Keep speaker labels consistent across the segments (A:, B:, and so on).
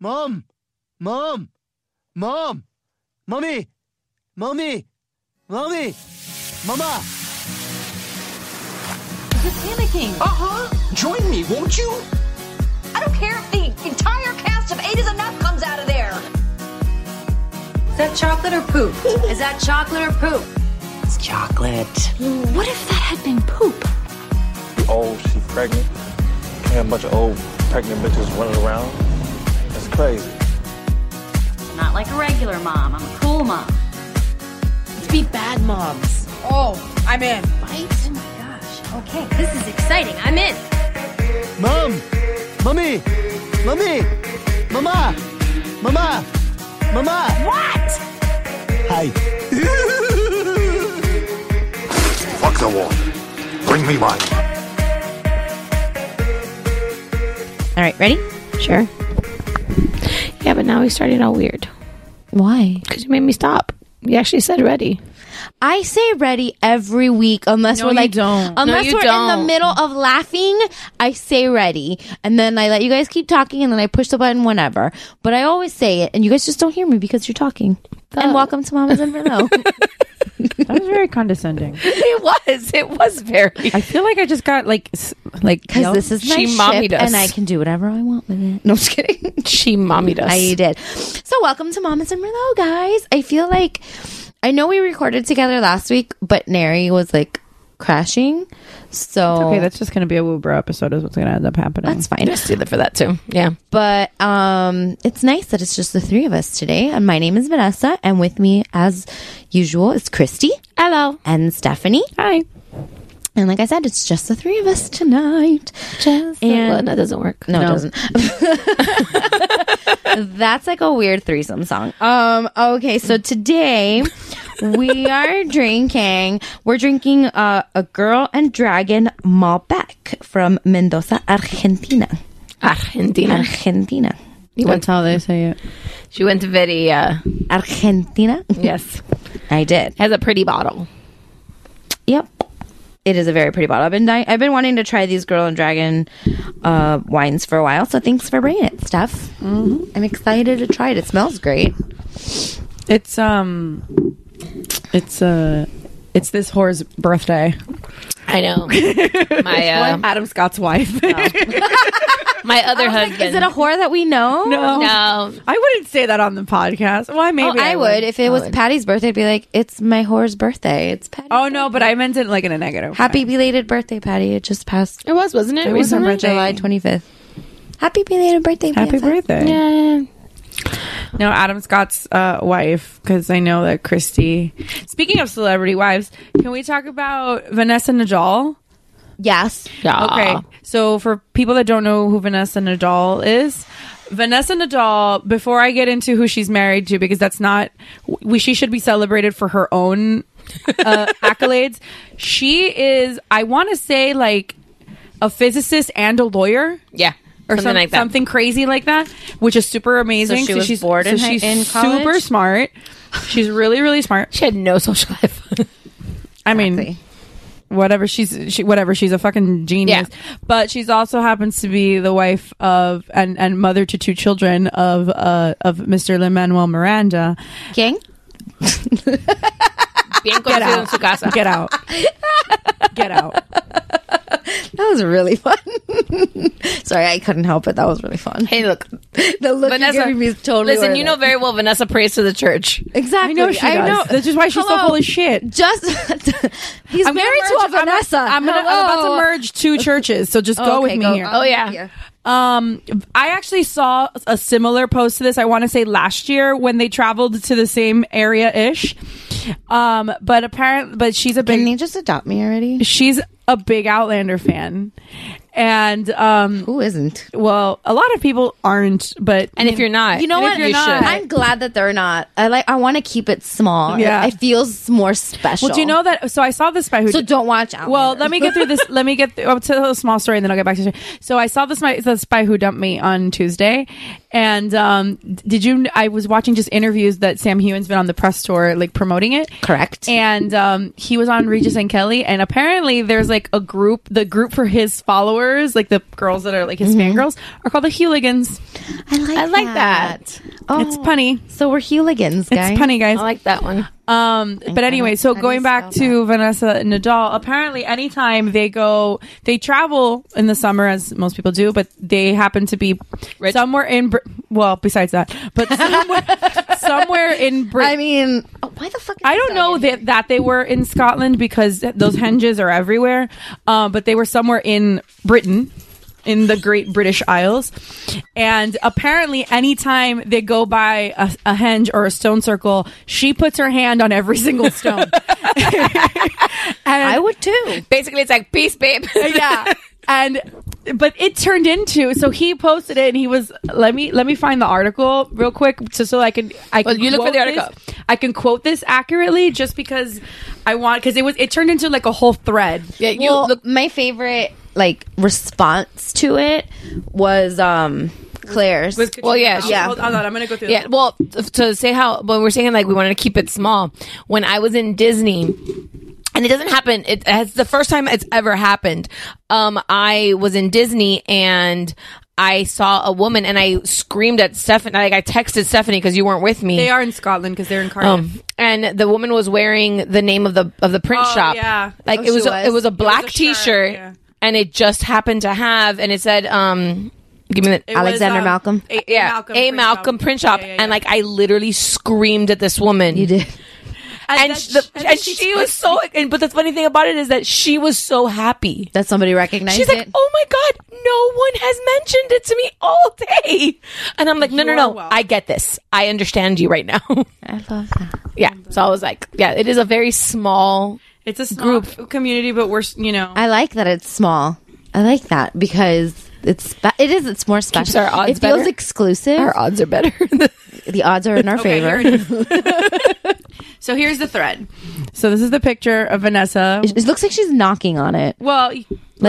A: Mom! Mom! Mom! Mommy! Mommy! Mommy! Mama!
B: You're panicking.
C: Uh huh. Join me, won't you?
B: I don't care if the entire cast of Eight is Enough comes out of there. Is that chocolate or poop? Is that chocolate or poop?
C: It's chocolate.
B: What if that had been poop?
D: old, Oh, she pregnant. And a bunch of old pregnant bitches running around. That's crazy.
E: Not like a regular mom. I'm a cool mom.
F: Let's be bad moms.
G: Oh, I'm in.
E: Oh my gosh. Okay, this is exciting. I'm in.
A: Mom! Mommy! Mommy! Mama! Mama! Mama!
E: What?
A: Hi.
H: Fuck the water. Bring me mine.
F: All right, ready?
I: Sure. Yeah, but now we started all weird
F: Why?
I: because you made me stop. You actually said ready.
F: I say ready every week unless
G: No,
F: we're
G: you
F: like
G: don't. No,
F: unless
G: you
F: we're in
G: don't.
F: the middle of laughing, I say ready. And then I let you guys keep talking and then I push the button whenever. But I always say it and you guys just don't hear me because you're talking. And welcome to Mama's Inferno.
J: That was very condescending.
F: it was. It was very
J: I feel like I just got like s- like
F: because
J: yelled-
F: this is my
I: She
F: ship
I: mommied us.
F: and I can do whatever I want with it. No, I'm just kidding.
I: She mommied us.
F: I did. So welcome to Mom and Summer Low, guys. I feel like I know we recorded together last week, but Neri was like crashing. So
J: okay. That's just gonna be a Woobra episode. Is what's gonna end up happening.
F: that's fine.
I: Let's do that for that too. Yeah.
F: But um it's nice that it's just the three of us today. And my name is Vanessa, and with me as usual is Christy
I: Hello.
F: and Stephanie.
I: Hi.
F: And like I said, it's just the three of us tonight.
I: Just
F: And-
I: well, that doesn't work.
F: No, it doesn't. That's like a weird threesome song. Um, okay, so today we are drinking. We're drinking uh, a Girl and Dragon Malbec from Mendoza, Argentina.
I: Argentina.
F: Ah. Argentina.
I: You went,
J: That's how they say it.
I: she went to uh, Veria.
F: Argentina.
I: Yes.
F: I did.
I: Has a pretty bottle.
F: Yep. It is a very pretty bottle. I've been dying, I've been wanting to try these Girl and Dragon uh, wines for a while. So thanks for bringing it, Steph. Mm-hmm. I'm excited to try it. It smells great.
J: It's um, it's uh, it's this whore's birthday.
I: I know. my uh,
F: Um,
J: Adam Scott's wife.
I: my other husband.
F: Is it a whore that we know?
J: no,
I: no.
J: I wouldn't say that on the podcast. Why? Maybe
F: oh, I, would. If it was Patty's birthday, I'd be like, it's my whore's birthday. It's Patty.
J: Oh no, but I meant it like in a negative.
F: Happy belated birthday, Patty. It just passed
I: It was, wasn't it?
J: It was her
I: Wasn't
F: July
J: birthday.
F: 25th. Happy belated birthday,
J: Happy
F: BFF.
J: birthday.
I: Yeah.
J: No, Adam Scott's uh, wife, because I know that Christy. Speaking of celebrity wives, can we talk about Vanessa Najal?
F: Yes.
I: Yeah.
F: Ah.
J: Okay. So for people that don't know who Vanessa Nadal is, Vanessa Nadal, before I get into who she's married to, because that's not, we, she should be celebrated for her own uh, accolades. She is, I want to say, like a physicist and a lawyer.
I: Yeah.
J: Or
I: something
J: some-
I: like that.
J: something crazy like that, which is super amazing.
F: she was bored in hi-
J: she's
F: in college?
J: super smart. She's really, really smart.
I: She had no social life.
J: I mean, whatever she's she, whatever she's a fucking genius but she's also happens to be the wife of and and mother to two children of uh of mr lin manuel miranda
F: King? Ah,
I: Bien conocido en su casa.
J: get out get out
F: That was really fun. Sorry, I couldn't help it. That was really fun.
I: Hey, look.
F: the look Vanessa,
I: Vanessa,
F: you're giving me is totally
I: listen,
F: worth
I: you know
F: it.
I: very well Vanessa prays to the church.
F: exactly.
J: i know she does. that's just why she's so
F: Hello.
J: full of shit
F: Just he's
J: gonna
F: married to a
J: merge- I'm-
F: Vanessa. Oh.
J: I'm, gonna, I'm about to
F: Hello.
J: merge two churches, so just go
F: Okay,
J: with me
F: go.
J: here.
I: Oh, yeah.
J: Um, I actually saw a similar post to this. I want to say last year when they traveled to the same area ish. Um, but apparently, but she's a big.
F: Can you just adopt me already?
J: she's a big Outlander fan. And um
F: Who isn't?
J: well, a lot of people aren't, but
I: And if you're not,
F: You know
I: and
F: what?
I: if you're not,
F: I'm glad that they're not. I like. I want to keep it small.
J: Yeah.
F: It, it feels more special.
J: well, do you know that? So I saw this by who?
F: So don't watch out.
J: Well, let me get through this. let me get. Through, I'll tell a small story and then I'll get back to. The story. So I saw this my this by who dumped me on Tuesday, And um, d- did you? I was watching just interviews that Sam Hewen's been on the press tour, like promoting it.
F: Correct.
J: And um, he was on Regis and Kelly, and apparently there's like a group, the group for his followers, like the girls that are like his
F: Mm-hmm.
J: fangirls, are called the Hooligans.
F: I like,
J: I like that. It's punny.
F: Oh. So we're hooligans, guys.
J: It's punny, guys.
I: I like that one.
J: Um, but anyway, so
F: how do you
J: going back
F: spell
J: to Vanessa Nadal, apparently anytime they go, they travel in the summer as most people do, but they happen to be somewhere in, Br- well, besides that, but somewhere, somewhere in Britain.
F: I mean, oh, why the fuck? Is
J: I don't know that, that they were in Scotland because those henges are everywhere, um, but they were somewhere in Britain, in the Great British Isles. And apparently, anytime they go by a, a henge or a stone circle, she puts her hand on every single stone.
F: I would too.
I: Basically, it's like peace, babe.
J: yeah and but it turned into so he posted it and he was let me let me find the article real quick just so i can i can
I: Well, you look for
J: quote
I: the article.
J: this. i can quote this accurately just because i want because it was it turned into like a whole thread
I: yeah, you
F: well,
I: look.
F: my favorite like response to it was um Claire's.
I: Well, yeah, yeah.
J: hold on i'm gonna go through
I: Yeah, well, to say how when we're saying like we wanted to keep it small. When I was in Disney, and it doesn't happen. It has the first time it's ever happened. Um, I was in Disney and I saw a woman and I screamed at Stephanie. Like I texted Stephanie because you weren't with me.
J: they are in scotland because they're in cardiff
I: Um, and the woman was wearing the name of the of the print
J: Oh,
I: shop.
J: yeah.
I: like
F: Oh,
I: it was,
F: she
I: a-
F: was?
I: it was a
F: It was
I: black
J: a shirt,
I: T-shirt,
J: yeah.
I: and it just happened to have, and it said, um, "Give me the
J: It was,
F: Alexander
J: um,
F: Malcolm?
J: a, a
I: yeah,
J: malcolm
I: a
J: print
I: Malcolm
J: shop.
I: print shop."
J: Yeah, yeah,
I: And
J: yeah.
I: like I literally screamed at this woman.
F: you did.
I: and
J: that
I: sh- the,
J: sh-
I: and,
J: and then
I: she,
J: she
I: was so. And, but the funny thing about it is that she was so happy.
F: That somebody recognized
I: She's like,
F: it.
I: "Oh my god, no one has mentioned it to me all day," and I'm like, "No, no,
J: You're
I: no,
J: welcome.
I: I get this. I understand you right now."
F: I
I: "Oh."
F: love that.
I: yeah, so I was like, "Yeah, it is a very small."
J: it's a group community but we're s- you know
F: I like that it's small. I like that because it's spe- it is it's more special.
I: our odds
F: it feels
I: better.
F: exclusive.
I: Our odds are better.
F: the odds are in our
J: Okay,
F: favor.
J: here it is. so here's the thread. So this is the picture of Vanessa.
F: It looks like she's knocking on it.
J: Well,
F: Like,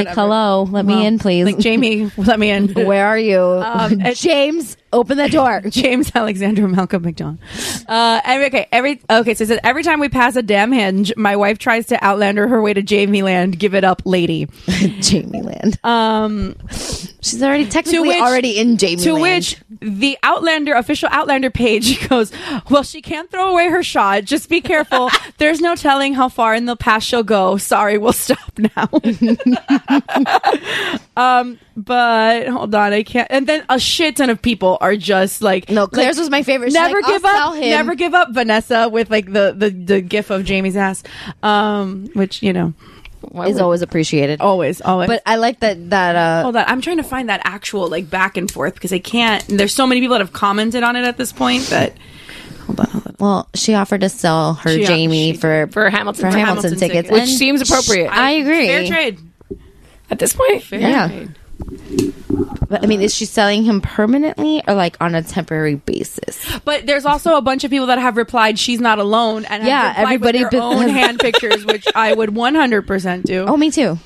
J: whatever.
F: hello, let
J: Well,
F: me in, please.
J: Like Jamie, let me in.
F: Where are you,
J: it-
F: James? Open the door.
J: James Alexander Malcolm McDonald. Uh, every, okay, every okay. So it says every time we pass a damn hinge, my wife tries to outlander her way to Jamie Land. Give it up, lady.
F: Jamie Land.
J: Um,
F: She's already technically
J: which-
F: already in Jamie.
J: to
F: Land.
J: which the Outlander official Outlander page goes, "Well, she can't throw away her shot. Just be careful. There's no telling how far in the past she'll go. Sorry, we'll stop now." um, but hold on, I can't. And then a shit ton of people are just like,
F: No, Claire's was my favorite. She's
J: never
F: like,
J: give
F: "I'll
J: up.
F: sell him."
J: Never give up, Vanessa." With like the the the gif of Jamie's ass, um, which you know,
F: is always appreciated.
J: always, always.
F: But I like that that uh
J: Hold on, I'm trying to find that actual like back and forth because I can't. There's so many people that have commented on it at this point that. Hold on, hold on.
F: well, she offered to sell her
J: She-
F: Jamie
J: she-
F: for
I: for Hamilton
F: for
I: tickets.
F: Hamilton,
J: Hamilton
F: tickets,
J: tickets. Which
F: and
I: seems appropriate.
F: I agree.
J: Fair trade.
I: At this point,
J: Fair
F: Yeah.
J: trade.
F: But I mean, is she selling him permanently or like on a temporary basis?
J: But there's also a bunch of people that have replied, "She's not alone," and have
F: Yeah,
J: replied
F: everybody
J: with their
F: be-
J: own hand pictures, which I would 100 percent do.
F: Oh, me too.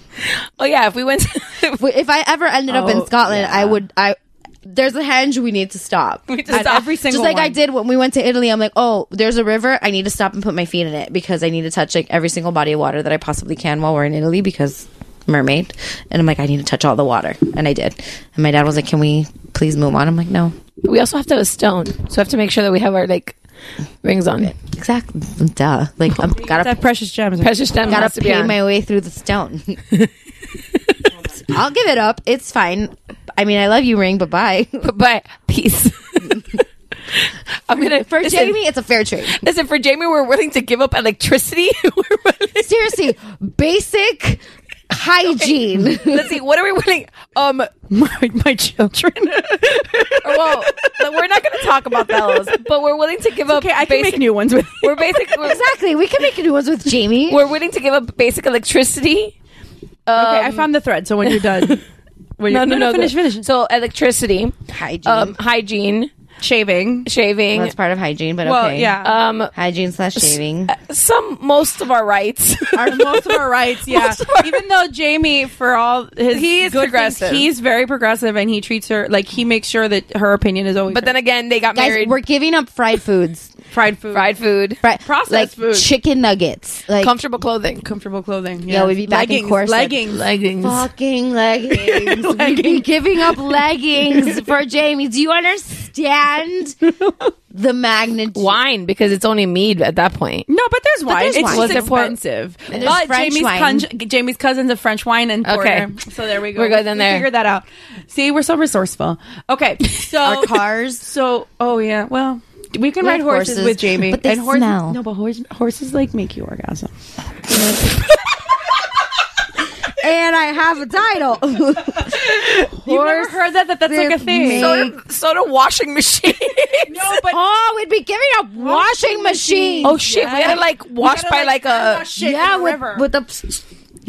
I: oh yeah, if we went, to,
F: Wait, If I ever ended up in
J: Oh,
F: Scotland, I would. I there's a henge. We need to stop.
I: need to
J: At
I: stop.
J: every single
F: Just like I
J: one.
F: did when we went to Italy, I'm like, oh, there's a river. I need to stop and put my feet in it because I need to touch like every single body of water that I possibly can while we're in Italy because mermaid. And I'm like, I need to touch all the water, and I did. And my dad was like, can we please move on? I'm like, no,
I: we also have to have a stone, so we have to make sure that we have our like rings on it.
F: exactly, duh. Like
I: Oh,
F: I'm gotta
J: that precious gems.
I: Precious stone has
F: gotta
I: to be
F: pay
I: on.
F: my way through the stone. I'll give it up. It's fine. I mean, I love you, ring, but bye.
I: but peace. I'm gonna
F: For
I: listen,
F: Jamie, it's a fair trade.
I: Listen, for Jamie, we're willing to give up electricity. we're willing,
F: Seriously, basic hygiene.
I: let's see, what are we willing? Um,
J: my, my children.
I: well, we're not going to talk about those, but we're willing to give up.
J: okay, I can
I: basic-
J: make new ones with.
I: We're basic. We're,
F: exactly. We can make new ones with Jamie.
I: we're willing to give up basic electricity.
J: okay, I found the thread. So when you're done, when
I: No,
J: you're,
I: no, no.
J: Finish,
I: the-
J: finish.
I: So electricity,
F: hygiene.
I: um, hygiene,
J: shaving.
I: shaving.
F: That's part of hygiene, but
J: Well,
F: okay.
J: yeah. uh,
I: um,
F: Hygiene slash shaving.
I: some most of our rights.
J: Our, most of our rights, yeah. Even though Jamie, for all his
I: He is
J: good
I: progressive.
J: things, he's very progressive, and he treats her like he makes sure that her opinion is always.
I: but then again, they got
F: Guys,
I: married.
F: we're giving up fried foods.
J: fried food,
I: fried food,
F: Fri-
J: Processed
F: like
J: food.
F: chicken nuggets. Like
I: comfortable clothing.
J: comfortable clothing.
F: Yeah, we'd be back in
J: leggings,
F: corsets.
J: Leggings, leggings.
F: fucking leggings. We'd be
J: Leggings.
F: giving up leggings for Jamie. Do you understand the magnitude?
I: Wine because it's only mead at that point.
J: No, but there's wine.
F: there's
J: it's
F: wine.
J: just
I: Was it por-
J: expensive.
F: there's
J: But
F: French
J: Jamie's,
F: wine.
J: conj- Jamie's cousin's a French wine and
I: Okay.
J: porter. So there we go.
I: We're good then
J: We
I: there.
J: Figured that out. See, we're so resourceful. Okay, so
F: Our cars.
J: So, oh yeah, well, we can
F: We
J: ride
F: have
J: horses,
F: horses,
J: with Jamie.
F: but they
J: and horses,
F: smell.
J: No, but horse, horses like make you orgasm.
F: And I have a title.
J: You never heard that? That that's like a
F: that
J: thing.
F: make-
J: So-
I: So do washing machines.
J: no, but
F: oh, we'd be giving up washing machines.
I: oh shit, we gotta like wash
J: gotta,
I: by like, a
J: wash Oh, shit
F: yeah,
J: in the
F: with,
J: river.
F: with the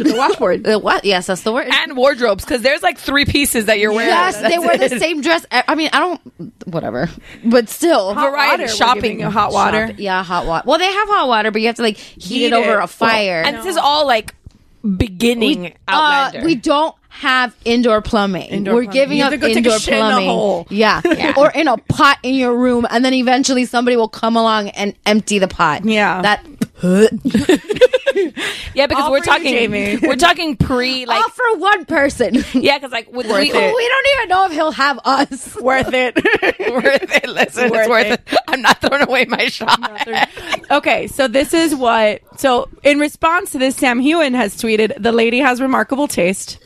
J: the washboard.
F: the what? Yes, that's the word.
I: and wardrobes because there's like three pieces that you're wearing.
F: yes, they
I: That's
F: wear
I: it.
F: the same dress. e, I I mean, I don't. Whatever, but still,
J: Hot
I: Variety
J: water, we're
I: shopping.
J: giving you hot water.
F: Shop- yeah, hot water. Well, they have hot water, but you have to like heat,
J: Heat
F: it over
J: it.
F: a fire.
I: And this is all like beginning
F: Uh,
I: Outlander.
F: we don't have indoor plumbing. We're
J: plumbing.
F: giving
J: You
F: up
J: have to go take a
F: indoor
J: shit in a
F: plumbing.
J: hole.
F: Yeah. or in a pot in your room, and then eventually somebody will come along and empty the pot.
J: Yeah.
F: that
I: yeah, because
J: All
I: we're
J: for you,
I: talking
J: Jamie.
I: we're talking pre like
F: all for one person.
I: yeah, because like with we,
F: we, we don't even know if he'll have us.
J: Worth it.
I: worth it. Listen, it's worth,
J: Worth
I: it. I'm not throwing away my shot.
J: okay, so this is what. So, in response to this, Sam Hewen has tweeted The lady has remarkable taste.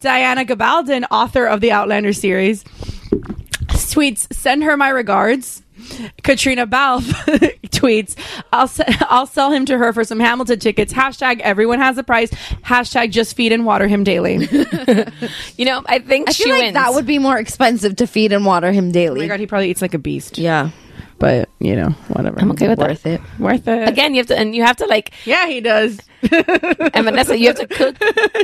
J: Diana Gabaldon, author of the Outlander series, tweets Send her my regards. Katrina Balf tweets, I'll, se- I'll sell him to her for some Hamilton tickets. Hashtag everyone has a price. Hashtag just feed and water him daily. oh
I: You know, I think
F: I
I: she
F: feel like
I: wins.
F: that would be more expensive to feed and water him daily.
J: Oh my God, he probably eats like a beast.
F: Yeah,
J: But, you know, whatever.
I: I'm okay with
F: worth it.
I: that.
J: Worth it.
I: Again, you have to, and you have to like,
J: Yeah, he does.
I: and Vanessa, you have to cook,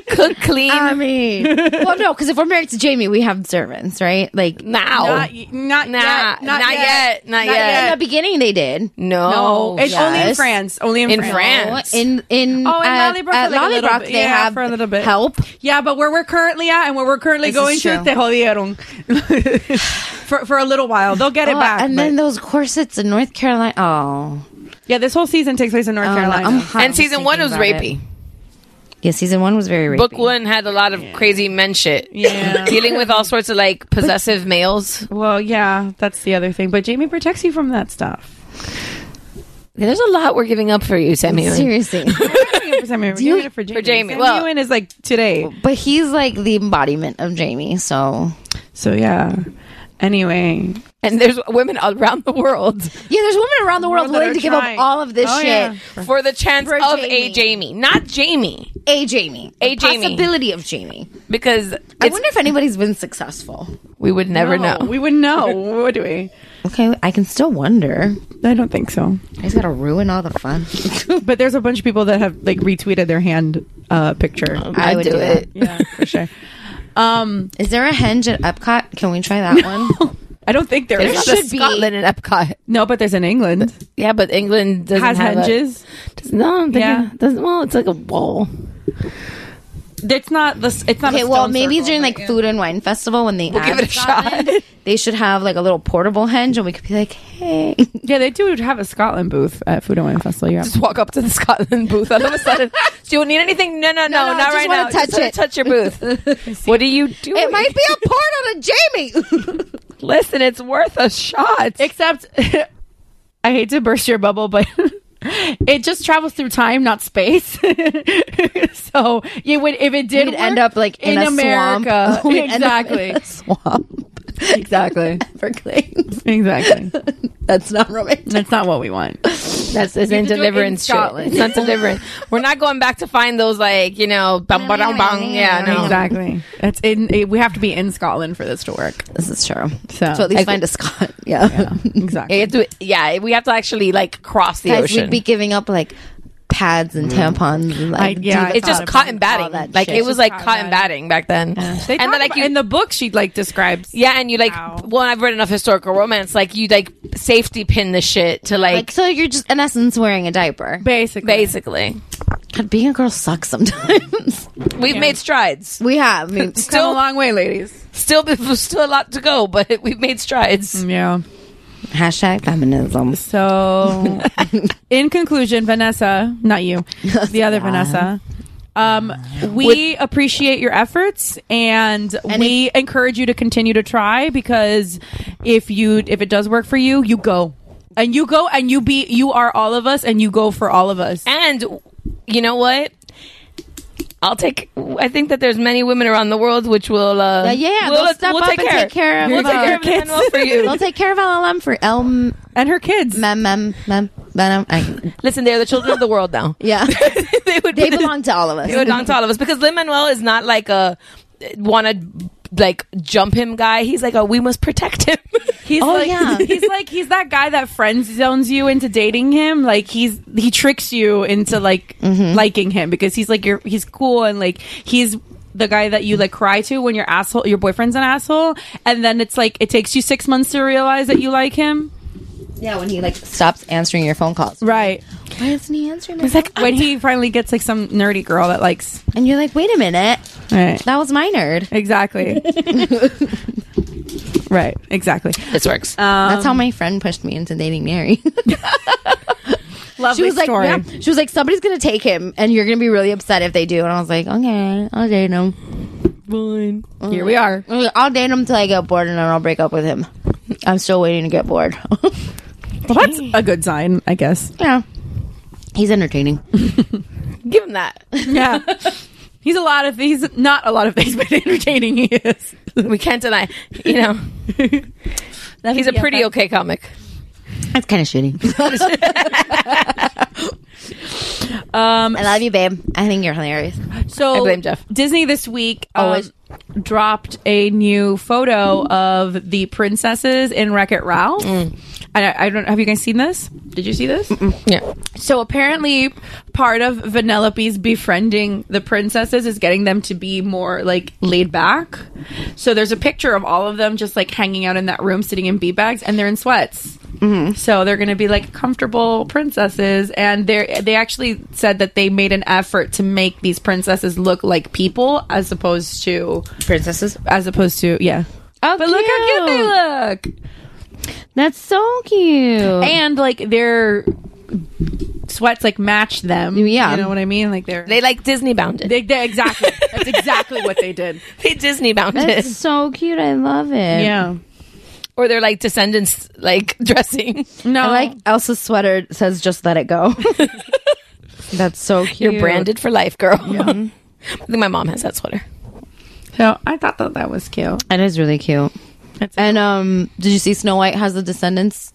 I: cook clean
F: I mean, well, no, because if we're married to Jamie, we have servants, right? Like
I: now.
J: Not, y- not,
I: Oh. Nah,
J: yet. Not,
I: not yet, not yet.
F: in the beginning, they did.
I: no,
J: It's only in
F: Oh, Yes.
J: France. Only in,
I: In
J: France.
I: France.
F: in in
J: Oh, in
F: at,
J: Lallybroch,
F: at
J: like a little
F: Lallybroch,
J: bit.
F: they
J: Yeah,
F: have
J: for a little bit.
F: help.
J: Yeah, but where we're currently at and where we're currently
F: This
J: going
F: is
J: to,
F: true.
J: te jodieron. for for a little while, they'll get it
F: Oh,
J: back.
F: and
J: but-
F: then those corsets in North Carolina. Oh,
J: yeah, this whole season takes place in North
F: I don't know.
J: Carolina.
F: Oh, I'm hot
I: and season
F: thinking
I: one was
F: about it.
I: rapey.
F: Yeah, season one was very rapey.
I: Book one had a lot of crazy men shit.
J: Yeah.
I: dealing with all sorts of like possessive males.
J: well, yeah, that's the other thing. But Jamie protects you from that stuff.
I: There's a lot we're giving up for you, Samuel.
F: Seriously,
J: For Sam Ewan. We're doing it for Jamie.
I: Jamie,
J: Sam
I: well-
J: Ewan is like today.
F: but he's like the embodiment of Jamie. So
J: So yeah. Anyway,
I: And there's women around the world
F: yeah, there's women around the world
J: More that
F: willing
J: are
F: to give
J: trying.
F: up all of this
J: Oh,
F: shit.
J: yeah.
I: for the chance
F: For
I: of a
F: Jamie.
I: Jamie, not Jamie,
F: A Jamie,
I: A
F: The
I: Jamie.
F: possibility of Jamie.
I: because
F: I
I: it's-
F: wonder if anybody's been successful.
I: we would never
J: No,
I: know.
J: Oh, We wouldn't know, would we?
F: Okay, I can still wonder.
J: I don't think so.
F: I just gotta ruin all the fun.
J: But there's a bunch of people that have like retweeted their hand uh, picture.
F: Oh, I would do it.
J: Yeah, for sure. Um,
F: Is there a henge at Epcot? Can we try that one?
J: I don't think there
I: There's not
J: is.
I: a
F: should be.
I: Scotland and Epcot.
J: No, but there's in England
I: Yeah, but England doesn't
J: has
I: have a-
J: hinges.
I: does- no, I'm thinking,
J: Yeah.
I: doesn't, well, it's like a wall.
J: It's not the. It's not.
F: Okay, well, maybe during like food and wine festival when they add
I: give it a
F: Scotland,
I: shot.
F: they should have like a little portable henge, and we could be like, "Hey,
J: yeah, they do have a Scotland booth at Food and Wine Festival. Yeah,
I: Just walk up to the Scotland booth all of a sudden. Do you need anything? No, no, no,
F: no,
I: not
F: just
I: right
F: wanna
I: now.
F: touch
I: just wanna
F: it.
I: touch your booth. what do you do?
F: it might be a port on a Jamie."
I: Listen, it's worth a shot.
J: except I hate to burst your bubble, but. It just travels through time, not space. so it would if it did
F: We'd end up like in, a
J: America,
F: swamp. We'd end up in
J: exactly,
F: a swamp.
J: exactly,
F: Everglades.
J: exactly.
F: That's not romantic.
J: That's not what we want.
I: That's it's in
J: to do it in
I: deliverance. shit.
J: Scotland.
I: It's not deliverance. We're not going back to find those like you know bum ba dum bang. Yeah, no.
J: Exactly. It's in. It, we have to be in Scotland for this to work.
F: This is true. So,
J: So-
F: at least
I: Like-
F: find a Scott. Yeah,
J: Exactly.
I: It- yeah, we have to actually like cross the
F: guys,
I: ocean.
F: we'd be giving up like pads and tampons. And, like,
J: I-
F: do the
J: yeah,
I: Mm. It's just cotton batting.
F: that
I: Like
F: shit.
I: it was like cotton batting back then.
J: They
I: and then like you
J: in the book, she like describes.
I: Yeah, and you like
J: Ow.
I: well, and I've read enough historical romance, like you like safety pin the shit to
F: Like,
I: like,
F: so you're just in essence wearing a diaper.
J: basically.
I: basically.
F: God, being a girl sucks sometimes.
I: We've made strides.
F: we have. I mean,
J: Come a
I: Still-
J: long way, ladies.
I: Still there's still a lot to go, but we've made strides.
J: Yeah.
F: hashtag feminism.
J: So, in conclusion, Vanessa, not you, the other Vanessa. Um, we appreciate your efforts and, we encourage you to continue to try because if you if it does work for you, you go. And you go and you be you are all of us and you go for all of us.
I: And you know what? I'll take. I think that there's many women around the world which will. Uh,
F: Yeah, yeah,
I: we'll,
F: they'll step
I: we'll
F: up
I: take
F: and
I: care.
F: take care of,
I: We'll take
F: uh,
I: care of
J: your
I: it and well for
F: We'll
I: you.
F: take care of LLM for L mem
J: And her kids.
F: mem mem mem. mem- I-
I: Listen, they're the children of the world now.
F: Yeah,
I: they would.
F: they belong to all of us.
I: It would belong to all of us because Lin Manuel is not like a want to like jump him guy. He's like a we must protect him.
J: He's
F: Oh,
J: like,
F: yeah.
J: he's like he's that guy that friend zones you into dating him. Like he's he tricks you into like
F: Mm-hmm.
J: liking him because he's like you're he's cool and like he's the guy that you like cry to when your asshole your boyfriend's an asshole and then it's like it takes you six months to realize that you like him.
F: Yeah, when he like stops answering your phone calls.
J: Right.
F: Why isn't he answering? my
J: It's like when he finally gets like some nerdy girl that likes
F: phone? and you're like, wait a minute,
J: Right.
F: that was my nerd.
J: Exactly. right, exactly.
I: this works.
F: That's how my friend pushed me into dating Mary.
J: Lovely
F: she was like,
J: story.
F: yeah. she was like, somebody's gonna take him, and you're gonna be really upset if they do. And I was like, okay, I'll date him.
J: Here we are.
F: I was like, I'll date him till I get bored, and then I'll break up with him. I'm still waiting to get bored.
J: Well, that's a good sign, I guess.
F: yeah, he's entertaining.
I: Give him that.
J: Yeah. He's a lot of he's not a lot of things, but entertaining he is. Um,
I: We can't deny. You know, he's a pretty okay comic.
F: That's kind of shitty.
J: Um,
F: I love you, babe. I think you're hilarious.
J: so
I: I blame Jeff.
J: Disney this week um,
F: Always.
J: dropped a new photo of the princesses in Wreck It Ralph.
I: Mm.
J: And I, I don't have you guys seen this? Did you see this?
I: Yeah.
J: So apparently, part of Vanellope's befriending the princesses is getting them to be more like laid back. So there's a picture of all of them just like hanging out in that room, sitting in beanbags, bags, and they're in sweats. So they're going to be like comfortable princesses, and they they actually said that they made an effort to make these princesses look like people as opposed to
F: Princesses.
J: as opposed to yeah.
F: Oh,
J: But look how cute they look.
F: That's so cute.
J: and like their sweats like match them.
F: Yeah.
J: you know what I mean. Like they're
I: They like Disney bound it.
J: they, they exactly that's exactly what they did.
I: They Disney bound
F: That's
I: it.
F: so cute. I love it.
J: Yeah,
I: Or they're like descendants, like dressing.
J: no,
F: I like Elsa's sweater says just let it go. That's so cute.
I: You're branded for life, girl. I think my mom has that sweater.
J: so I thought that that was cute.
F: That is really cute. and um did you see Snow White has the descendants?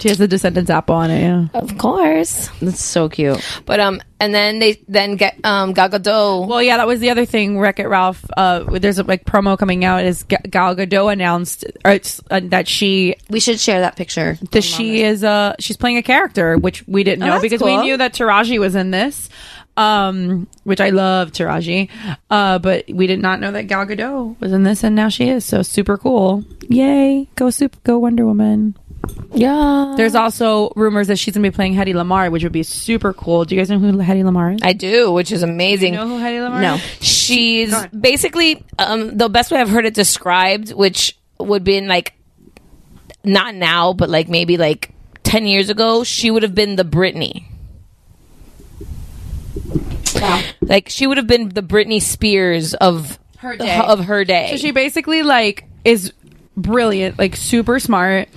J: She has the Descendants apple on it. Yeah,
I: Of course.
F: That's so cute.
I: But um, and then they then get um Gal Gadot.
J: well, yeah, that was the other thing. Wreck It Ralph. Uh, there's a like promo coming out. Is Ga- Gal Gadot announced or it's, uh, that she
F: We should share that picture.
J: that she is uh she's playing a character which we didn't know
F: that's
J: because
F: cool.
J: we knew that Taraji was in this. Um, which I love Taraji, uh, but we did not know that Gal Gadot was in this, and now she is. So super cool! Yay, go soup, go Wonder Woman.
I: yeah.
J: There's also rumors that she's gonna be playing Hedy Lamar, which would be super cool. Do you guys know who Hedy Lamar is?
I: I do, which is amazing.
J: know who Hedy Lamar?
F: No.
J: is?
I: She's basically um, the best way I've heard it described, which would have been like not now, but like maybe like ten years ago, she would have been the Britney. Like she would have been the Britney Spears of her
J: day.
I: of her day.
J: So she basically like is brilliant, like super smart,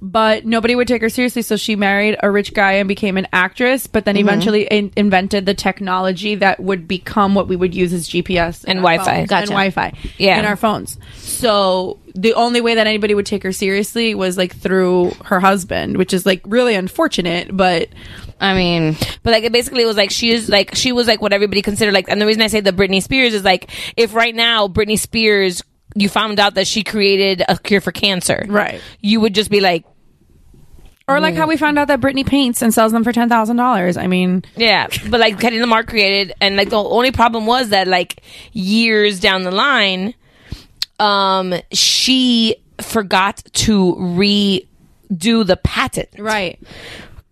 J: but nobody would take her seriously. So she married a rich guy and became an actress, but
I: Mm-hmm.
J: then eventually in- invented the technology that would become what we would use as GPS
I: And
J: in our
I: Wi-Fi.
J: phones-
I: Gotcha.
J: and Wi-Fi,
I: Yeah.
J: in our phones. So the only way that anybody would take her seriously was like through her husband, which is like really unfortunate, but
F: I mean
I: But like it basically was like she is like she was like what everybody considered like and the reason I say the Britney Spears is like if right now Britney Spears you found out that she created a cure for cancer.
J: Right.
I: You would just be like
J: Or like how we found out that Britney paints and sells them for ten thousand dollars. I mean,
I: Yeah, but like Kendrick Lamar created, and like the only problem was that like years down the line, um, she forgot to redo the patent,
J: right?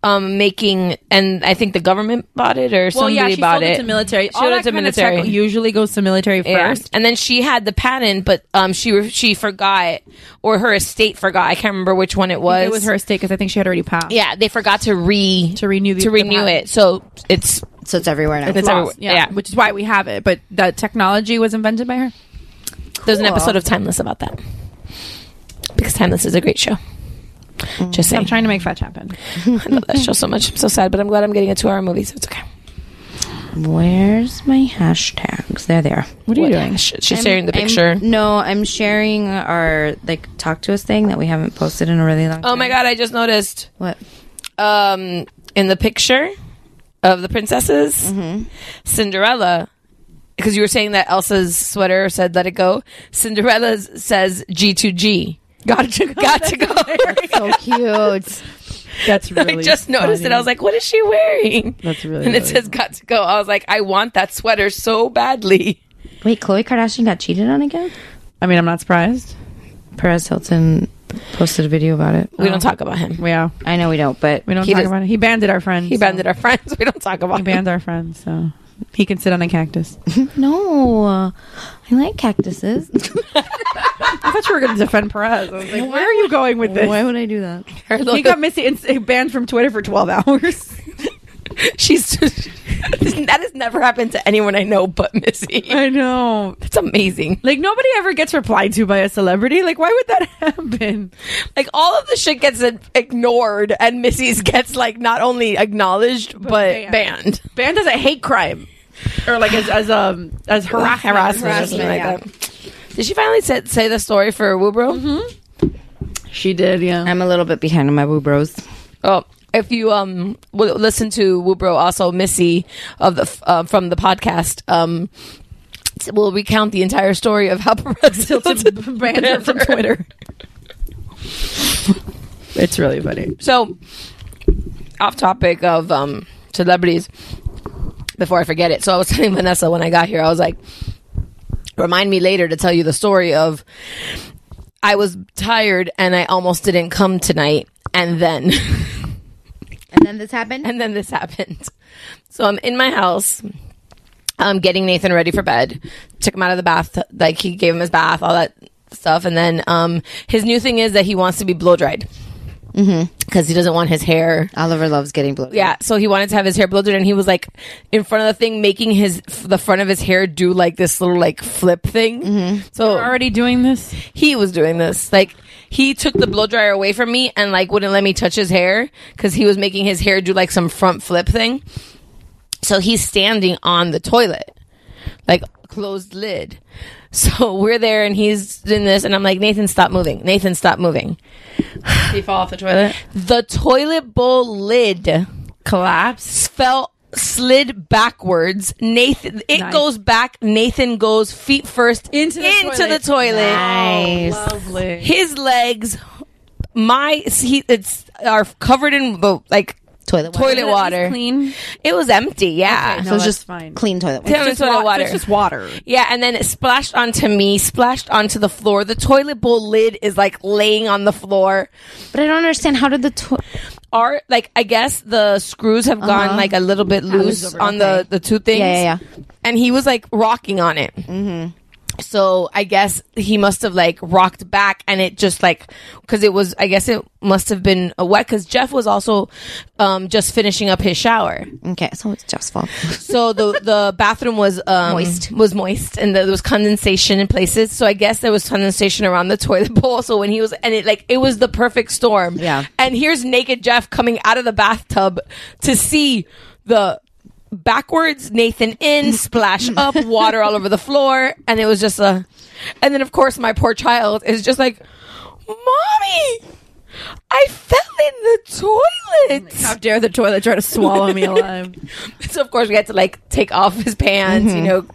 I: um, making, and I think the government bought it or somebody bought it.
J: military.
I: She sold it to military.
J: usually goes to military
I: Yeah.
J: first.
I: and then she had the patent, but um, she re- she forgot, or her estate forgot. I can't remember which one it was.
J: It was her estate because I think she had already passed.
I: Yeah, they forgot to re
J: To renew the-
I: to
J: the
I: renew
J: patent.
I: it. So it's
F: So it's everywhere now.
I: it's everywhere.
J: Lost, yeah. which is why we have it. But the technology was invented by her.
I: There's an episode of Timeless about that. Because Timeless is a great show. Just saying.
J: I'm trying to make fetch happen.
I: I love that show so much. I'm so sad, but I'm glad I'm getting a two hour movie, so it's okay.
F: Where's my hashtags? There they are.
J: What are you doing?
I: Sh- She's sharing the picture.
F: no, I'm sharing our like talk to us thing that we haven't posted in a really long time.
I: oh my god, I just noticed
F: What?
I: um, in the picture of the princesses,
J: Mm-hmm.
I: Cinderella, because you were saying that Elsa's sweater said let it go, Cinderella says G2G. Gotta go. Gotta
F: So
I: go.
F: cute.
J: That's really.
I: I just noticed it. I was like, what is she wearing?
J: That's really.
I: and it says got to go. I was like, I want that sweater so badly.
F: Wait, Khloe Kardashian got cheated on again?
J: I mean, I'm not surprised.
F: Perez Hilton posted a video about it.
I: We don't talk about him.
J: Yeah,
F: I know we don't, but
J: we don't
I: He
J: talk
I: does-
J: about it. He banded our friends.
I: He banded our friends. We don't talk about
J: He
I: him.
J: banned our friends, so he can sit on a cactus.
F: no. I like cactuses.
J: I thought you were going to defend Perez. I was like, where are you going with this?
F: would I do that?
J: He got Missy and banned from Twitter for 12 hours.
I: She's that has never happened to anyone I know but Missy.
J: I know.
I: That's amazing.
J: Like nobody ever gets replied to by a celebrity. Like why would that happen?
I: Like all of the shit gets uh, ignored, and Missy's gets like not only acknowledged but,
J: banned.
I: banned.
J: Banned as a hate crime, or like as as um as harassment.
I: Harassment, or something like that. Did she finally say, say the story for Woobro?
J: She did, yeah.
F: I'm a little bit behind on my woo bros.
I: Oh, if you um will listen to Woobro, also Missy of the uh, from the podcast, um, will recount the entire story of how Perez Hilton
J: banned her from Twitter. It's really funny.
I: So, off topic of um celebrities. Before I forget it, so I was telling Vanessa when I got here, I was like, "Remind me later to tell you the story of I was tired and I almost didn't come tonight, and then."
F: And then this happened?
I: And then this happened. So I'm in my house. I'm getting Nathan ready for bed. Took him out of the bath. Like he gave him his bath, all that stuff. And then um, his new thing is that he wants to be blow dried because he doesn't want his hair.
F: Oliver loves getting blown.
I: Yeah, so he wanted to have his hair blow dried, and he was like in front of the thing, making his the front of his hair do like this little like flip thing. So
J: Already doing this?
I: he was doing this. Like he took the blow dryer away from me and like wouldn't let me touch his hair because he was making his hair do like some front flip thing. So he's standing on the toilet, like closed lid. So we're there and he's doing this, and I'm like, Nathan, stop moving. Nathan, stop moving.
J: Did he fall off the toilet?
I: The toilet bowl lid
J: Collapse.
I: fell slid backwards nathan it
J: Nice.
I: goes back nathan goes feet first
J: Into the
I: into
J: toilet.
I: the toilet
F: Nice.
J: Lovely.
I: his legs my he, it's are covered in the like
F: Toilet water.
I: toilet water
J: Clean.
I: it was empty yeah
F: So it's
J: that's
F: just
J: fine.
F: clean toilet water.
I: Toilet
J: wa- so
I: water
J: It's just water.
I: yeah and then it splashed onto me splashed onto the floor the toilet bowl lid is like laying on the floor
F: But I don't understand how did the to-
I: are like i guess the screws have
F: Uh-huh.
I: gone like a little bit loose on the the two things
F: Yeah, yeah, Mm-hmm.
I: and he was like rocking on it. So I guess he must have like rocked back, and it just like because it was I guess it must have been a wet because Jeff was also um, just finishing up his shower,
F: Okay, so it's Jeff's fault.
I: so the the bathroom was um, moist was moist, and there was condensation in places. So I guess there was condensation around the toilet bowl. So when he was and it like it was the perfect storm.
F: Yeah.
I: And here's naked Jeff coming out of the bathtub to see the backwards Nathan in splash up water all over the floor, and it was just a. And then of course my poor child is just like, mommy. I fell in the toilet.
J: How dare the toilet try to swallow me alive?
I: So of course we had to like take off his pants,
F: Mm-hmm.
I: you know,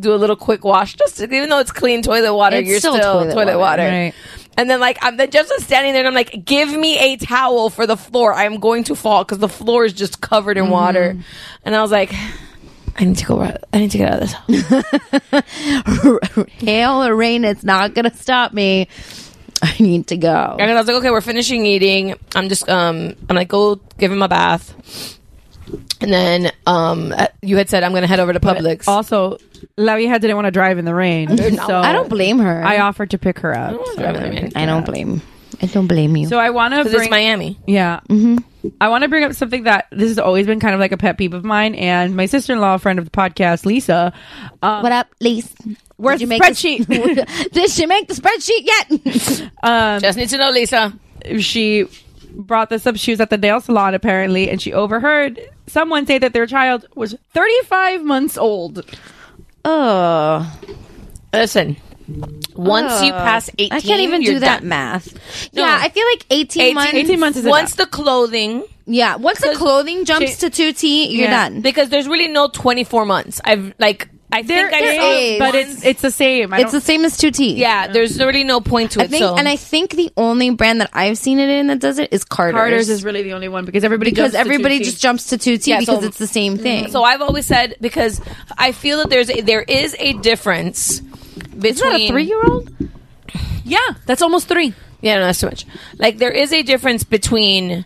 I: do a little quick wash. Just to- even though it's clean toilet water,
F: It's
I: you're
F: still
I: still
F: toilet water,
I: toilet, water.
J: right.
I: And then like I'm then Jeff's just standing there and I'm like, give me a towel for the floor. I am going to fall because the floor is just covered in water.
F: Mm-hmm.
I: And I was like, I need to go. ri- I need to get out of this. house."
F: Hail or rain, it's not gonna stop me. I need to go.
I: And I was like, okay, we're finishing eating. I'm just um I'm like, go give him a bath. And then um uh, you had said I'm gonna head over to Publix.
J: Also, La Vieja didn't want to drive in the rain. so
F: I don't blame her.
J: I offered to pick her up.
I: Drive in the rain.
F: I don't blame. I don't blame you.
J: So I want to
I: 'Cause it's
J: bring
I: Miami.
J: Yeah.
F: Mm-hmm.
J: I want to bring up something that this has always been kind of like a pet peeve of mine. And my sister in law, friend of the podcast, Lisa, um,
F: what up, Lise?
J: Where's
F: Did you
J: the
F: make this-
J: spreadsheet?
F: Did she make the spreadsheet yet?
I: Just need to know, Lisa.
J: she brought this up. She was at the nail salon apparently, and she overheard someone say that their child was 35 months old.
F: oh,
I: Listen, once you pass 18,
F: I can't even
I: you're
F: do that
I: done.
F: math. Yeah, I feel like 18,
I: 18
F: months.
J: 18 months is
I: once
J: once
I: the clothing
F: Yeah, once the clothing jumps to 2T, you're
J: Yeah.
F: done.
I: because there's really no 24 months. I've like I
J: there
I: think I
J: is,
I: saw
F: is,
J: but
I: one-
J: it's it's the same. I
F: It's the
J: don't-
F: same as 2T.
I: yeah, there's really no point to
F: I
I: it.
F: think,
I: so
F: and I think the only brand that I've seen it in that does it is Carter's.
J: Carter's is really the only one because everybody
F: because
J: jumps to
F: everybody
J: 2T.
F: just jumps to 2T
I: Yeah,
F: because
I: so- mm-hmm.
F: it's the same thing.
I: so I've always said because I feel that there's a, there is a difference between
F: is that a three year old?
I: Yeah, that's almost three. Yeah, no, that's too much. Like there is a difference between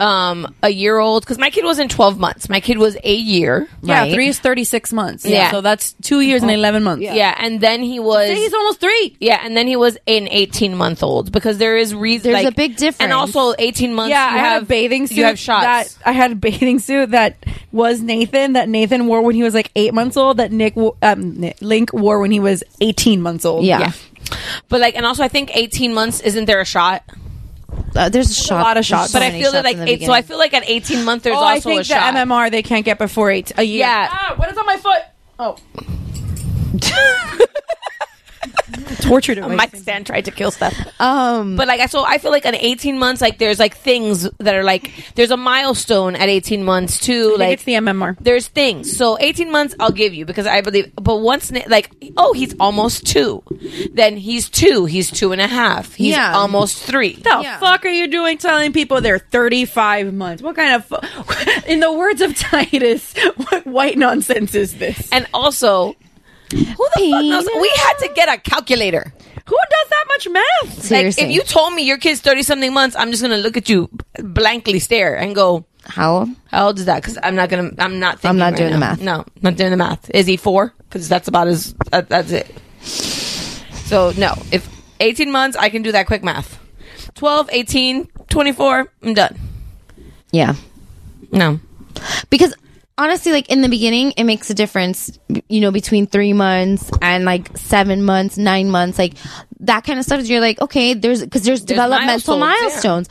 I: um a year old because my kid wasn't 12 months. My kid was a year.
J: yeah,
F: right?
J: three is 36 months.
I: Yeah.
J: so that's two years and 11 months.
I: Yeah, and then he was
J: He's almost three.
I: Yeah, and then he was an 18 month old because there is reason.
F: There's a big difference.
I: And also, 18 months.
J: Yeah,
I: you
J: I
I: have
J: had a bathing suit.
I: You have shots.
J: That, I had a bathing suit that was Nathan that Nathan wore when he was like eight months old. That Nick wo- um, Nick- Link wore when he was eighteen months old.
F: Yeah.
I: but like, and also, I think 18 months isn't there a shot?
F: Uh, there's a, shot,
J: lot of
F: there's
J: shots,
F: so
I: But I
F: many
I: feel that
F: shots
I: like,
F: in the
I: eight, so I
F: beginning.
I: feel like at 18 month there's
J: Oh,
I: also
J: I think
I: a
J: the
I: shot.
J: MMR they can't get before eight a year.
I: Yeah.
J: Ah, what is on my foot? Oh. Torture device.
I: Mike Stan tried to kill stuff.
F: Um,
I: But like, I so I feel like at 18 months, like there's like things that are like there's a milestone at 18 months too.
J: like
I: Like
J: it's the MMR.
I: there's things. So 18 months, I'll give you because I believe. But once, na- like, oh, he's almost two. Then he's two. He's two and a half. He's
F: Yeah.
I: almost three.
J: The
F: Yeah.
J: fuck are you doing telling people they're 35 months? What kind of, fu- in the words of Titus, what white nonsense is this?
I: And also, who the fuck knows? We had to get a calculator.
J: Who does that much math?
I: Like,
F: seriously,
I: if you told me your kid's 30 something months, I'm just going to look at you blankly stare and go,
F: how old?
I: how old is that? Because I'm not gonna. I'm not. Thinking
F: I'm not
I: right
F: doing the
I: now.
F: math.
I: No, not doing the math. Is he four? Because that's about as. That, that's it. So no, if 18 months, I can do that quick math. 12, 18, 24, I'm done.
F: Yeah,
I: No.
F: because honestly, like in the beginning, it makes a difference. You know, between three months and like seven months, nine months, like that kind of stuff. You're like, okay, there's because there's, developmental
I: milestones,
F: milestones.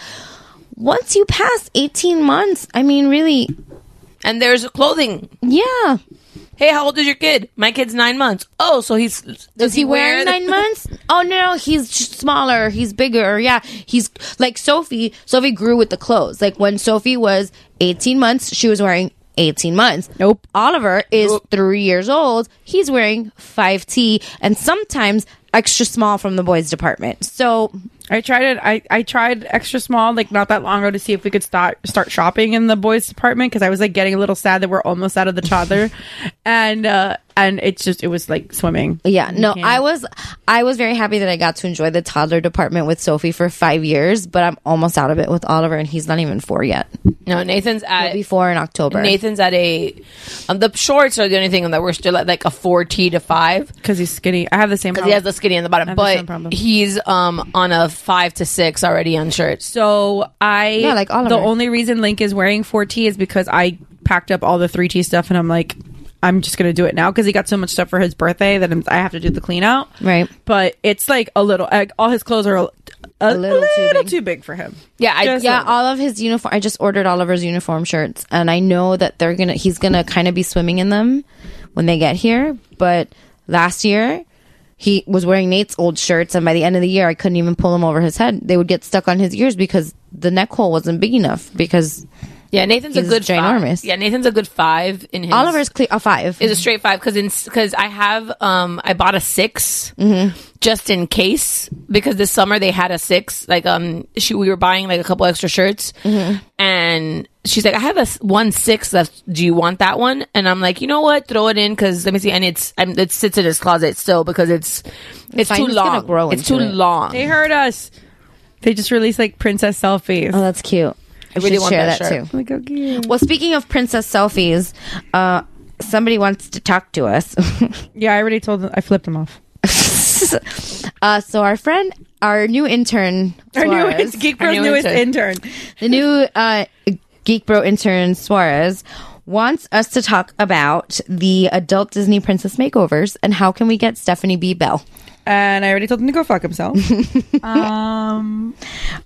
F: Once you pass 18 months, I mean, really,
I: And there's clothing.
F: yeah.
I: Hey, how old is your kid? My kid's nine months. Oh, so he's. Does,
F: Is he wearing nine months? Oh no, he's sh- smaller. He's bigger. Yeah, he's like Sophie. Sophie grew with the clothes. Like when Sophie was eighteen months, she was wearing eighteen months.
J: Nope.
F: Oliver is three years old. He's wearing five T and sometimes extra small from the boys' department. So
J: I tried it. I, I tried extra small, like not that long ago, to see if we could start start shopping in the boys' department because I was like getting a little sad that we're almost out of the toddler, and uh and it's just it was like swimming.
F: yeah, no, I was I was very happy that I got to enjoy the toddler department with Sophie for five years, but I'm almost out of it with Oliver, and he's not even four yet.
I: No, Nathan's at.
F: Before in October,
I: Nathan's at a. Um, the shorts are the only thing that we're still at like a 4T to 5.
J: because he's skinny. I have the same.
F: Oh.
I: because he has the skinny on the bottom,
J: have the same
I: but
J: problem.
I: he's um on a five to six already on shirts.
J: So I
F: Yeah, like Oliver.
J: the only reason Link is wearing 4T is because I packed up all the 3T stuff and I'm like I'm just gonna do it now because he got so much stuff for his birthday that I'm, I have to do the clean out.
F: Right.
J: But it's like a little like all his clothes are a, a
F: little
J: little,
F: too
J: too,
F: big.
J: big. for him.
I: Yeah, I-
J: Just-
F: yeah all of his uniform i just ordered oliver's uniform shirts and i know that they're gonna he's gonna kind of be swimming in them when they get here but last year he was wearing nate's old shirts and by the end of the year i couldn't even pull them over his head they would get stuck on his ears because the neck hole wasn't big enough because
I: Yeah, Nathan's a
F: He's
I: good
F: ginormous.
I: Five. Yeah, Nathan's a good five in his.
F: Oliver's cle- a five.
I: is a straight five because because I have um I bought a 6
F: Mm-hmm.
I: just in case because this summer they had a six like um she we were buying like a couple extra shirts
F: Mm-hmm.
I: and she's like I have a s- one six left do you want that one and I'm like you know what throw it in because let me see and it's I'm, it sits in his closet still because it's it's
F: fine.
I: too
F: It's gonna
I: long
F: grow
I: it's too
F: into it.
I: long
J: They heard us. They just released like princess selfies.
F: oh, that's cute. I
I: really want that shirt.
F: too. Well, speaking of princess selfies, uh, somebody wants to talk to us.
J: Yeah, I already told them. I flipped them off.
F: uh, so our friend, our new intern,
J: Our
F: Suarez-
J: newest Geek Bros
I: new
J: newest
I: intern.
J: intern.
F: the new uh, Geek Bro intern Suarez wants us to talk about the adult Disney princess makeovers and how can we get Stephanie B. Bell.
J: And I already told him to go fuck himself.
F: Um,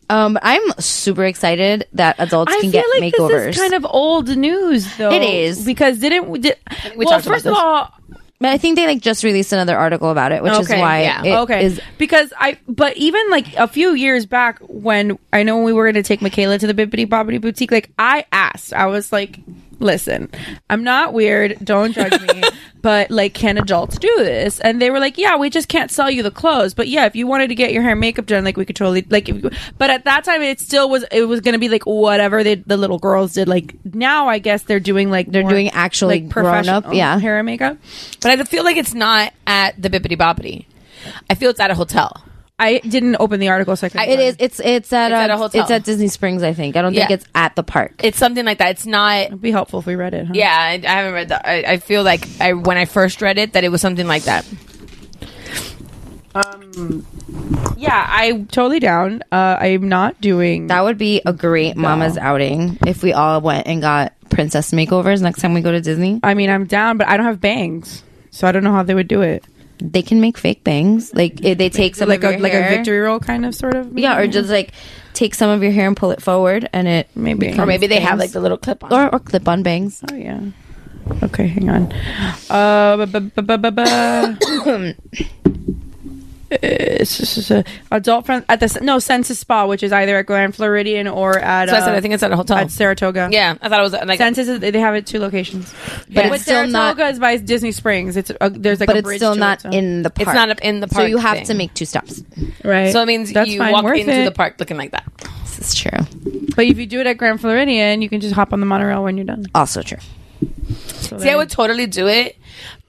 F: I'm super excited that adults
J: I
F: can
J: feel
F: get
J: like
F: makeovers.
J: this is kind of old news, though.
F: It is.
J: because didn't we? Did,
I: we
J: well,
I: talked about
J: first of
I: this.
J: all,
F: but I think they like just released another article about it, which is
I: Okay,
F: why
I: yeah.
F: it
J: okay,
F: is-
J: because I. But even like a few years back, when I know we were going to take Michaela to the Bibbidi Bobbidi Boutique, like I asked, I was like, "Listen, I'm not weird. Don't judge me." But like, can adults do this? And they were like, "Yeah, we just can't sell you the clothes." But yeah, if you wanted to get your hair and makeup done, like we could totally like. If you, but at that time, it still was. It was going to be like whatever they, the little girls did. Like now, I guess they're doing like
F: They're doing actually grown-up,
J: professional
F: yeah.
J: hair and makeup.
I: but I feel like it's not at the Bippity Boppity I feel it's at a hotel
J: I didn't open the article, so I couldn't
F: It
J: tell
F: is. It's it's at,
I: at
F: uh,
I: a hotel.
F: It's at Disney Springs, I think. I don't
I: Yeah.
F: think it's at the park.
I: it's something like that it's not
J: It'd be helpful if we read it. Huh?
I: Yeah, I, I haven't read that. I, I feel like I when I first read it that it was something like that.
J: yeah, I'm totally down. Uh, I'm not doing.
F: that would be a great mama's outing if we all went and got princess makeovers next time we go to Disney.
J: I mean, I'm down, but I don't have bangs, so I don't know how they would do it.
F: They can make fake bangs. Like eh, they take some
J: like
F: of your
J: a like
F: hair.
J: a victory roll kind of sort of.
F: Yeah, or just like take some of your hair and pull it forward, and it
J: Maybe.
F: becomes
J: Or
I: Maybe they have
F: bangs.
I: like the little clip on.
F: or, or clip on bangs.
J: Oh, yeah. Okay, hang on. Uh, bu- bu- bu- bu- bu- bu. Uh, it's just a- adult friend at the s- no census spa, which is either at Grand Floridian or at
I: so I said
J: uh,
I: I think it's at a hotel.
J: at Saratoga.
I: yeah, I thought it was like
J: Census is, they have it two locations,
F: But
J: Yeah.
F: it's still
J: Saratoga
F: not-
J: is by Disney Springs. It's a, there's like
F: But
J: a
F: it's
J: bridge
F: still
J: to
F: not
J: it, so-
F: in the park.
I: It's not up in the
F: So
I: park
F: you have
I: thing.
F: to make two stops.
J: right.
I: so it means
J: That's
I: you
J: fine,
I: walk
J: worth
I: into
J: it.
I: the park looking like that.
F: This is true.
J: But if you do it at Grand Floridian, you can just hop on the monorail when you're done.
F: Also true.
J: So
I: See, I
J: then-
I: would totally do it,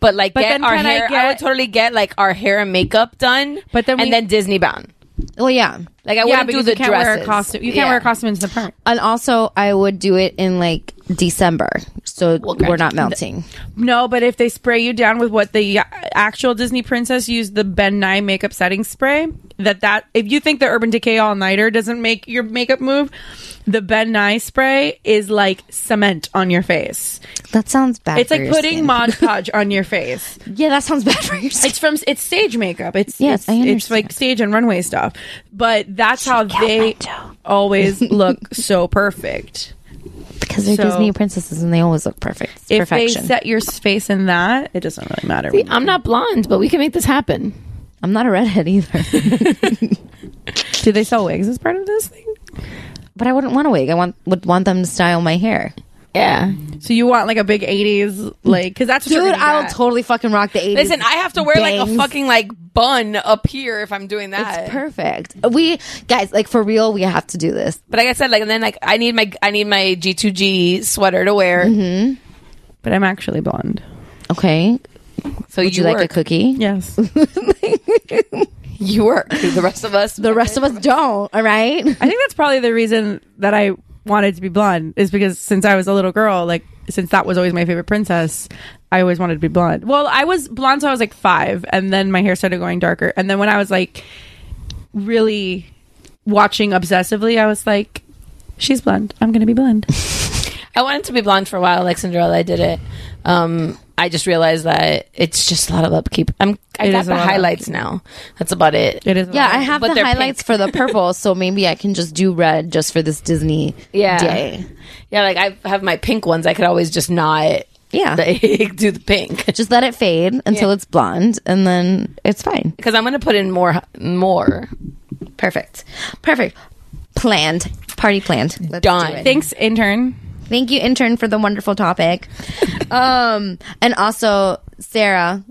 I: but like
J: But
I: get
J: then
I: our
J: can I
I: hair. I,
J: get-
I: would totally get like our hair and makeup done,
J: But then we-
I: and then Disney bound.
F: Well, yeah.
I: Like I
J: yeah,
I: wouldn't do
J: because
I: the
J: you can't
I: dresses.
J: wear a costume. You can't
I: Yeah.
J: wear a costume into the park.
F: And also, I would do it in like December, so
I: gotcha.
F: we're not melting.
J: No, but if they spray you down with what the uh, actual Disney princess used the Ben Nye makeup setting spray, that that if you think the Urban Decay All Nighter doesn't make your makeup move, the Ben Nye spray is like cement on your face.
F: That sounds bad.
J: It's
F: for
J: like
F: your
J: putting
F: skin.
J: Mod Podge on your face.
F: Yeah, that sounds bad for your skin.
J: It's from it's stage makeup. It's
F: Yes,
J: it's,
F: I
J: it's like
F: understand.
J: stage and runway stuff. But that's how they always look so perfect.
F: because they're
J: so-
F: Disney princesses and they always look perfect. It's
J: If
F: perfection.
J: they set your face in that, it doesn't really matter. when you-
I: I'm not blonde, but we can make this happen.
F: I'm not a redhead either,
J: Do they sell wigs as part of this thing?
F: but I wouldn't want a wig. I want would want them to style my hair.
I: Yeah.
J: So you want like a big '80s like because that's what
F: Dude,
J: you're gonna
F: I will
J: get.
F: totally fucking rock the 80s.
I: Listen, I have to wear like a
F: bangs.
I: fucking like bun up here if I'm doing that.
F: It's perfect. We guys, like for real, we have to do this.
I: But like I said, like and then like I need my I need my G two G sweater to wear.
J: Mm-hmm. but I'm actually blonde.
F: Okay.
I: So
F: Would you, like a
I: work.
F: cookie?
J: Yes,
I: You work. The rest of us.
F: The rest of us don't. All right.
J: I think that's probably the reason that I wanted to be blonde is because since I was a little girl, like since that was always my favorite princess, I always wanted to be blonde. Well, I was blonde till I was like five, and then my hair started going darker, and then when I was like really watching obsessively, I was like, "She's blonde. I'm gonna be blonde."
I: I wanted to be blonde for a while, like Cinderella. I did it. Um, I just realized that it's just a lot of upkeep. I'm. I
J: It
I: got
J: is a
I: the
J: lot of
I: highlights now. That's about it.
J: It is
F: Yeah, I have
I: But
F: the
I: they're
F: highlights
I: pink.
F: for the purple, so maybe I can just do red just for this Disney
I: Yeah.
F: day.
I: Yeah, like I have my pink ones. I could always just not.
F: Yeah.
I: like, do the pink
F: Just let it fade until it's blonde, and then it's fine.
I: because I'm gonna put in more more.
F: Perfect. Perfect. Planned. Party planned. Let's
I: Done.
F: do it.
J: Thanks, intern.
F: Thank you, intern, for the wonderful topic. um, and also Sarah.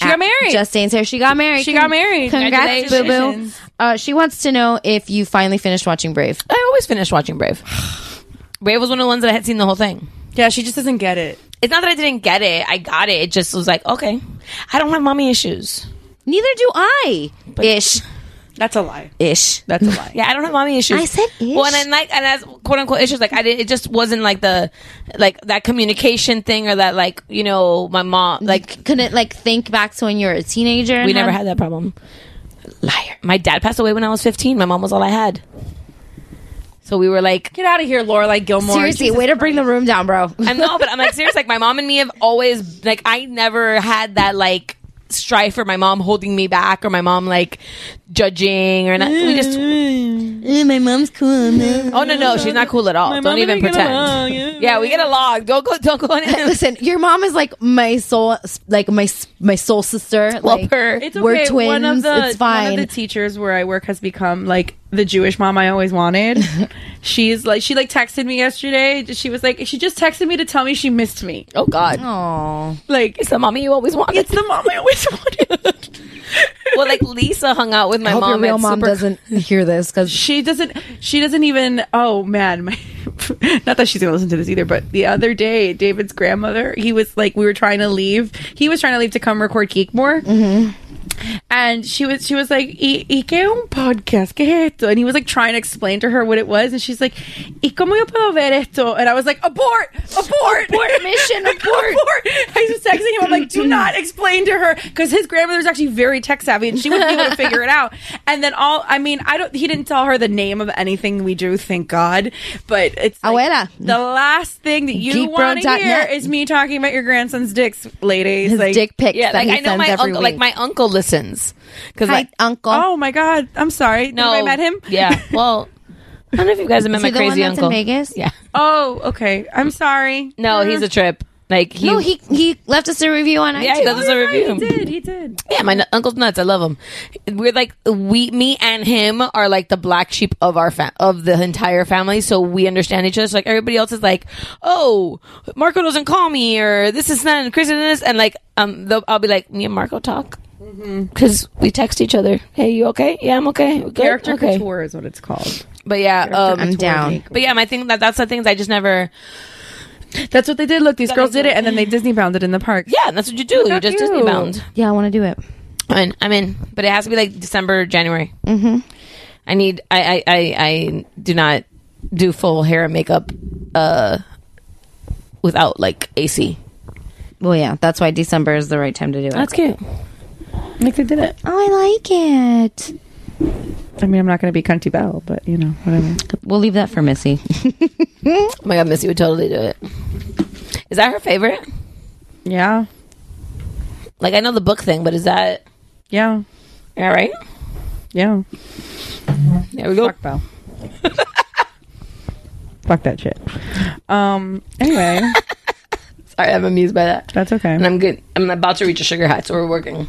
F: She
J: got married.
F: Justine Sarah. She got married.
J: She got married.
F: Congrats, boo boo.
J: Congratulations.
F: Uh, she wants to know if you finally finished watching Brave.
I: I always finished watching Brave. Brave was one of the ones that I had seen the whole thing.
J: Yeah, she just doesn't get it.
I: It's not that I didn't get it. I got it. It just was like, okay, I don't have mommy issues.
F: Neither do I. ish,
J: That's a lie.
F: ish.
J: That's a lie.
I: Yeah, I don't have mommy issues.
F: I said ish.
I: Well, and then like, and as quote unquote issues, like I did, it just wasn't like the, like that communication thing or that like you know my mom like
F: Like, couldn't like think back to when you were a teenager. and
I: we never had that problem. Liar. My dad passed away when I was fifteen. My mom was all I had. So we were like,
J: Get out of here, Laura. Like Gilmore.
F: Seriously,
J: Jesus
F: way to bring the room down, bro.
I: I'm no, but I'm like serious. Like my mom and me have always like I never had that like strife or my mom holding me back or my mom like judging or not. We just
F: Eh, my mom's cool. man.
I: oh no no she's not cool at all.
J: mom
I: don't
J: and I
I: even
J: get
I: pretend.
J: along,
I: yeah.
J: yeah.
I: we get along. Don't go don't go on it.
F: Listen, your mom is like my soul, like my my soul sister. Like,
I: her.
J: It's okay.
F: We're
J: One of
F: twins.
J: the
F: It's fine.
J: one of the teachers where I work has become like the Jewish mom I always wanted. She's like she like texted me yesterday. She was like she just texted me to tell me she missed me.
I: Oh God,
F: Aw.
J: Like
I: it's the mommy you always wanted.
J: it's the mom I always wanted.
I: well, like Lisa hung out with my
F: I hope
I: mom.
F: your real
I: at
F: mom
I: Super-
F: doesn't hear this because
J: she doesn't she doesn't even oh man my not that she's gonna listen to this either but the other day david's grandmother he was like we were trying to leave he was trying to leave to come record geekmore and she was she was like y, y que un podcast que es esto and he was like trying to explain to her what it was and she's like y como yo puedo ver esto and i was like abort abort abort
F: mission, abort.
J: i was texting him i'm like do not explain to her because his grandmother's actually very tech savvy and she wouldn't be able to figure it out and then all i mean i don't he didn't tell her the name of anything we do thank god but it's like,
F: Abuela.
J: the last thing that you
F: Geekbro
J: want to
F: dot
J: hear
F: net.
J: is me talking about your grandson's dicks ladies
F: his
J: like
F: dick pics
I: Yeah,
F: that
I: like
F: he
I: I know
F: sends
I: my
F: every
I: uncle. Like
F: week.
I: my uncle listens because
F: Hi,
I: like
F: uncle.
J: Oh my god! I'm sorry. No,
I: no,
J: I met him.
I: Yeah. Well, I don't know if you guys have met
F: Is
I: my
F: he the one
I: crazy
F: that's in
I: uncle.
F: Vegas?
I: Yeah.
J: Oh, okay. I'm sorry. Uh,
I: No, he's a trip. Like he.
F: no, he he left us a review on
I: yeah,
F: iTunes.
I: he does us a review.
J: He did. He did.
I: Yeah, my n- uncle's nuts. I love him. We're like we, me and him are like the black sheep of our fa- of the entire family, so we understand each other. So like everybody else is like, oh, Marco doesn't call me, or this is not, and Chris and this, and like um, they'll- I'll be like, me and Marco talk because we text each other. Hey, you okay? Yeah, I'm okay. Good?
J: Character
I: okay.
J: couture is what it's called.
I: But yeah,
F: I'm
I: um,
F: down.
I: but yeah, my thing that that's the things I just never.
J: That's what they did. Look, these girls
I: is
J: did it, and then they Disney bound it in the park.
I: Yeah, that's what you do. You
J: at
I: just
J: you.
I: Disney bound.
F: Yeah, I want to do it.
I: I'm in. I'm in. But it has to be like December, January. Mm-hmm. I need. I, I. I. I do not do full hair and makeup uh, without like AC.
F: Well, yeah, that's why December is the right time to do it.
I: cute.
J: Like they did it.
F: oh, I like it.
J: I mean, I'm not going to be cunty bell, but you know, whatever.
F: We'll leave that for Missy.
I: Oh my god, Missy would totally do it. Is that her favorite?
J: Yeah,
I: Like I know the book thing, but is that
J: yeah,
I: all right?
J: yeah.
I: There we go.
J: Fuck bell. Fuck that shit. Um. Anyway,
I: Sorry, I'm amused by that.
J: that's okay.
I: And I'm good. I'm about to reach a sugar high, so we're working.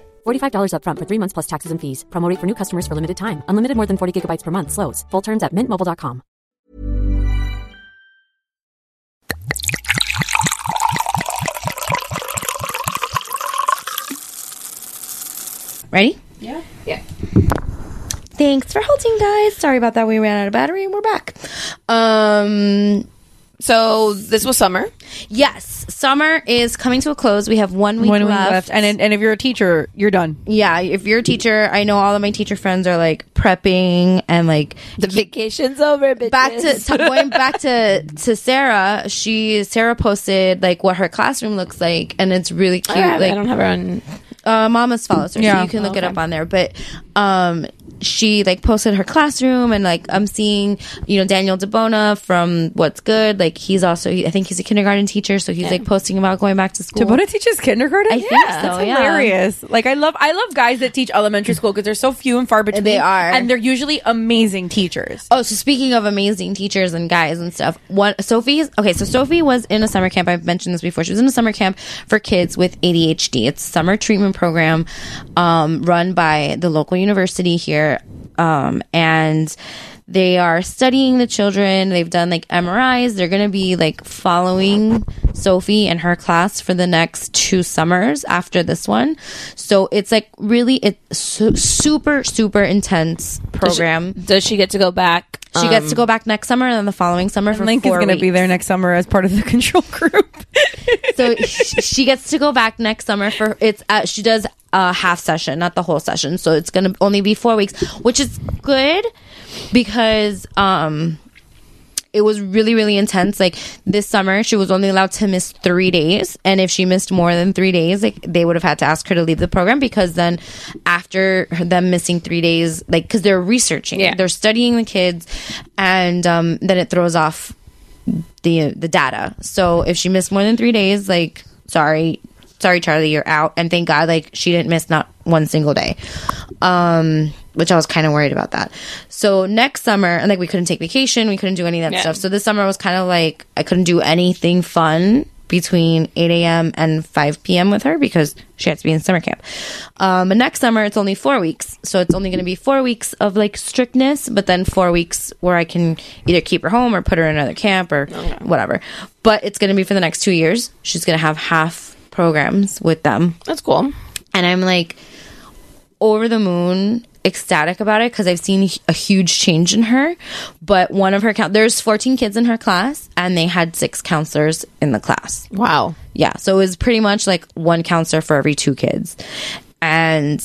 K: $45 upfront for three months plus taxes and fees. Promo rate for new customers for limited time. Unlimited more than 40 gigabytes per month. Slows. Full terms at mintmobile.com.
F: Ready? Yeah. Yeah. Thanks for holding, guys. Sorry about that. We ran out of battery and we're back. Um,
I: So this was summer.
F: yes, summer is coming to a close. We have one week
J: When we
F: left.
J: left, and and if you're a teacher, you're done.
F: yeah, if you're a teacher, I know all of my teacher friends are like prepping and like
I: The vacation's over. Bitches.
F: back to t- going back to to Sarah. She Sarah posted like what her classroom looks like, and it's really cute.
I: I, have-
F: like
I: I don't have her on.
F: uh, Mama's follows her,
J: Yeah.
F: so you can look it up on there. But um, she like posted her classroom and like I'm seeing, you know, Daniel DeBona from What's Good. Like he's also, I think he's a kindergarten teacher. So he's
J: Yeah.
F: like posting about going back to school.
J: DeBona teaches kindergarten.
F: I
J: yeah,
F: think so,
J: That's
F: yeah.
J: hilarious. Like I love I love guys that teach elementary school because they're so few and far between.
F: They are.
J: and they're usually amazing teachers.
F: Oh, so speaking of amazing teachers and guys and stuff, one Sophie's okay. So Sophie was in a summer camp. I've mentioned this before. She was in a summer camp for kids with ADHD. It's a summer treatment program um, run by the local university here, um, and they are studying the children. They've done like MRIs. They're going to be like following Sophie and her class for the next two summers after this one. So it's like really it's su- super super intense program.
I: Does she, get to go back?
F: She gets to
J: um,
F: go back next summer and then the following summer for
J: Link is
F: four
J: going to be
F: weeks.
J: there next summer as part of the control group.
F: so she gets to go back next summer for it's uh, she does a half session, not the whole session. So it's going to only be 4 weeks, which is good because um it was really really intense like this summer she was only allowed to miss three days and if she missed more than three days like they would have had to ask her to leave the program because then after her- them missing three days like because they're researching
I: Yeah.
F: they're studying the kids and um, then it throws off the the data so if she missed more than three days like sorry sorry charlie you're out and thank god like she didn't miss not one single day um which i was kind of worried about that so next summer and like we couldn't take vacation we couldn't do any of that
I: Yeah.
F: stuff so this summer was kind of like i couldn't do anything fun between 8 a.m and 5 p.m with her because she had to be in summer camp um but next summer it's only four weeks so it's only going to be four weeks of like strictness but then four weeks where i can either keep her home or put her in another camp or whatever but it's going to be for the next two years she's going to have half programs with them
I: that's cool
F: and i'm like over the moon ecstatic about it because I've seen a huge change in her. But one of her coun there's 14 kids in her class, and they had six counselors in the class.
I: Wow.
F: Yeah. So it was pretty much like one counselor for every two kids. And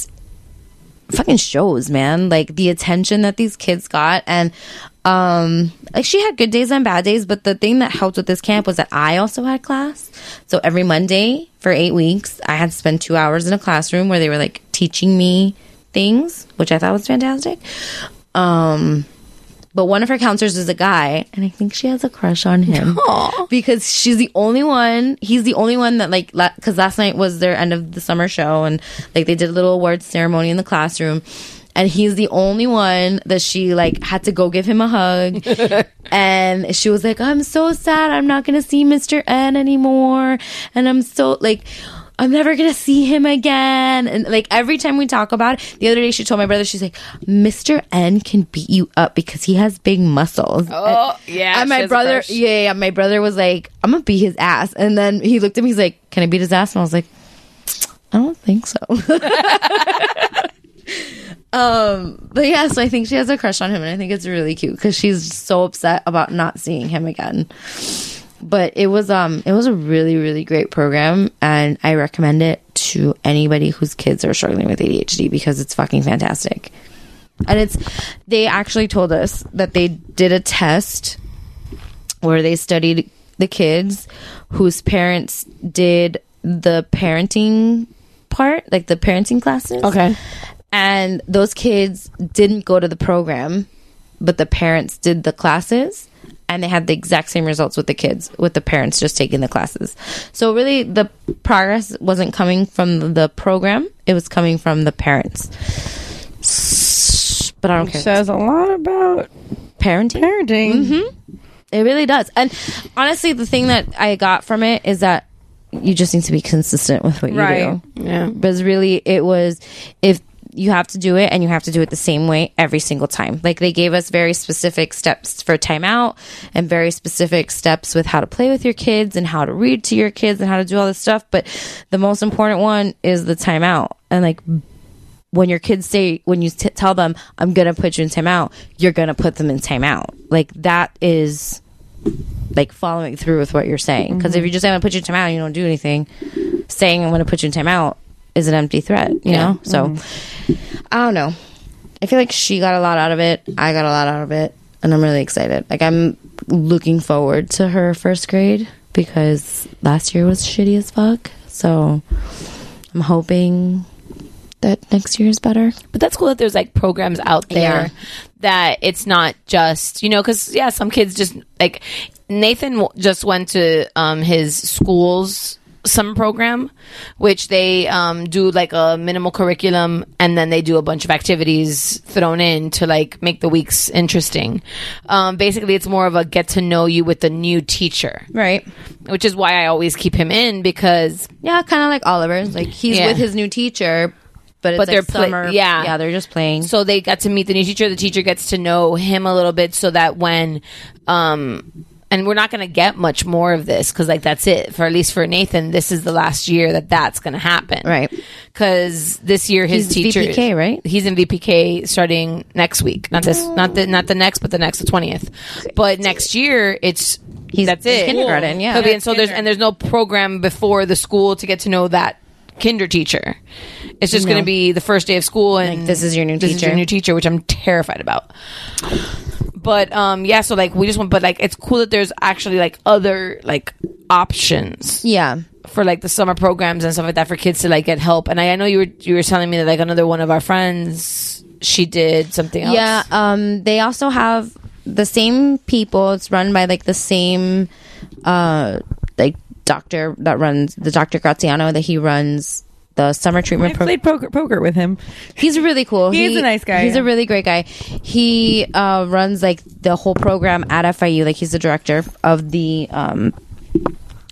F: fucking shows, man. Like the attention that these kids got and um like she had good days and bad days, but the thing that helped with this camp was that I also had class. So every Monday for 8 weeks, I had to spend 2 hours in a classroom where they were like teaching me things, which I thought was fantastic. Um but one of her counselors is a guy, and I think she has a crush on him because she's the only one. He's the only one that like because last night was their end of the summer show, and like they did a little awards ceremony in the classroom, and he's the only one that she like had to go give him a hug, and she was like, "I'm so sad. I'm not gonna see Mr. N anymore, and I'm so like." I'm never gonna see him again. And like every time we talk about it, the other day she told my brother, she's like, Mr. N can beat you up because he has big muscles.
I: Oh, yeah,
F: And
I: she
F: my
I: has a
F: brother,
I: crush.
F: yeah, yeah, yeah, my brother was like, I'm gonna beat his ass. And then he looked at me, he's like, Can I beat his ass? And I was like, I don't think so. um, but yeah, so I think she has a crush on him, and I think it's really cute because she's so upset about not seeing him again. But it was um it was a really, really great program and I recommend it to anybody whose kids are struggling with ADHD because it's fucking fantastic. And it's they actually told us that they did a test where they studied the kids whose parents did the parenting part, like the parenting classes.
I: Okay.
F: And those kids didn't go to the program, but the parents did the classes and they had the exact same results with the kids with the parents just taking the classes. So really the progress wasn't coming from the program, it was coming from the parents. S- But I don't care.
J: Says a lot about
F: parenting.
J: Parenting.
F: hmm It really does. And honestly, the thing that I got from it is that you just need to be consistent with what you
J: Right.
F: do.
J: Yeah.
F: Because really, it was if you have to do it and you have to do it the same way every single time. Like they gave us very specific steps for timeout and very specific steps with how to play with your kids and how to read to your kids and how to do all this stuff. But the most important one is the timeout and like when your kids say when you t- tell them i'm gonna put you in timeout you're gonna put them in timeout like that is like following through with what you're saying because if you just say i'm gonna put you in timeout and you don't do anything saying i'm gonna put you in timeout is an empty threat you
I: Yeah.
F: know so i don't know i feel like she got a lot out of it i got a lot out of it and i'm really excited like i'm looking forward to her first grade because last year was shitty as fuck so i'm hoping that next year's better.
I: But that's cool that there's like programs out there that it's not just, you know, because yeah, some kids just like Nathan w- just went to um, his school's summer program, which they um, do like a minimal curriculum and then they do a bunch of activities thrown in to like make the weeks interesting. Um, basically, it's more of a get to know you with the new teacher.
F: Right.
I: Which is why I always keep him in because.
F: Yeah, kind of like Oliver's. Like he's
I: Yeah.
F: with his new teacher, but it's like
I: play-
F: summer.
I: yeah,
F: yeah, they're just playing.
I: So they got to meet the new teacher. The teacher gets to know him a little bit, so that when, um, and we're not going to get much more of this because like that's it for at least for Nathan. This is the last year that that's going to happen,
F: Right.
I: Because this year his
F: He's
I: teacher
F: VPK,
I: right? He's in VPK starting next week. Not
F: Oh.
I: this, not the, not the next, but the next, the twentieth. But next year it's. He's, that's it.
F: kindergarten, yeah.
I: He'll be in- so there's and there's no program before the school to get to know that kinder teacher. It's just
F: No.
I: going to be the first day of school, and
F: Like, this is your new
I: this is
F: teacher.
I: your new teacher, which I'm terrified about. But um, yeah. So like, we just want, but like, it's cool that there's actually like other like options.
F: Yeah.
I: For like the summer programs and stuff like that for kids to like get help. And I, I know you were you were telling me that like another one of our friends she did something else.
F: Yeah, um, they also have the same people. It's run by like the same, uh, like doctor that runs the Dr. Graziano that he runs the summer treatment
J: I played poker, poker with him.
F: He's really cool.
J: He's a nice guy,
F: He's
J: yeah.
F: a really great guy. He uh, runs like the whole program at FIU. Like he's the director of the um,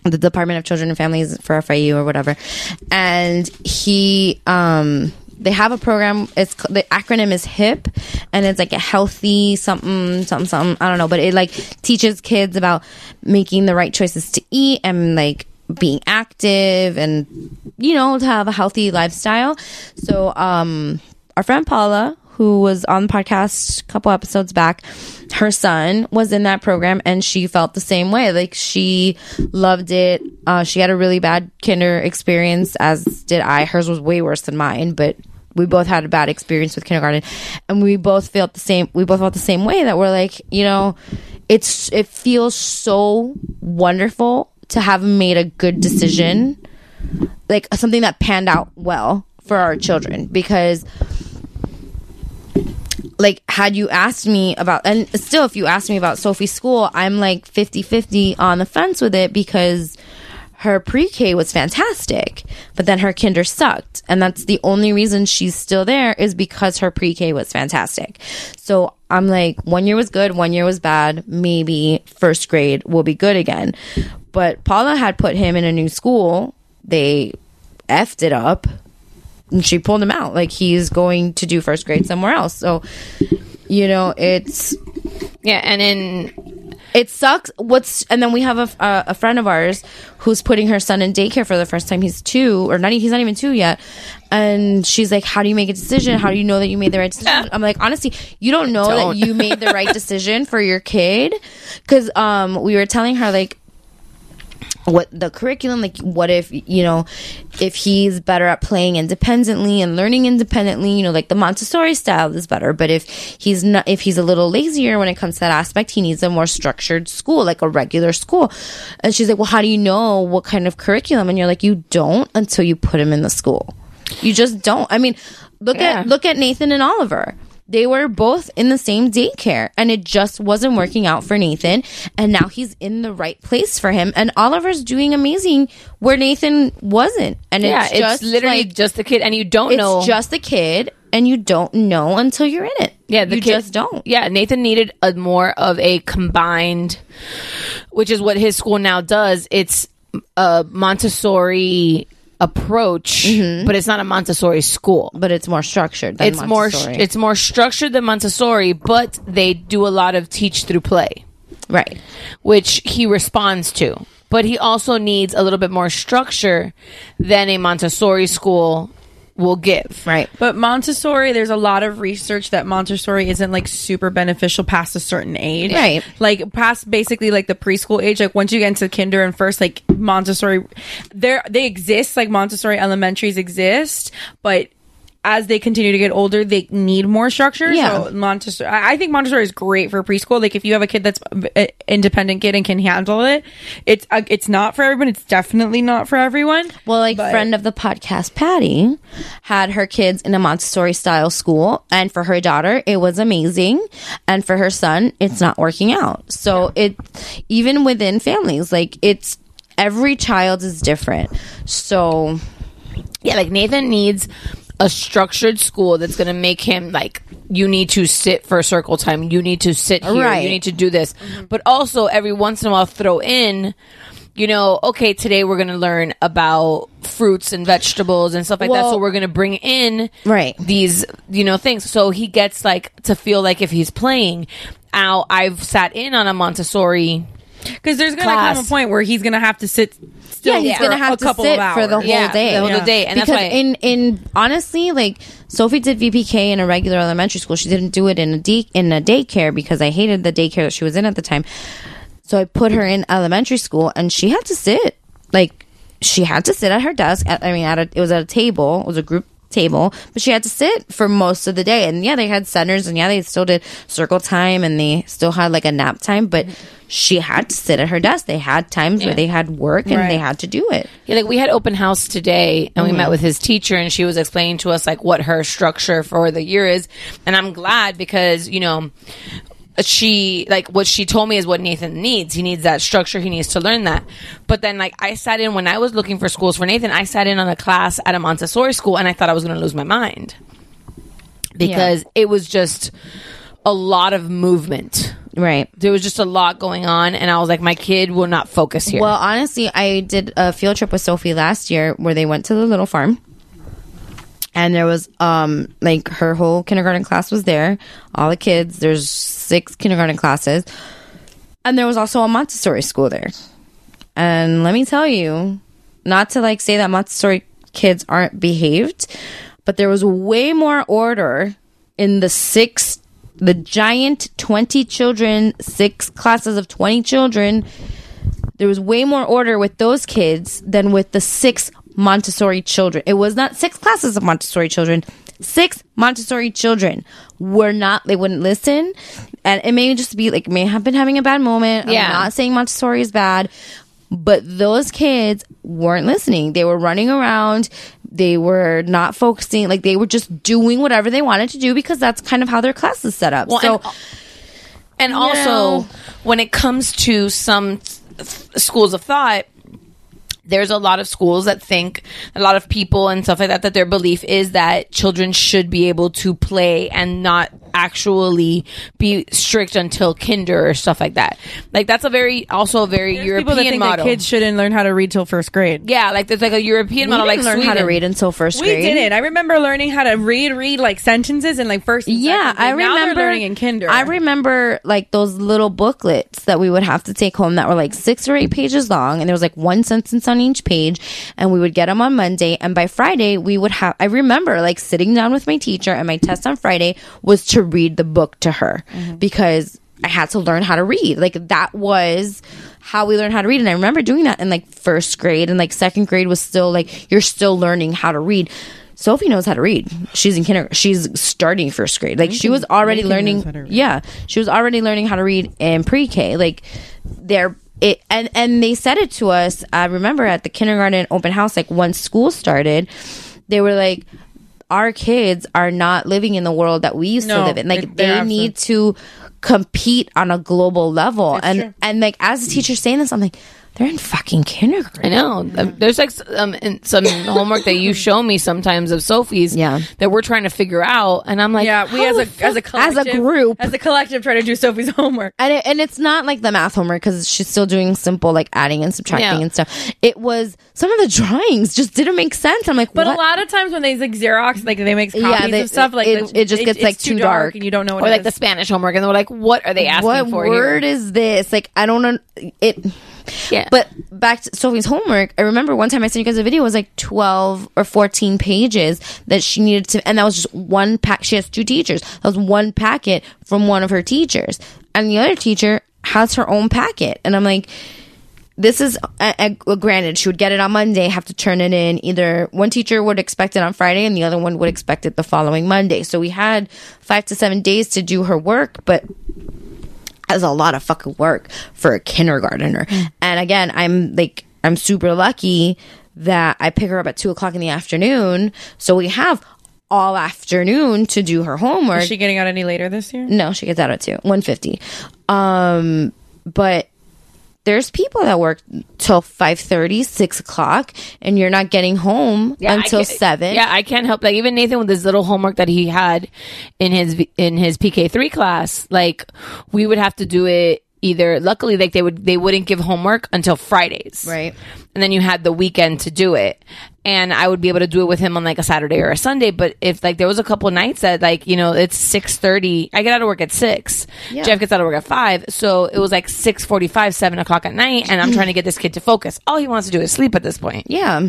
F: the Department of Children and Families for FIU or whatever. And he um, they have a program. It's c- the acronym is HIP, and it's like a healthy something something something. I don't know, but it like teaches kids about making the right choices to eat and like being active and you know to have a healthy lifestyle so um our friend paula who was on the podcast a couple episodes back her son was in that program and she felt the same way like she loved it uh, she had a really bad kinder experience as did i hers was way worse than mine but we both had a bad experience with kindergarten and we both felt the same we both felt the same way that we're like you know it's it feels so wonderful to have made a good decision like something that panned out well for our children because like had you asked me about and still if you asked me about sophie's school i'm like 50-50 on the fence with it because her pre-k was fantastic but then her kinder sucked and that's the only reason she's still there is because her pre-k was fantastic so i'm like one year was good one year was bad maybe first grade will be good again but paula had put him in a new school they effed it up and she pulled him out like he's going to do first grade somewhere else so you know it's
I: yeah and in
F: it sucks what's and then we have a, f- uh, a friend of ours who's putting her son in daycare for the first time he's two or not he's not even two yet and she's like how do you make a decision how do you know that you made the right decision i'm like honestly you don't know
I: Don't.
F: that you made the right decision for your kid because um we were telling her like what the curriculum like what if you know if he's better at playing independently and learning independently you know like the montessori style is better but if he's not if he's a little lazier when it comes to that aspect he needs a more structured school like a regular school and she's like well how do you know what kind of curriculum and you're like you don't until you put him in the school you just don't i mean look at look at nathan and oliver they were both in the same daycare and it just wasn't working out for Nathan. And now he's in the right place for him. And Oliver's doing amazing where Nathan wasn't. And
I: yeah,
F: it's just
I: literally
F: like,
I: just the kid, and you don't
F: it's
I: know
F: just a kid and you don't know until you're in it.
I: Yeah, the
F: You
I: kid,
F: just don't.
I: Yeah, Nathan needed a more of a combined, which is what his school now does. It's a Montessori approach,
F: Mm-hmm.
I: but it's not a Montessori school.
F: But it's more structured. Than
I: it's more
F: Montessori.
I: more it's more structured than Montessori, but they do a lot of teach through play,
F: right?
I: Which he responds to, but he also needs a little bit more structure than a Montessori school will give,
F: right?
J: But Montessori, there's a lot of research that Montessori isn't like super beneficial past a certain age.
I: Right.
J: Like past basically like the preschool age. Like once you get into kinder and first, like Montessori, there they exist. Like Montessori elementaries exist, but as they continue to get older, they need more structure.
F: Yeah.
J: So Montessori, I I think Montessori is great for preschool. Like if you have a kid that's an independent kid and can handle it, it's uh, it's not for everyone. It's definitely not for everyone.
F: Well, like friend of the podcast, Patty, had her kids in a Montessori style school, and for her daughter, it was amazing, and for her son, it's not working out. So it, even within families, like it's every child is different. So
I: yeah, like Nathan needs a structured school that's going to make him like you need to sit for circle time you need to sit here
F: Right. Mm-hmm.
I: you need to do this but also every once in a while throw in you know okay today we're going to learn about fruits and vegetables and stuff like that
F: Well-
I: so we're going to bring in
F: right
I: these you know things so he gets like to feel like if he's playing ow i've sat in on a montessori
J: because there's gonna come a point where he's gonna have to sit still
F: yeah, he's
J: for
F: gonna
J: a
F: have to
J: couple
F: sit
J: of
F: for the whole
J: hours. Yeah,
F: day,
J: the whole Yeah. day, and that's
F: because
J: why-
F: in in honestly, like Sophie did VPK in a regular elementary school. She didn't do it in a de- in a daycare because I hated the daycare that she was in at the time. So I put her in elementary school, and she had to sit like she had to sit at her desk. At, I mean, at a, it was at a table. It was a group table, but she had to sit for most of the day. And yeah, they had centers, and yeah, they still did circle time, and they still had like a nap time, but. She had to sit at her desk. They had times
I: Yeah.
F: where they had work and
I: Right.
F: they had to do it.
I: Yeah, like we had open house today and we met with his teacher and she was explaining to us like what her structure for the year is. And I'm glad because, you know, she like what she told me is what Nathan needs. He needs that structure. He needs to learn that. But then like I sat in when I was looking for schools for Nathan, I sat in on a class at a Montessori school and I thought I was going to lose my mind because it was just a lot of movement.
F: Right.
I: There was just a lot going on and I was like my kid will not focus here.
F: Well, honestly, I did a field trip with Sophie last year where they went to the little farm. And there was um like her whole kindergarten class was there, all the kids, there's six kindergarten classes. And there was also a Montessori school there. And let me tell you, not to like say that Montessori kids aren't behaved, but there was way more order in the six, the giant 20 children, six classes of 20 children. There was way more order with those kids than with the six Montessori children. It was not six classes of Montessori children. Six Montessori children were not, they wouldn't listen. And it may just be like, may have been having a bad moment.
I: Yeah.
F: I'm not saying Montessori is bad, but those kids weren't listening. They were running around. They were not focusing. Like they were just doing whatever they wanted to do because that's kind of how their class is set up.
I: Well,
F: so,
I: and uh, And also, when it comes to some th- schools of thought, there's a lot of schools that think, a lot of people and stuff like that, that their belief is that children should be able to play and not actually be strict until kinder or stuff like that. Like, that's a very, also a very European
J: people that think
I: model.
J: that kids shouldn't learn how to read till first grade.
I: yeah, like there's like a European
J: We
I: model, like
J: didn't learn how to
I: Sweden.
J: read
F: until first
J: We didn't. I remember learning how to read, read like sentences and like first. And yeah,
F: I remember
J: learning in kinder.
F: I remember like those little booklets that we would have to take home that were like six or eight pages long, and there was like one sentence on each page, and we would get them on Monday, and by Friday we would have. I remember like sitting down with my teacher, and my test on Friday was to read the book to her
J: Mm-hmm.
F: because I had to learn how to read. Like that was how we learned how to read, and I remember doing that in like first grade, and like second grade was still like you're still learning how to read. Sophie knows how to read. She's in kindergarten. She's starting first grade. Like she
J: Nathan-
F: was already
J: Nathan
F: learning.
J: knows how to read.
F: Yeah, she was already learning how to read in pre-K. Like they're it, and and they said it to us. I remember at the kindergarten open house, like once school started, they were like, "Our kids are not living in the world that we used
J: No,
F: to live in. Like
J: they- they're
F: they need to compete on a global level." and and like as a teacher saying this, I'm like, "They're in fucking kindergarten."
I: I know. Um, There's like s- um, in- some homework that you show me sometimes of Sophie's yeah. that we're trying to figure out, and I'm like,
J: yeah, we
I: how
J: as
I: the
J: a as a
I: fuck-
J: collective,
F: group
J: as a collective try to do Sophie's homework.
F: And it, and it's not like the math homework because she's still doing simple like adding and subtracting
J: Yeah.
F: and stuff. It was some of the drawings just didn't make sense. I'm like,
J: But
F: what?
J: a lot of times when they like Xerox, like they make copies
F: Yeah, they-
J: of stuff, like
F: it-
J: they-
F: it just gets,
J: it's
F: like, too dark.
J: and you don't know what
I: or
J: it
I: like
J: is.
I: the Spanish homework, and they're like, "What are they asking
F: what
I: for?"
F: word
I: here?
F: is this? Like I don't know it.
I: Yeah.
F: But back to Sophie's homework. I remember one time I sent you guys a video. It was like twelve or fourteen pages that she needed to, and that was just one pack. She has two teachers. That was one packet from one of her teachers, and the other teacher has her own packet. And I'm like, this is uh, uh, granted she would get it on monday have to turn it in either one teacher would expect it on friday and the other one would expect it the following monday so we had five to seven days to do her work but that's a lot of fucking work for a kindergartner and again i'm like i'm super lucky that i pick her up at two o'clock in the afternoon so we have all afternoon to do her homework
J: Is she getting out any later this year?
F: no, she gets out at two, one fifty. Um, but there's people that work till 5.30 6 o'clock and you're not getting home
I: Yeah, I
F: until
I: can't-
F: 7
I: Yeah, I can't help that. even Nathan with his little homework that he had in his in his PK three class, like we would have to do it either. Luckily, like they would they wouldn't give homework until Fridays,
F: right?
I: And then you had the weekend to do it, and I would be able to do it with him on like a Saturday or a Sunday. But if like there was a couple nights that like you know it's six thirty, I get out of work at six.
F: Yeah.
I: Jeff gets out of work at five, so it was like six forty five, seven o'clock at night, and I'm trying to get this kid to focus. All he wants to do is sleep at this point.
F: Yeah.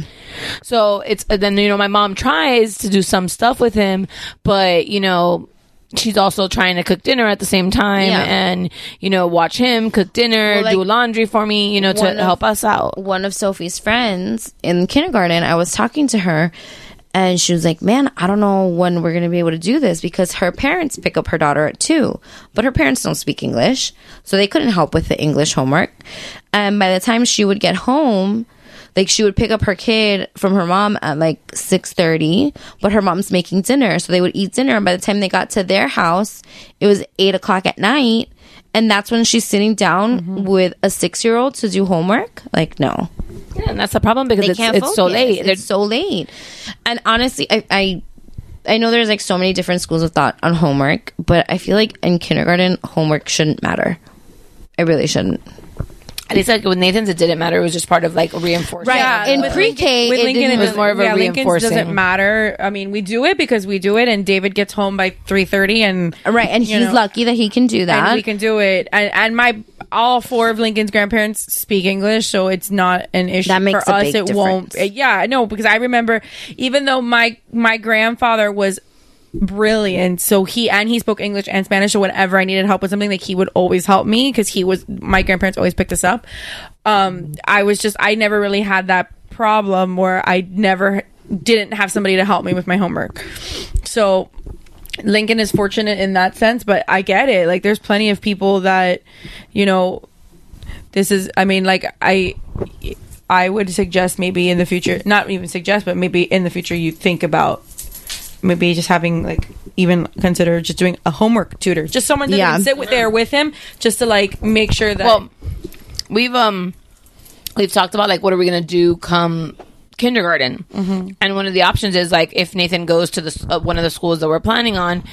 I: So it's uh, then you know my mom tries to do some stuff with him, but you know she's also trying to cook dinner at the same time
F: Yeah.
I: and you know watch him cook dinner,
F: Well, like,
I: do laundry for me, you know to
F: one of-
I: help us out.
F: one of sophie's friends in kindergarten i was talking to her and she was like man i don't know when we're going to be able to do this because her parents pick up her daughter at 2 but her parents don't speak english so they couldn't help with the english homework and by the time she would get home like she would pick up her kid from her mom at like 6.30 but her mom's making dinner so they would eat dinner and by the time they got to their house it was 8 o'clock at night and that's when she's sitting down with a six-year-old to do homework like no
I: Yeah, and that's the problem because
F: They
I: it's,
F: can't
I: it's so
F: focus.
I: late.
F: It's so late. And honestly, I, I I know there's like so many different schools of thought on homework, but I feel like in kindergarten, homework shouldn't matter. It really shouldn't.
I: At least like with Nathan's, it didn't matter. It was just part of like reinforcement.
J: Yeah,
F: in
J: with
F: pre-K,
J: with
F: it
J: Lincoln,
F: didn't-
J: it
I: was
J: doesn't-
I: more of a
J: yeah, Lincoln's doesn't
I: reinforcing.
J: matter. I mean, we do it because we do it, and David gets home by three thirty, and
F: right, and
J: you
F: he's
J: know,
F: lucky that he can do that.
J: and we can do it. And, and my all four of Lincoln's grandparents speak English, so it's not an issue
F: That makes
J: for
F: a
J: us.
F: big
J: it won't. Uh,
F: difference.
J: Yeah, I know because I remember even though my my grandfather was brilliant so he and he spoke english and spanish so whenever i needed help with something like he would always help me because he was my grandparents always picked us up um i was just i never really had that problem where i never didn't have somebody to help me with my homework so Lincoln is fortunate in that sense, but I get it. Like, there's plenty of people that, you know, this is. I mean, like, I, I would suggest maybe in the future, not even suggest, but maybe in the future you think about maybe just having like even consider just doing a homework tutor, just someone that
I: Yeah.
J: can sit with there with him, just to like make sure that.
I: Well, we've um we've talked about like what are we gonna do come kindergarten
F: Mm-hmm.
I: and one of the options is like if nathan goes to the s- uh, one of the schools that we're planning on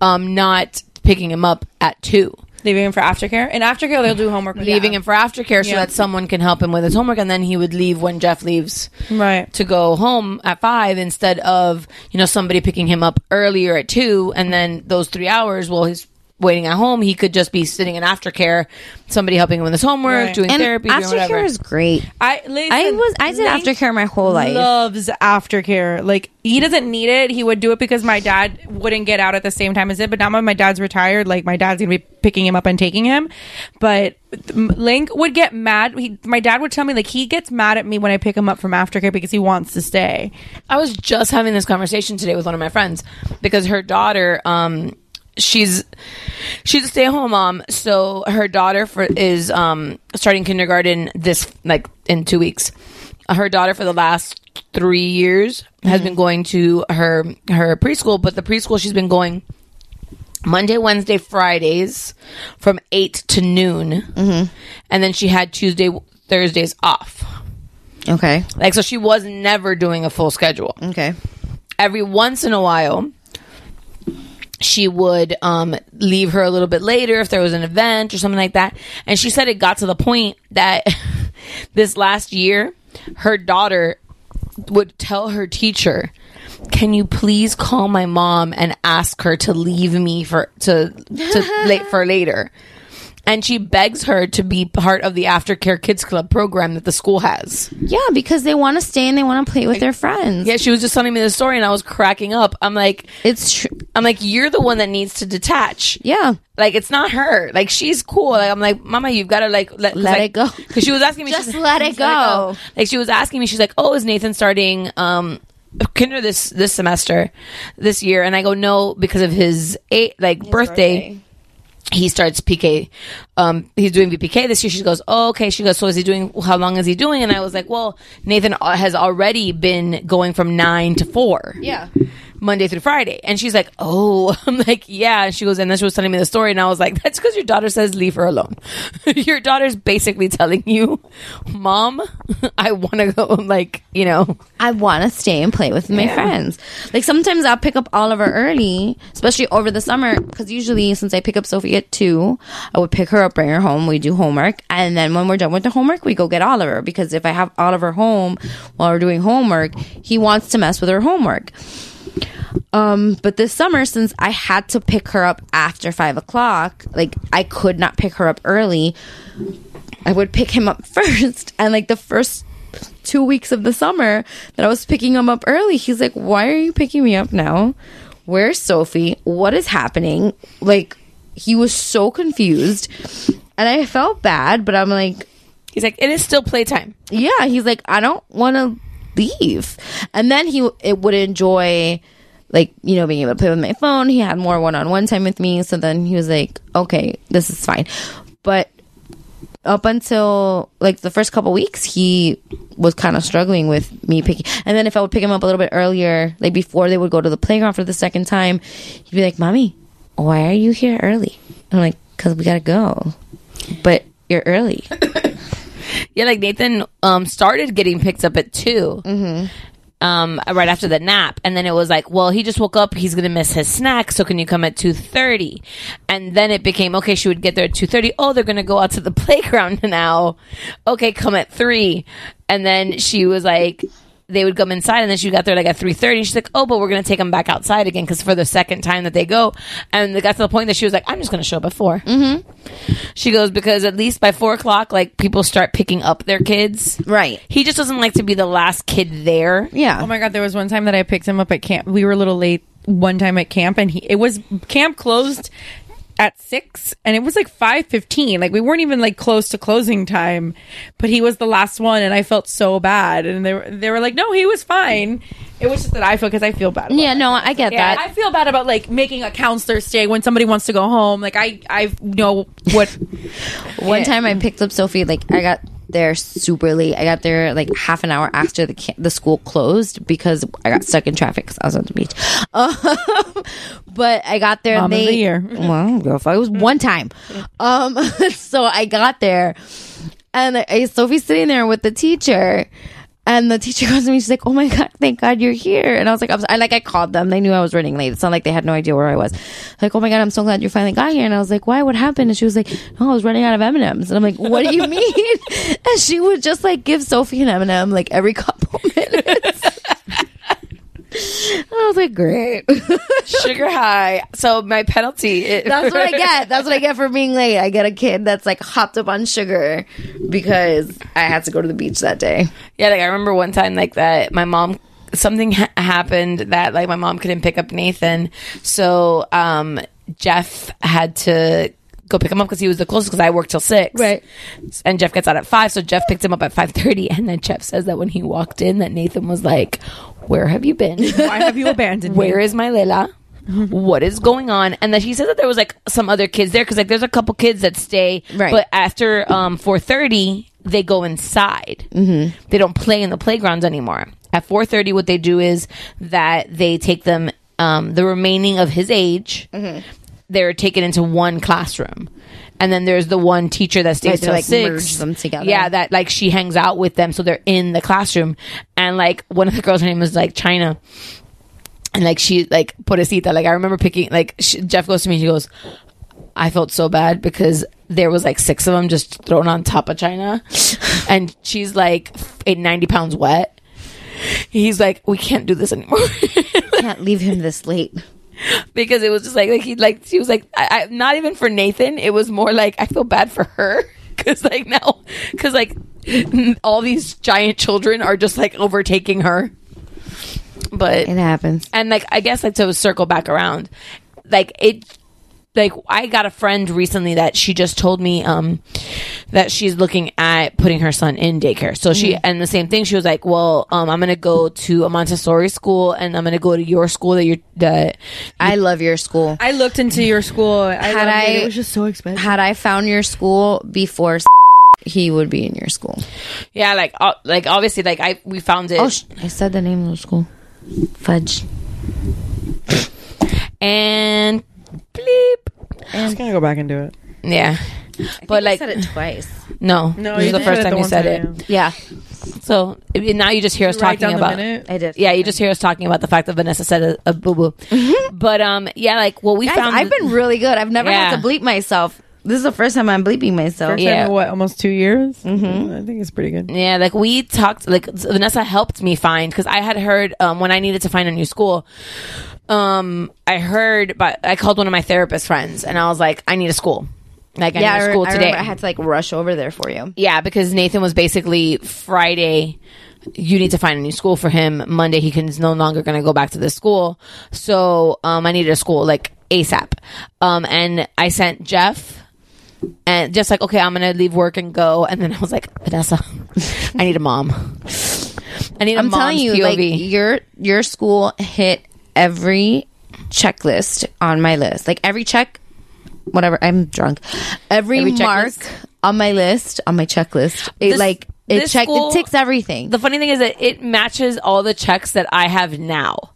I: um not picking him up at two
J: leaving him for aftercare and aftercare they'll do homework
I: leaving him for aftercare so
J: Yeah.
I: that someone can help him with his homework and then he would leave when jeff leaves
J: right
I: to go home at five instead of you know somebody picking him up earlier at two and then those three hours while he's waiting at home he could just be sitting in aftercare somebody helping him with his homework doing
F: And
I: therapy doing whatever.
F: aftercare is great.
J: I listen,
F: I was I did
J: Link
F: aftercare my whole life.
J: Loves aftercare. Like he doesn't need it. He would do it because my dad wouldn't get out at the same time as it. But now my- my dad's retired. Like my dad's gonna be picking him up and taking him. But m- Link would get mad. He, my dad would tell me like he gets mad at me when I pick him up from aftercare because he wants to stay.
I: I was just having this conversation today with one of my friends because her daughter, um, she's she's a stay at home mom, so her daughter for is um starting kindergarten this like in two weeks. Her daughter for the last three years has been going to her her preschool, but the preschool she's been going Monday, Wednesday, Fridays from eight to noon, and then she had Tuesday, Thursdays off.
F: Okay.
I: Like so, she was never doing a full schedule
F: Okay.
I: every once in a while she would um, leave her a little bit later if there was an event or something like that and she said it got to the point that this last year her daughter would tell her teacher can you please call my mom and ask her to leave me for to to late for later and she begs her to be part of the aftercare kids club program that the school has
F: Yeah, because they want to stay and they want to play with their friends.
I: yeah, she was just telling me this story, and I was cracking up. I'm like,
F: it's tr-
I: I'm like, you're the one that needs to detach.
F: Yeah.
I: Like it's not her. Like she's cool. Like I'm like, Mama, you've got to like let,
F: Let it go.
I: Because she was asking me,
F: Just
I: she's-
F: let it go.
I: Like she was asking me, she's like, oh, is Nathan starting um kinder this this semester, this year? And I go, no, because of his eight like birthday. He starts PK. Um, he's doing VPK this year. She goes, oh, okay. She goes, so is he doing? How long is he doing? And I was like, well, Nathan uh, has already been going from nine to four.
F: Yeah.
I: Monday through Friday. And she's like, Oh, I'm like, Yeah. And she goes, And then she was telling me the story. And I was like, That's because your daughter says, Leave her alone. your daughter's basically telling you, Mom, I want to go, like, you know.
F: I want to stay and play with my
I: Yeah.
F: friends. Like sometimes I'll pick up Oliver early, especially over the summer, because usually since I pick up Sophie at two, I would pick her up, bring her home, we do homework, and then when we're done with the homework, we go get Oliver. Because if I have Oliver home while we're doing homework, he wants to mess with her homework. Um, but this summer, since I had to pick her up after five o'clock, like I could not pick her up early. I would pick him up first, and like the first two weeks of the summer that I was picking him up early, he's like, "Why are you picking me up now? Where's Sophie? What is happening?" Like he was so confused, and I felt bad, but I'm like,
I: he's like, "It is still playtime."
F: Yeah, he's like, "I don't want to leave," and then he it would enjoy like you know being able to play with my phone he had more one-on-one time with me so then he was like okay this is fine but up until like the first couple weeks he was kind of struggling with me picking and then if i would pick him up a little bit earlier like before they would go to the playground for the second time he'd be like mommy why are you here early and i'm like because we gotta go but you're early
I: Yeah, like Nathan um, started getting picked up at 2 um, right after the nap, and then it was like, well, he just woke up. He's gonna miss his snack, so can you come at two thirty? And then it became okay. She would get there at two thirty. Oh, they're gonna go out to the playground now. Okay, come at three. And then she was like, they would come inside, and then she got there like at three thirty. She's like, oh, but we're gonna take them back outside again because for the second time that they go, and it got to the point that she was like, I'm just gonna show up at 4 Mm-hmm. She goes because at least by four o'clock, like people start picking up their kids.
F: Right.
I: He just doesn't like to be the last kid there.
F: Yeah.
J: Oh my god, there was one time that I picked him up at camp. We were a little late one time at camp, and he it was camp closed at six, and it was like five fifteen. Like we weren't even like close to closing time, but he was the last one, and I felt so bad. And they were, they were like, "No, he was fine." It was just that I feel because I feel bad. About
F: yeah no i get
J: Yeah,
F: that
J: I feel bad about like making a counselor stay when somebody wants to go home. Like I, I know what
F: One time I picked up Sophie, like I got there super late. I got there like half an hour after the ca- the school closed because I got stuck in traffic because I was on the beach. Um, but I got there
J: Mom of
F: late.
J: the year.
F: Well, girlfriend, it was one time. Um, so I got there, and I, Sophie's sitting there with the teacher. And the teacher goes to me. She's like, "Oh my god, thank God you're here!" And I was like, "I'm so-" I like I called them. They knew I was running late. It's not like they had no idea where I was. Like, "Oh my god, I'm so glad you finally got here." And I was like, "Why? What happened?" And she was like, "No, I was running out of M and M's." And I'm like, "What do you mean?" and she would just like give Sophie an M and M like every couple minutes. I was like, "Great."
I: Sugar high. So my penalty. It-
F: That's what I get. That's what I get for being late. I get a kid that's like hopped up on sugar because I had to go to the beach that day.
I: Yeah, like I remember one time like that. My mom, something ha- happened that like my mom couldn't pick up Nathan, so um, Jeff had to go pick him up because he was the closest because I worked till six. Right. And Jeff gets out at five, so Jeff picked him up at five thirty, and then Jeff says that when he walked in, that Nathan was like, "Where have you been?
J: why have you abandoned me?
I: Where is my Lela?
F: Mm-hmm.
I: what is going on? And then she said that there was like some other kids there because like there's a couple kids that stay,
F: Right.
I: but after um 4:30 they go inside.
F: Mm-hmm.
I: They don't play in the playgrounds anymore. At 4:30 what they do is that they take them um the remaining of his age.
F: Mm-hmm.
I: They're taken into one classroom. And then there's the one teacher that stays
F: Right, they,
I: till
F: like,
I: six.
F: merge them together.
I: Yeah, that like she hangs out with them, so they're in the classroom. And like one of the girls, her name was like China, and like she like pobrecita. Like I remember picking like she, Jeff goes to me, and she goes, I felt so bad because there was like six of them just thrown on top of China, and she's like eight, 90 pounds wet. He's like, we can't do this anymore
F: Can't leave him this late.
I: because it was just like like he like she was like I, I not even for Nathan. It was more like I feel bad for her because like now because like all these giant children are just like overtaking her. but
F: it happens.
I: And like I guess like to circle back around, like it like I got a friend recently that she just told me um that she's looking at putting her son in daycare. So she
F: Mhm.
I: and the same thing she was like, "Well, um I'm going to go to a Montessori school and I'm going to go to your school that you're that
F: I love your school.
J: I looked into your school. I
F: Had
J: loved
F: I
J: it. It was just so expensive.
F: Had I found your school before, he would be in your school.
I: Yeah, like uh, like obviously like I we found it
F: Oh, sh- I said the name of the school. Fudge.
I: and
L: I'm just gonna go back and do it.
I: yeah. But like
F: said it twice.
I: No,
L: No,
I: this
L: you
I: is the
L: did
I: first
L: it
I: time
L: the
I: you
L: one
I: said
L: time,
I: it. Yeah. So i- now you just hear us
L: You write
I: talking
L: down the
I: about.
L: minute?
I: I did. Yeah, you just hear us talking about the fact that Vanessa said a, a boo boo. But um, yeah, like well, we
F: Mm-hmm. Guys,
I: found.
F: I've been really good. I've never had
I: Yeah.
F: to bleep myself. This is the first time I'm bleeping myself.
I: First time in Yeah.
L: What, almost two years? Mm-hmm. I think it's pretty good.
I: Yeah, like we talked, like Vanessa helped me find because I had heard um, when I needed to find a new school. Um, I heard, but I called one of my therapist friends, and I was like, I need a school. Like I
F: yeah,
I: need
F: I
I: a
F: re-
I: school
F: I
I: today.
F: remember I had to like rush over there for you.
I: Yeah, because Nathan was basically Friday. You need to find a new school for him. Monday he can is no longer going to go back to the school. So um, I needed a school like ASAP. Um, and I sent Jeff. And just like okay, I'm gonna leave work and go, and then I was like, Vanessa, I need a mom. I need a
F: I'm
I: mom's
F: telling you, like
I: POV.
F: your your school hit every checklist on my list. Like every check, whatever. I'm drunk. Every,
I: Every
F: mark
I: checklist?
F: on my list on my checklist. It
I: This-
F: like it
I: this
F: check
I: school-
F: it ticks everything.
I: The funny thing is that it matches all the checks that I have now.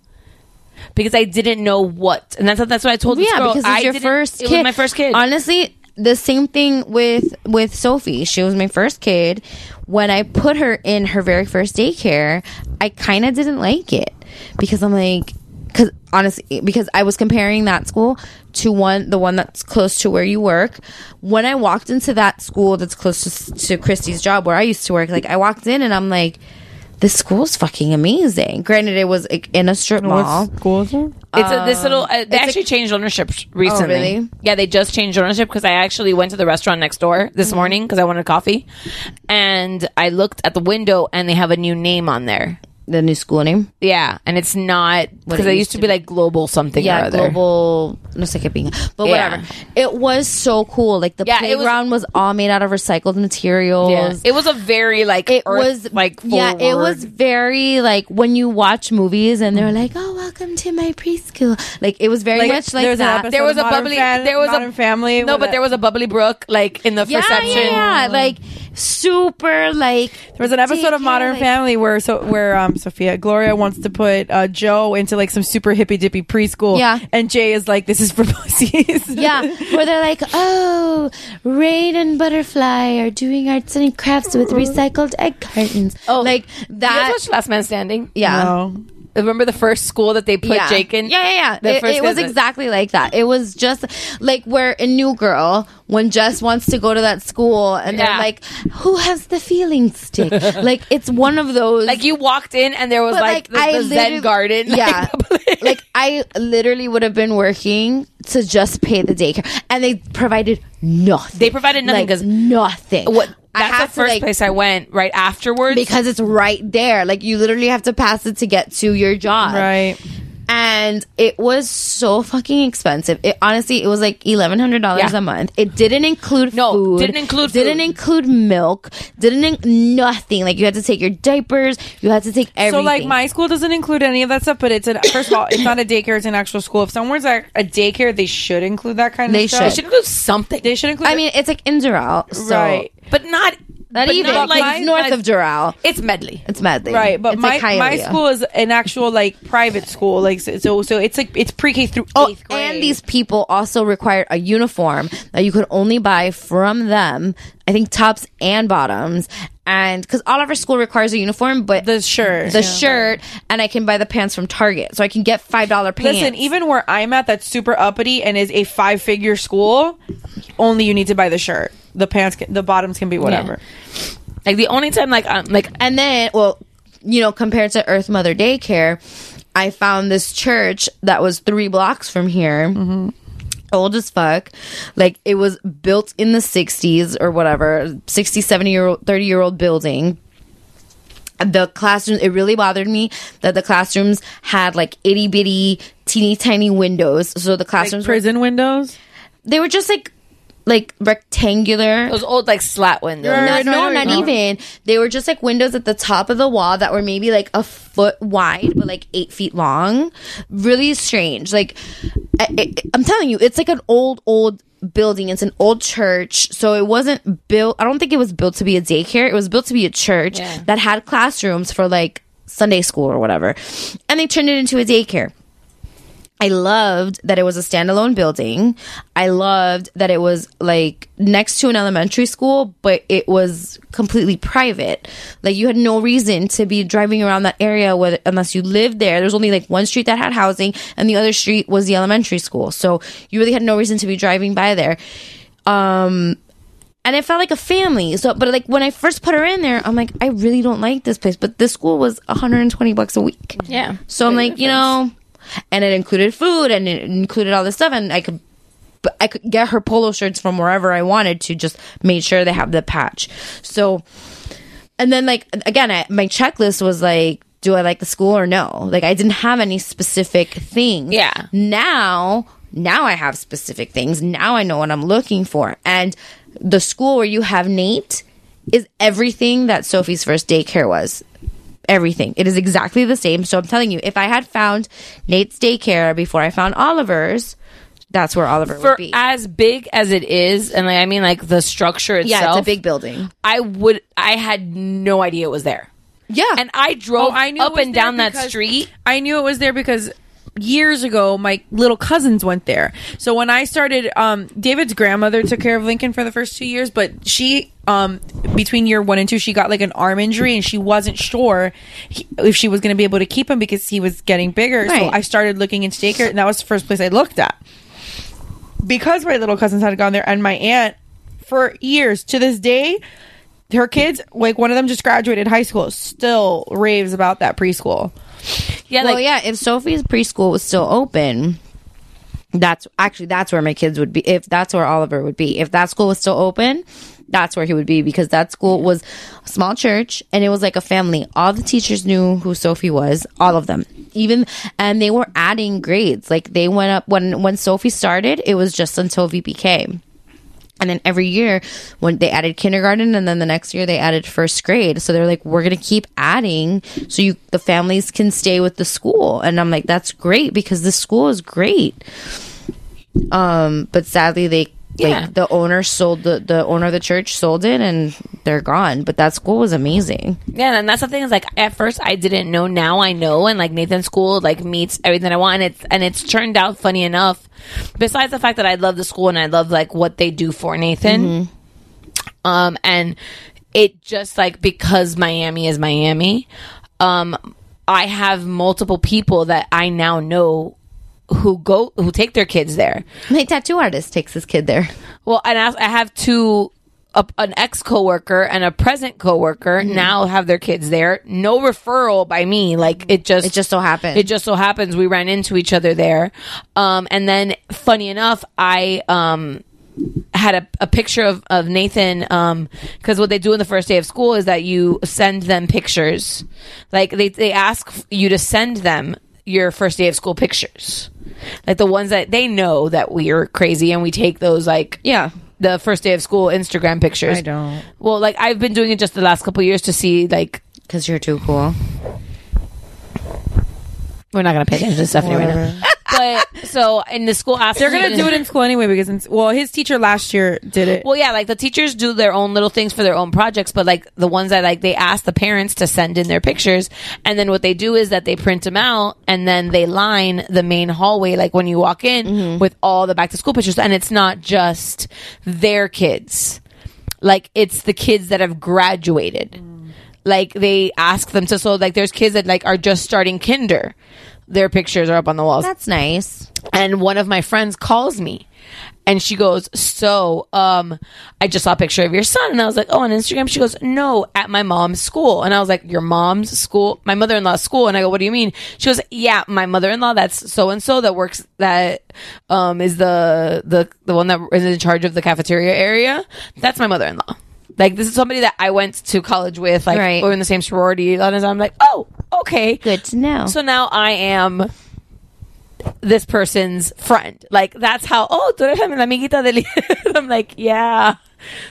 I: Because I didn't know what, and that's that's what I told this
F: yeah,
I: girl.
F: because
I: I
F: it's your
I: didn't-
F: first.
I: It
F: kid.
I: was my first kid.
F: Honestly, the same thing with with Sophie. She was my first kid. When I put her in her very first daycare, I kind of didn't like it because I'm like, because honestly, because I was comparing that school to one the one that's close to where you work. When I walked into that school that's close to, to Christie's job where I used to work, like I walked in and I'm like. This school's fucking amazing. Granted, it was like, in a strip
L: What
F: mall.
L: school is it?
I: It's a, this
F: Um,
I: little. Uh,
F: it's
I: they
F: a- Oh,
I: actually changed ownership recently.
F: really?
I: Yeah, they just changed ownership because I actually went to the restaurant next door
F: Mm-hmm.
I: this morning because I wanted coffee, and I looked at the window and they have a new name on there.
F: The new school name.
I: Yeah, and it's not because
F: it
I: it
F: used
I: used to be like global something. or
F: yeah,
I: other.
F: global. No, it's like it being, but
I: Yeah.
F: whatever. It was so cool. Like the
I: it was-
F: playground was, all made out of recycled materials.
I: Yeah. It was a very like it was like
F: Yeah, it was very like when you watch movies and they're like, "Oh, welcome to my preschool." Like it was very
L: Like,
F: much like
L: there's an
F: that.
L: episode There was of a Modern bubbly- Fam- there was a- Modern Family
I: No,
L: with
I: but
L: a-
I: there was a bubbly brook like in the
F: yeah,
I: perception.
F: yeah, yeah, like super like.
L: There was an episode of Modern Family where so where um Sophia Gloria wants to put uh, Joe into like some super hippy dippy preschool.
F: Yeah.
L: and Jay is like, "This is for pussies."
F: yeah, where they're like, "Oh, Rain and Butterfly are doing arts and crafts with recycled egg cartons." Oh, like
I: You guys
F: that.
I: watched Last Man Standing?
F: Yeah.
I: Remember the first school that they put
F: yeah.
I: Jake in?
F: Yeah, yeah,
I: The
F: yeah. It,
I: first
F: it was
I: visit.
F: exactly like that. It was just like where in New Girl, when Jess wants to go to that school and they're
I: Yeah.
F: like, who has the feeling stick? like, it's one of those.
I: Like you walked in and there was
F: But,
I: like,
F: like, I
I: the, the
F: literally-
I: Zen garden. like,
F: Yeah. like, I literally would have been working to just pay the daycare. And they provided nothing.
I: They provided nothing
F: Like,
I: 'cause-
F: nothing.
I: what?
F: I
I: That's the
F: have to,
I: first
F: like-
I: place I went right afterwards.
F: because it's right there. Like you literally have to pass it to get to your job.
L: Right.
F: And it was so fucking expensive. It honestly, it was like eleven hundred dollars
I: Yeah.
F: a month. It didn't include no, food.
I: didn't include
F: didn't
I: food.
F: include milk. Didn't in- nothing. Like you had to take your diapers. You had to take everything.
L: So like my school doesn't include any of that stuff, but it's an first of all, it's not a daycare, it's an actual school. If somewhere's a, a daycare, they should include that kind
F: They
L: of stuff.
F: should. They should
I: include something.
L: They should include
F: I mean, it's like in Doral, so
L: Right.
I: but not
F: not
I: but
F: even
I: not
F: like,
I: like-
F: it's north
I: like-
F: of Doral.
I: it's medley.
F: It's Medley,
L: Right, but
F: It's
L: my
F: like
L: my
F: Hialeah.
L: school is an actual like private school, like so- so so it's like it's pre K through eighth grade.
F: Oh, And these people also required a uniform that you could only buy from them. I think tops and bottoms. And because all of our school requires a uniform, but the
L: shirt,
F: the shirt, and I can buy the pants from Target, so I can get five dollar pants.
L: Listen, even where I'm at, that's super uppity and is a five figure school. Only you need to buy the shirt. The pants, can, the bottoms can be whatever.
I: Like the only time like um like
F: and then, well, you know, compared to Earth Mother Daycare, I found this church that was three blocks from here. Old as fuck. Like it was built in the 60s or whatever, 60, 70 year old, 30 year old building. the classrooms it really bothered me that the classrooms had like itty bitty teeny tiny windows so the classrooms
J: prison windows
F: they were just like like rectangular
I: those old like slat windows
F: no no, not even they were just like windows at the top of the wall that were maybe like a foot wide but like eight feet long really strange like I, I, i'm telling you it's like an old old building it's an old church so it wasn't built i don't think it was built to be a daycare it was built to be a church
B: Yeah.
F: that had classrooms for like sunday school or whatever and they turned it into a daycare I loved that it was a standalone building. I loved that it was like next to an elementary school, but it was completely private. Like you had no reason to be driving around that area with, unless you lived there. There was only like one street that had housing, and the other street was the elementary school. So you really had no reason to be driving by there. Um, and it felt like a family. So, but like when I first put her in there, I'm like, I really don't like this place. But this school was 120 bucks a week.
I: Yeah.
F: So I'm like, you know, and it included food and it included all this stuff, and I could, but I could get her polo shirts from wherever I wanted to. Just made sure they have the patch. So, and then like again, I, my checklist was like, do I like the school or no? Like I didn't have any specific things. Yeah. Now, now I have specific things. Now I know what I'm looking for, and the school where you have Nate is everything that Sophie's first daycare was everything. It is exactly the same. So I'm telling you, if I had found Nate's daycare before I found Oliver's, that's where Oliver
I: for
F: would be.
I: as big as it is, and like I mean, like the structure
F: Yeah,
I: itself.
F: it's a big building.
I: I would. I had no idea it was there.
F: Yeah,
I: and I drove
J: Oh, I knew it
I: up
J: was
I: and
J: there
I: down that
J: because-
I: street.
J: I knew it was there because years ago my little cousins went there. So when I started um David's grandmother took care of Lincoln for the first 2 years, but she um between year 1 and 2 she got like an arm injury and she wasn't sure he- if she was going to be able to keep him because he was getting bigger. So
L: Right.
J: I started looking into daycare and that was the first place I looked at. Because my little cousins had gone there and my aunt for years to this day her kids like one of them just graduated high school still raves about that preschool
I: yeah,
F: well, yeah. If Sophie's preschool was still open, that's actually that's where my kids would be. If that's where Oliver would be, if that school was still open, that's where he would be because that school was a small church and it was like a family. All the teachers knew who Sophie was, all of them, even, and they were adding grades. Like they went up when when Sophie started, it was just until VPK. And then every year, when they added kindergarten, and then the next year they added first grade. So they're like, we're gonna keep adding, so you the families can stay with the school. And I'm like, that's great because this school is great. Um, but sadly, they
I: Yeah.
F: like the owner sold the the owner of the church sold it, and they're gone. But that school was amazing.
I: Yeah, and that's the thing is like at first I didn't know, now I know, and like Nathan School like meets everything I want, and it's and it's turned out funny enough. Besides the fact that I love the school and I love like what they do for Nathan, um, and it just like because Miami is Miami, um, I have multiple people that I now know who go who take their kids there.
F: My tattoo artist takes his kid there.
I: Well, and I, I have two, a, an ex coworker and a present coworker now have their kids there. No referral by me. Like it just, it just
F: so happened.
I: It just so happens we ran into each other there. Um, and then funny enough, I, um, had a, a picture of, of Nathan um because what they do on the first day of school is that you send them pictures like they, they ask you to send them your first day of school pictures like the ones that they know that we are crazy and we take those like
J: yeah
I: the first day of school Instagram pictures
J: I don't.
I: well like I've been doing it just the last couple years to see like
F: because you're too cool
I: we're not gonna pay attention to Stephanie right now but so in the school after
J: they're gonna do it in school anyway because it's, well his teacher last year did it
I: Well, yeah, like the teachers do their own little things for their own projects, but like the ones that like they ask the parents to send in their pictures, and then what they do is that they print them out and then they line the main hallway, like when you walk in, with all the back to school pictures, and it's not just their kids, like it's the kids that have graduated. Like they ask them to, so like there's kids that like are just starting kinder. Their pictures are up on the walls.
F: That's nice.
I: And one of my friends calls me and she goes, So, um, I just saw a picture of your son. And I was like, Oh, on Instagram? She goes, No, at my mom's school. And I was like, Your mom's school? My mother in law's school. And I go, What do you mean? She goes, Yeah, my mother in law, that's so and so that works, that um, is the, the, the one that is in charge of the cafeteria area. That's my mother in law. Like this is somebody that I went to college with, like
F: Right.
I: we we're in the same sorority. And I'm like, oh, okay,
F: good to know.
I: So now I am this person's friend. Like that's how. Oh, tú eres la amiguita de. Li-" I'm like, yeah.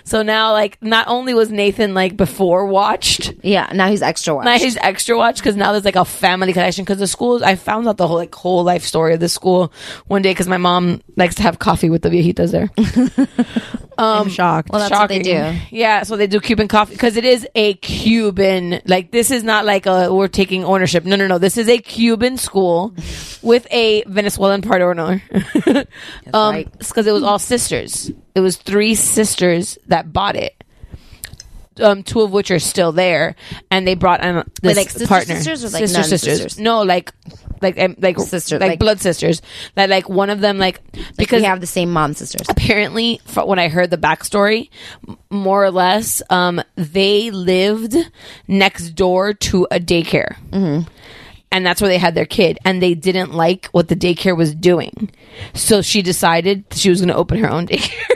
I: So now, like, not only was Nathan like before watched,
F: yeah, now he's extra watched.
I: now he's extra watched because now there's like a family connection. Because the school, I found out the whole like whole life story of the school one day because my mom likes to have coffee with the viejitas there. um,
M: shocked.
F: Well, that's what they do.
I: Yeah, so they do Cuban coffee because it is a Cuban. Like this is not like a we're taking ownership. No, no, no. This is a Cuban school with a Venezuelan part owner. um, because it was all sisters. It was three sisters that bought it. Um, two of which are still there, and they brought um,
F: Wait,
I: this
F: like sister
I: partner.
F: sisters or, like,
I: sister
F: nun
I: sisters?
F: sisters?
I: No, like like um, like
F: Sister-
I: like,
F: like-
I: blood sisters. That like one of them like because they have the same mom sisters. Apparently, fro- when I heard the backstory, m- more or less, um, they lived next door to a daycare. Mm-hmm and that's where they had their kid and they didn't like what the daycare was doing so she decided she was going to open her own daycare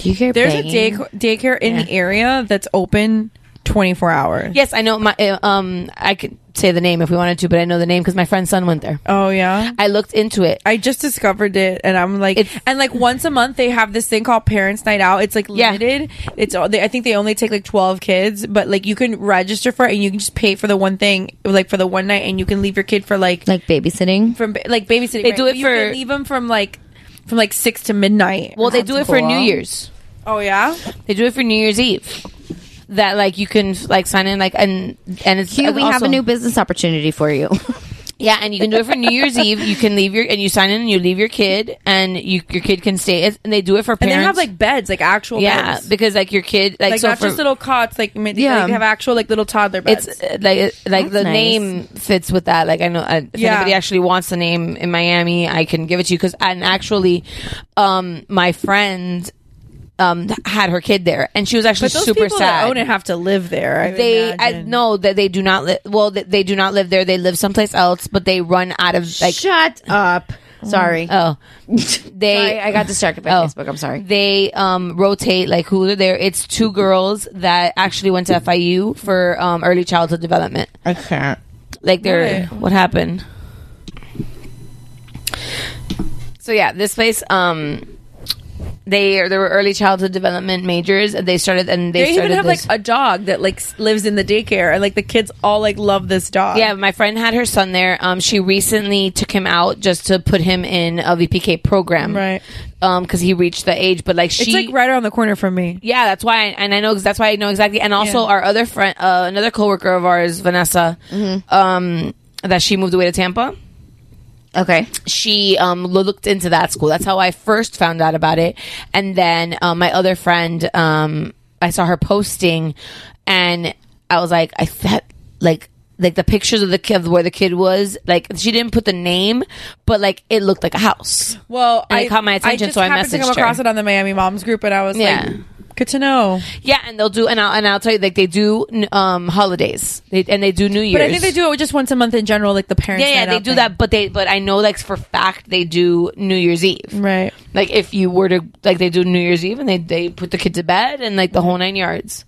F: you hear
J: There's
I: banging?
J: a day, daycare in the area that's open 24 hours.
I: yes i know my uh, um i could say the name if we wanted to but i know the name because my friend's son went there
J: Oh yeah.
I: I looked into it.
J: I just discovered it and I'm like and like once a month they have this thing called parents night out. It's like limited. It's all they, I think they only take like 12 kids, but like you can register for it and you can just pay for the one thing like for the one night and you can leave your kid for like
F: like babysitting.
J: From ba- like babysitting.
I: They do
J: right?
I: it
J: you can
I: for-
J: leave them from like from like 6 to midnight.
I: well they do it
J: That's
I: for
J: cool.
I: new year's
J: Oh yeah.
I: they do it for new year's eve that like you can like sign in like and and it's
F: Q, we have
I: also-
F: a new business opportunity for you.
I: Yeah, and you can do it for New Year's Eve. You can leave your and you sign in and you leave your kid and you your kid can stay. It's- And they do it for
J: And
I: parents.
J: they have like beds, like actual
I: yeah,
J: beds.
I: because like your kid like,
J: Like,
I: so
J: not
I: for,
J: just little cots, like mid-
I: Yeah.
J: yeah. they have actual like little toddler beds.
I: it's uh, like uh, like
J: That's
I: the
J: nice.
I: name fits with that. Like I know I, if
J: Yeah.
I: anybody actually wants the name in Miami, I can give it to you because and actually, um, my friend. Um, had her kid there, and she was actually
J: but those
I: super
J: people
I: sad.
J: that own it have to live there. I
I: they
J: imagine.
I: I know that they do not live well they, they do not live there they live someplace else but they run out of like
F: shut up sorry Oh.
I: oh they
F: Sorry, I got distracted by Facebook. I'm sorry.
I: they um rotate like who are there it's two girls that actually went to FIU for um early childhood development
F: I can't.
I: like they're
F: Right.
I: what happened so yeah this place um they there were early childhood development majors and they started and they,
J: They,
I: started
J: even have
I: this-
J: like a dog that like s- lives in the daycare, and like the kids all like love this dog.
I: Yeah, my friend had her son there. Um, she recently took him out just to put him in a VPK program,
J: Right.
I: Um, because he reached the age, but like she,
J: it's like right around the corner from me.
I: yeah, that's why, and I know that's why I know exactly. And also
J: Yeah.
I: our other friend, uh, another coworker of ours, Vanessa,
J: Mm-hmm.
I: um, that she moved away to Tampa.
F: Okay.
I: She um, lo- looked into that school. That's how I first found out about it. And then um, my other friend, um, I saw her posting, and I was like, I thought like. Like the pictures of the kid, of where the kid was, like she didn't put the name, but like it looked like a house.
J: Well,
I: And it caught my attention,
J: I just
I: so I
J: happened to come
I: messaged her.
J: across it on the Miami Moms group, and I was
I: Yeah.
J: like, good to know.
I: Yeah, and they'll do, and I'll and I'll tell you, like they do n- um holidays, they, and they do New Year's.
J: But I think they do it just once a month in general, like the parents.
I: Yeah, yeah, they do that, but they, but I know like for fact they do New Year's Eve.
J: Right.
I: Like if you were to like they do New Year's Eve and they they put the kid to bed and like the whole nine yards.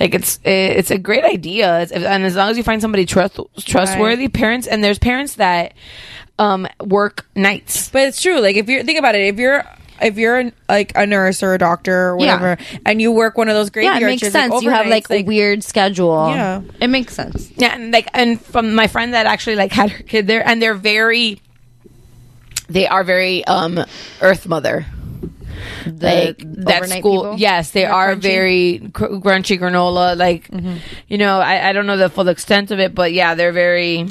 I: Like it's it- it's a great idea, it's, and as long as you find somebody trust, trustworthy, parents and there's parents that um work nights.
J: But it's true. Like if you are think about it, if you're if you're an, like a nurse or a doctor or
F: Yeah.
J: whatever, and you work one of those
F: yeah,
J: graveyard
F: it makes
J: shifts,
F: sense. you have
J: overnights,
F: like, a weird schedule.
J: Yeah.
F: it makes sense.
I: Yeah, and like and from my friend that actually like had her kid there, and they're very, they are very um Earth Mother. like that
F: overnight
I: school,
F: people?
I: yes, they
F: They're
I: are
F: crunchy?
I: very cr- crunchy granola. Like,
J: Mm-hmm.
I: you know, I, I don't know the full extent of it, but yeah, they're very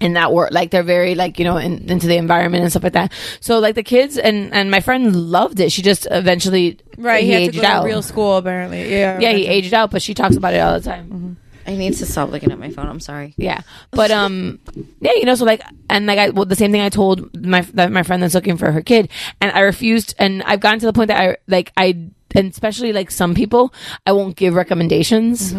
I: in that work. Like, they're very like you know in, into the environment and stuff like that. So like the kids and and my friend loved it. She just eventually
J: right. He,
I: he,
J: had
I: aged
J: to go to
I: out.
J: real school apparently. Yeah.
I: yeah, he aged out, but she talks about it all the time.
F: I need to stop looking at my phone. I'm sorry.
I: Yeah, but um, yeah, you know, so like, and like, I well, the same thing I told my that my friend that's looking for her kid, and I refused, and I've gotten to the point that I like I, and especially like some people, I won't give recommendations.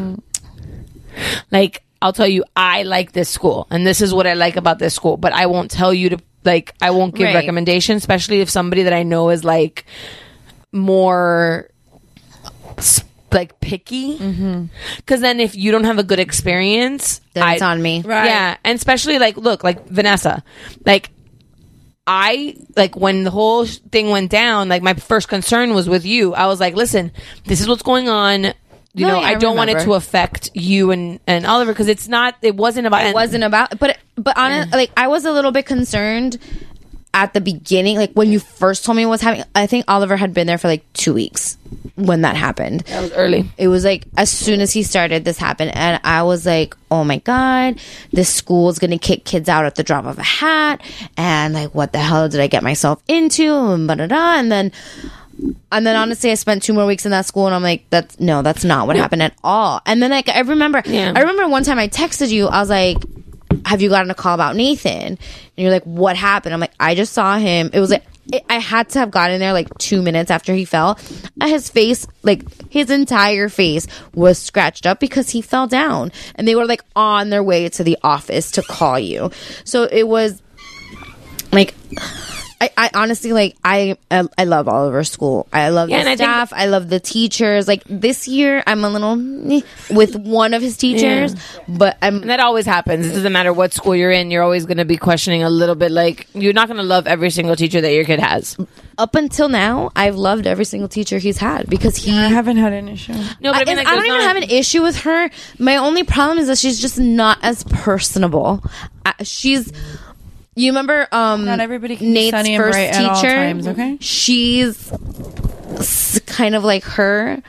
I: Like I'll tell you, I like this school, and this is what I like about this school, but I won't tell you to like I won't give
F: Right.
I: recommendations, especially if somebody that I know is like more s- like picky because then if you don't have a good experience
F: Mm-hmm. Then it's on me. Right.
I: yeah and especially like look like vanessa like I like when the whole sh- thing went down. Like my first concern was with you. I was like, "Listen, this is what's going on. You
F: No,
I: know,
F: yeah,
I: I
F: I
I: don't want it
F: remember.
I: to affect you and and Oliver because it's not. It wasn't about.
F: It wasn't about. But but honestly, like I was a little bit concerned at the beginning, like when you first told me what was happening. I think Oliver had been there for like two weeks when that happened. That
I: was early.
F: It was like as soon as he started, this happened, and I was like, "Oh my god, this school is gonna kick kids out at the drop of a hat," and like, what the hell did I get myself into? And da da da, and then. And then honestly, I spent two more weeks in that school, and I'm like, that's no, that's not what happened at all. And then like I remember, I remember one time I texted you, I was like, "Have you gotten a call about Nathan?" And you're like, "What happened?" I'm like, "I just saw him. It was like." it- I had to have gotten there like two minutes after he fell. Uh, His face, like his entire face, was scratched up because he fell down. And they were like on their way to the office to call you. So it was like I, I honestly like I, I I love Oliver School. I love
I: Yeah, and
F: the
I: I think-
F: staff. I love the teachers. Like this year, I'm a little meh with one of his teachers, but I'm
I: And that always happens. It doesn't matter what school you're in. You're always going to be questioning a little bit. Like you're not going to love every single teacher that your kid has.
F: up until now, I've loved every single teacher he's had because he. I
J: haven't had an issue.
I: No,
F: I, and I don't even have an issue with her. My only problem is that she's just not as personable. I, she's. You remember um
J: Not everybody can be
F: Nate's
J: sunny and
F: first
J: bright at
F: teacher?
J: all times, okay?
F: She's s- kind of like her,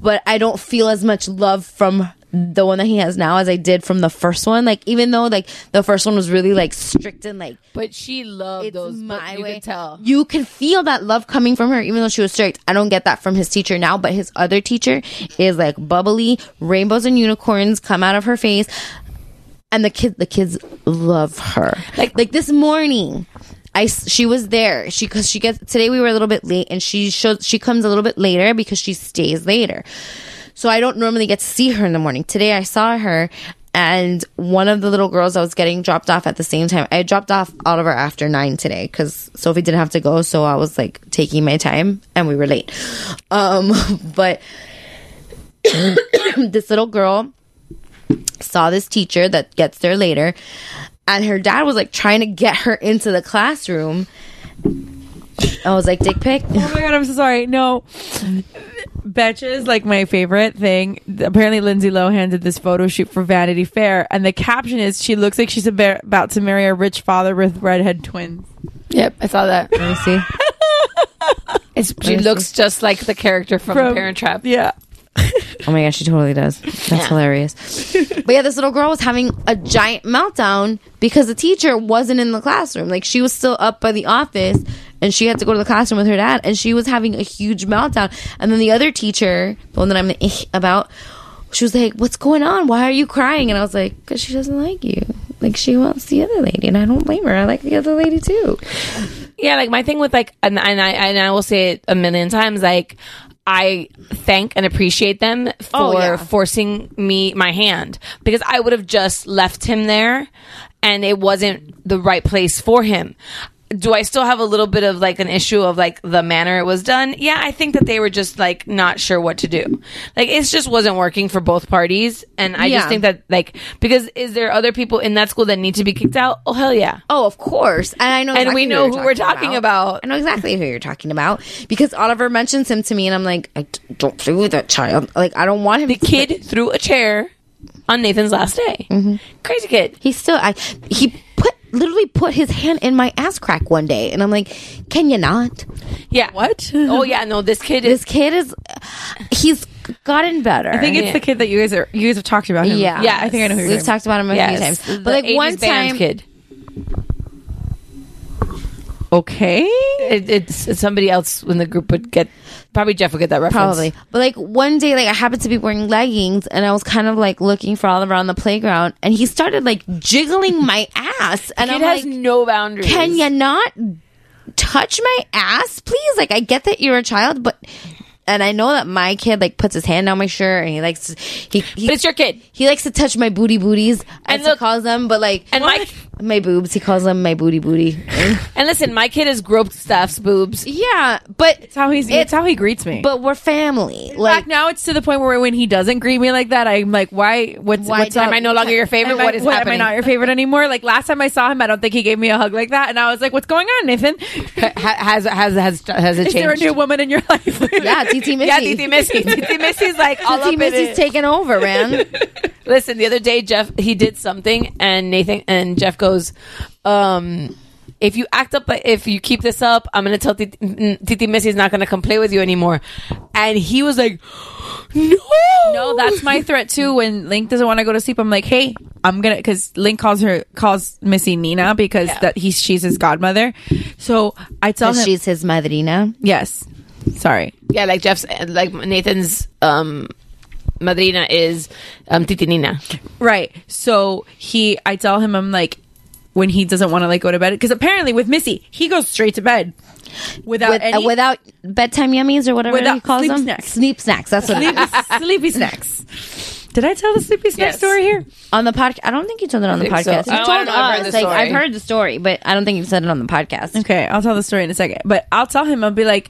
F: but I don't feel as much love from the one that he has now as I did from the first one. Like even though like the first one was really like strict and like
I: But she loved those. My you way. Could tell.
F: you can feel that love coming from her, even though she was strict. I don't get that from his teacher now, but his other teacher is like bubbly, rainbows and unicorns come out of her face, and the kid, the kids love her. Like, like this morning, I s- she was there. She because she gets today we were a little bit late, and she shows she comes a little bit later because she stays later. So I don't normally get to see her in the morning. Today I saw her and one of the little girls I was getting dropped off at the same time. I dropped off Oliver after nine today because Sophie didn't have to go, so I was like taking my time, and we were late. Um, but this little girl saw this teacher that gets there later, and her dad was like trying to get her into the classroom. I was like, dick pic.
J: Oh my god, I'm so sorry. No. Betcha is like my favorite thing. Apparently, Lindsay Lohan did this photo shoot for Vanity Fair, and the caption is she looks like she's ab- about to marry a rich father with redhead twins.
I: Yep, I saw that.
F: Let me see.
I: It's, she looks just like the character from,
J: From-
I: Parent Trap.
J: Yeah.
F: Oh my gosh, she totally does. That's hilarious. but yeah, this little girl was having a giant meltdown because the teacher wasn't in the classroom. Like she was still up by the office and she had to go to the classroom with her dad and she was having a huge meltdown. And then the other teacher, the one that I'm eh about, she was like, What's going on? Why are you crying? And I was like, Because she doesn't like you. Like she wants the other lady. And I don't blame her. I like the other lady too.
I: Yeah, like my thing with like, and, and I and I will say it a million times, like. I thank and appreciate them for
F: Oh, yeah.
I: forcing me my hand because I would have just left him there and it wasn't the right place for him. Do I still have a little bit of like an issue of like the manner it was done? Yeah, I think that they were just like not sure what to do. Like it just wasn't working for both parties and I
F: Yeah.
I: just think that like because is there other people in that school that need to be kicked out? Oh hell yeah.
F: Oh, of course. And I know
I: And we
F: exactly
I: know
F: you're
I: who we're talking about.
F: I know exactly who you're talking about because Oliver mentions him to me and I'm like, I d- don't play with that child. Like, I don't want him. The
I: kid threw a chair on Nathan's last day.
F: Mm-hmm.
I: Crazy kid.
F: He still, I, he put, literally put his hand in my ass crack one day and I'm like, can you not?
I: Yeah. What? Oh yeah, no, this kid
F: This kid is, he's gotten better.
J: I think it's the kid that you guys are you guys have talked about. Him.
F: Yeah.
J: I think I know who you're
F: We've talked about him a
J: Yes.
F: few times.
J: The
F: But like one
J: 80s band
F: time.
I: kid.
J: Okay.
I: It, it's, it's somebody else in the group would get probably Jeff would get that reference.
F: Probably. But like one day, like I happened to be wearing leggings and I was kind of like looking for Oliver on the playground and he started like jiggling my ass. And
I: kid
F: I'm
I: has
F: like,
I: no boundaries.
F: Can you not touch my ass, please? Like I get that you're a child, but. And I know that my kid like puts his hand on my shirt, and he likes to, he, he.
I: But it's your kid.
F: He likes to touch my booty booties, as he calls them. But like,
I: And like
F: my boobs. He calls them my booty booty.
I: And listen, my kid is groped Steph's boobs.
F: yeah, but it's
J: how he's it's how he greets me.
F: But we're family.
J: In fact, now it's to the point where when he doesn't greet me like that, I'm like, why? What's
I: Why
J: what's
I: am
J: up?
I: I no longer your favorite?
J: Am I-
I: What is happening?
J: Am I not your favorite anymore? Like last time I saw him, I don't think he gave me a hug like that, and I was like, what's going on, Nathan?
I: has has has has it
J: Is there a
I: changed?
J: new woman in your life?
F: yeah, TT Missy.
I: Yeah, TT Missy. TT Missy's like all
F: TT
I: up in
F: Missy's
I: it.
F: taking over, man.
I: Listen, the other day Jeff he did something and Nathan and Jeff goes, um, if you act up if you keep this up, I'm gonna tell Titi mm, Titi Missy's not gonna come play with you anymore. And he was like No
J: No, that's my threat too. When Link doesn't want to go to sleep, I'm like, hey, I'm gonna because Link calls her calls Missy Nina because that he's she's his godmother. So I tell him
F: she's his madrina.
J: Yes. Sorry.
I: Yeah, like Jeff's like Nathan's um madrina is um Titi Nina.
J: Right. So he, I tell him, I'm like, when he doesn't want to like go to bed, because apparently with Missy, he goes straight to bed without
F: With- uh,
J: any
F: without bedtime yummies or whatever
J: Without
F: he calls
J: sleep
F: them.
J: snacks.
F: Sleep snacks. That's what
J: sleepy, sleepy snacks. Did I tell the sleepy snack story here
F: on the podcast? I don't think you told it on the
J: I think so.
F: podcast.
J: I
F: You
J: don't- I
F: told
J: don't know if I've heard
F: us.
J: the
F: Like I've
J: story.
F: heard the story, but I don't think you've said it on the podcast.
J: Okay, I'll tell the story in a second, but I'll tell him. I'll be like.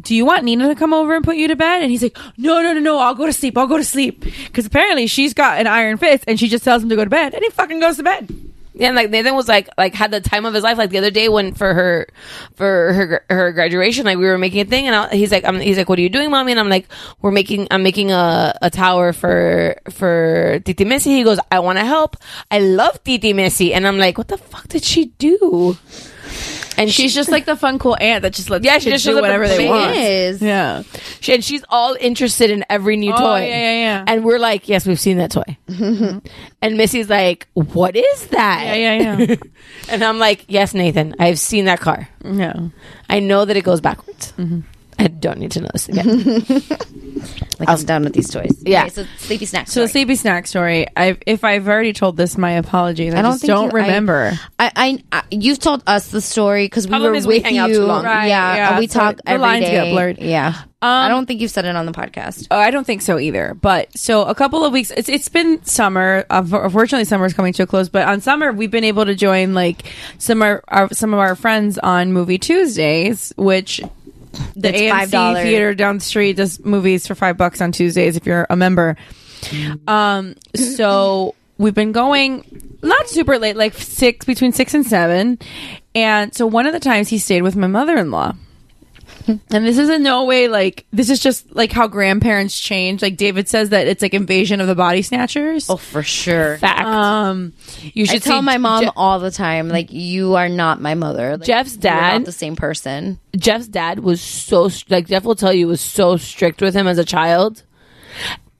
J: Do you want Nina to come over and put you to bed? And he's like, No, no, no, no. I'll go to sleep. I'll go to sleep. Because apparently she's got an iron fist, and she just tells him to go to bed, and he fucking goes to bed.
I: Yeah, and like Nathan was like like had the time of his life. Like the other day when for her for her her graduation, like we were making a thing, and I, he's like I'm, he's like, "What are you doing, mommy?" And I'm like, "We're making I'm making a, a tower for for Titi Missy." He goes, "I want to help. I love Titi Missy," and I'm like, "What the fuck did she do?" And she's
J: just like the fun, cool aunt that just lets
I: yeah, she
J: kids
I: just
J: do
I: shows up and
J: whatever they
I: plays.
J: want. Yeah,
I: she, and she's all interested in every new
J: Oh,
I: toy.
J: yeah, yeah, yeah.
I: And we're like, "Yes, we've seen that toy." and Missy's like, "What is that?"
J: Yeah, yeah, yeah.
I: And I'm like, yes, Nathan, I've seen that car.
J: Yeah.
I: I know that it goes backwards. I don't need to know this again.
F: Like I'm down with these toys.
I: Yeah.
F: Okay, so sleepy snacks.
J: So the sleepy snack story. I've, if I've already told this, my apologies. I, just
F: think
J: don't
F: you- I-
J: remember.
F: I, I, I, you've told us the story because we
J: Problem
F: were
J: is
F: with
J: we hang
F: you.
J: out too long. Right,
F: yeah,
J: yeah,
F: and we
J: so
F: talk
J: the
F: every
J: lines get
F: day.
J: blurred. Um,
F: Yeah, I don't think you've said it on the podcast.
J: Oh, I don't think so either. But so a couple of weeks. It's it's been summer. Unfor- Unfortunately, summer's coming to a close. But on summer, we've been able to join like some of our some of our friends on Movie Tuesdays, which. The
F: It's
J: AMC
F: $5.
J: theater down the street does movies for five bucks on Tuesdays if you're a member. Um, so we've been going not super late, like six between six and seven. And so one of the times he stayed with my mother in law. And this is in no way like this is just like how grandparents change. Like David says that it's like invasion of the body snatchers. Oh,
F: for sure.
I: Fact.
J: Um, you
F: I
J: should
F: tell
J: see
F: my mom
J: Je-
F: all the time, like you are not my mother. Like,
I: Jeff's
F: you are
I: dad-
F: not the same person.
I: Jeff's dad was so, st- like, Jeff will tell you, was so strict with him as a child.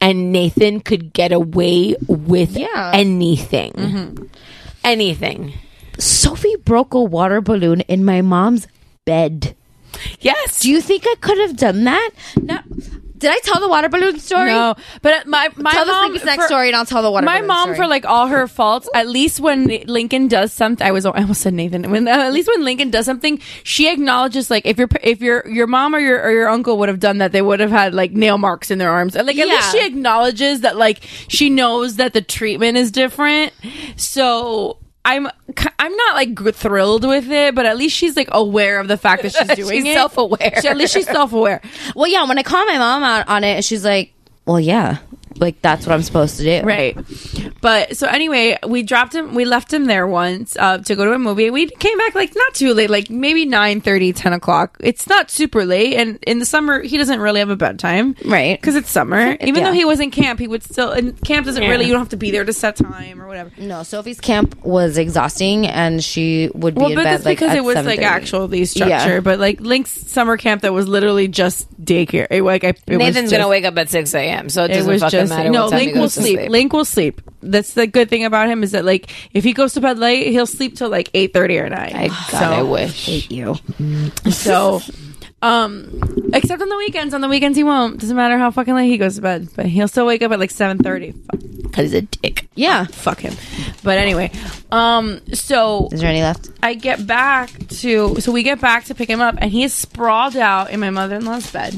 I: And Nathan could get away with anything. Anything.
F: Sophie broke a water balloon in my mom's bed.
I: Yes.
F: Do you think I could have done that? No. Did I tell the water balloon story?
J: No, but uh, my my
F: tell
J: mom
F: the sleepy snack
J: for-
F: story and I'll tell the water.
J: my
F: balloon
J: mom
F: story.
J: for like all her faults at least when lincoln does something i was i almost said nathan when uh, at least when lincoln does something she acknowledges like if your if your your mom or your or your uncle would have done that they would have had like nail marks in their arms And, like at least
I: Yeah.
J: she acknowledges that like she knows that the treatment is different so I'm ki- I'm not like g- thrilled with it, but at least she's like aware of the fact that she's doing
F: She's
J: it.
F: self-aware.
J: She- at least she's self aware.
F: Well, yeah. When I call my mom out on it, she's like, "Well, yeah, like that's what I'm supposed to do."
J: Right. But so anyway, we dropped him. We left him there once uh, to go to a movie. We came back like not too late, like maybe 9, 10 o'clock. It's not super late, and in the summer he doesn't really have a bedtime,
F: right?
J: Because it's summer. Even
F: Yeah.
J: though he was in camp, he would still. And camp doesn't
F: Yeah.
J: really. You don't have to be there to set time or whatever.
F: No, Sophie's camp was exhausting, and she would be
J: Well,
F: in
J: but
F: bed
J: that's
F: like
J: because
F: at
J: it was like
F: 7:30.
J: actually structure.
F: Yeah.
J: But like Link's summer camp that was literally just daycare. It, like I, it was
I: Nathan's going to
J: just-
I: wake up at 6 a.m., so it doesn't fucking matter.
J: no
I: what time he
J: link will
I: goes to
J: sleep. link will sleep that's the good thing about him is that like if he goes to bed late he'll sleep till like 8.30 or 9 I,
I: God, I wish.
F: hate you
J: so um except on the weekends on the weekends he won't doesn't matter how fucking late he goes to bed but he'll still wake up at like 7.30
I: because he's a dick
F: yeah
J: fuck him but anyway um so
F: Is there any left?
J: I get back to so we get back to pick him up and he is sprawled out in my mother in law's bed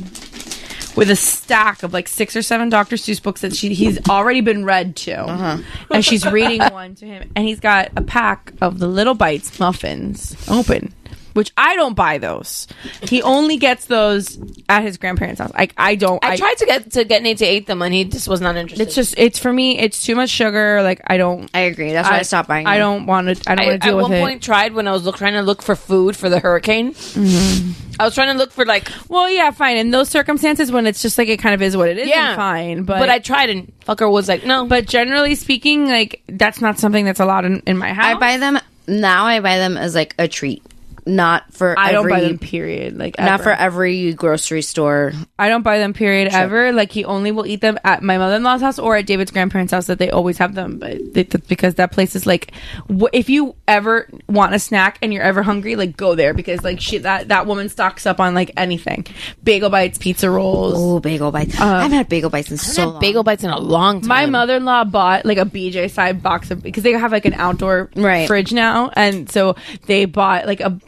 J: with a stack of like six or seven Dr. Seuss books that she he's already been read to,
F: Uh-huh.
J: and she's reading one to him, and he's got a pack of the Little Bites muffins open. Which I don't buy those. He only gets those at his grandparents' house. Like I don't.
I: I tried to get to get Nate to eat them, and he just was not interested.
J: It's just it's for me. It's too much sugar. Like I don't.
F: I agree. That's why I stopped buying
J: I
F: them.
J: don't want to. I don't want to deal
I: at
J: with
I: one
J: it.
I: point tried when I was look, trying to look for food for the hurricane. I was trying to look for like
J: Well, yeah, fine. In those circumstances, when it's just like it kind of is what it is,
I: Yeah.
J: yeah, fine. But
I: But I tried, and fucker was like, no.
J: But generally speaking, like that's not something that's allowed in, in my house.
F: I buy them now. I buy them as like a treat, not for.
J: I don't
F: every,
J: buy them, period, like,
F: not
J: ever.
F: for every grocery store.
J: I don't buy them period ever. Like he only will eat them at my mother in law's house or at David's grandparents' house. That they always have them, but they, that's because that place is like, wh- if you ever want a snack and you're ever hungry, like go there because like she that that woman stocks up on like anything, bagel bites, pizza rolls.
F: Oh, bagel bites!
J: Uh-huh.
F: I haven't had bagel bites in so long.
I: bagel bites in a long time.
J: My mother in law bought like a BJ side box of because they have like an outdoor
F: Right.
J: fridge now, and so they bought like a.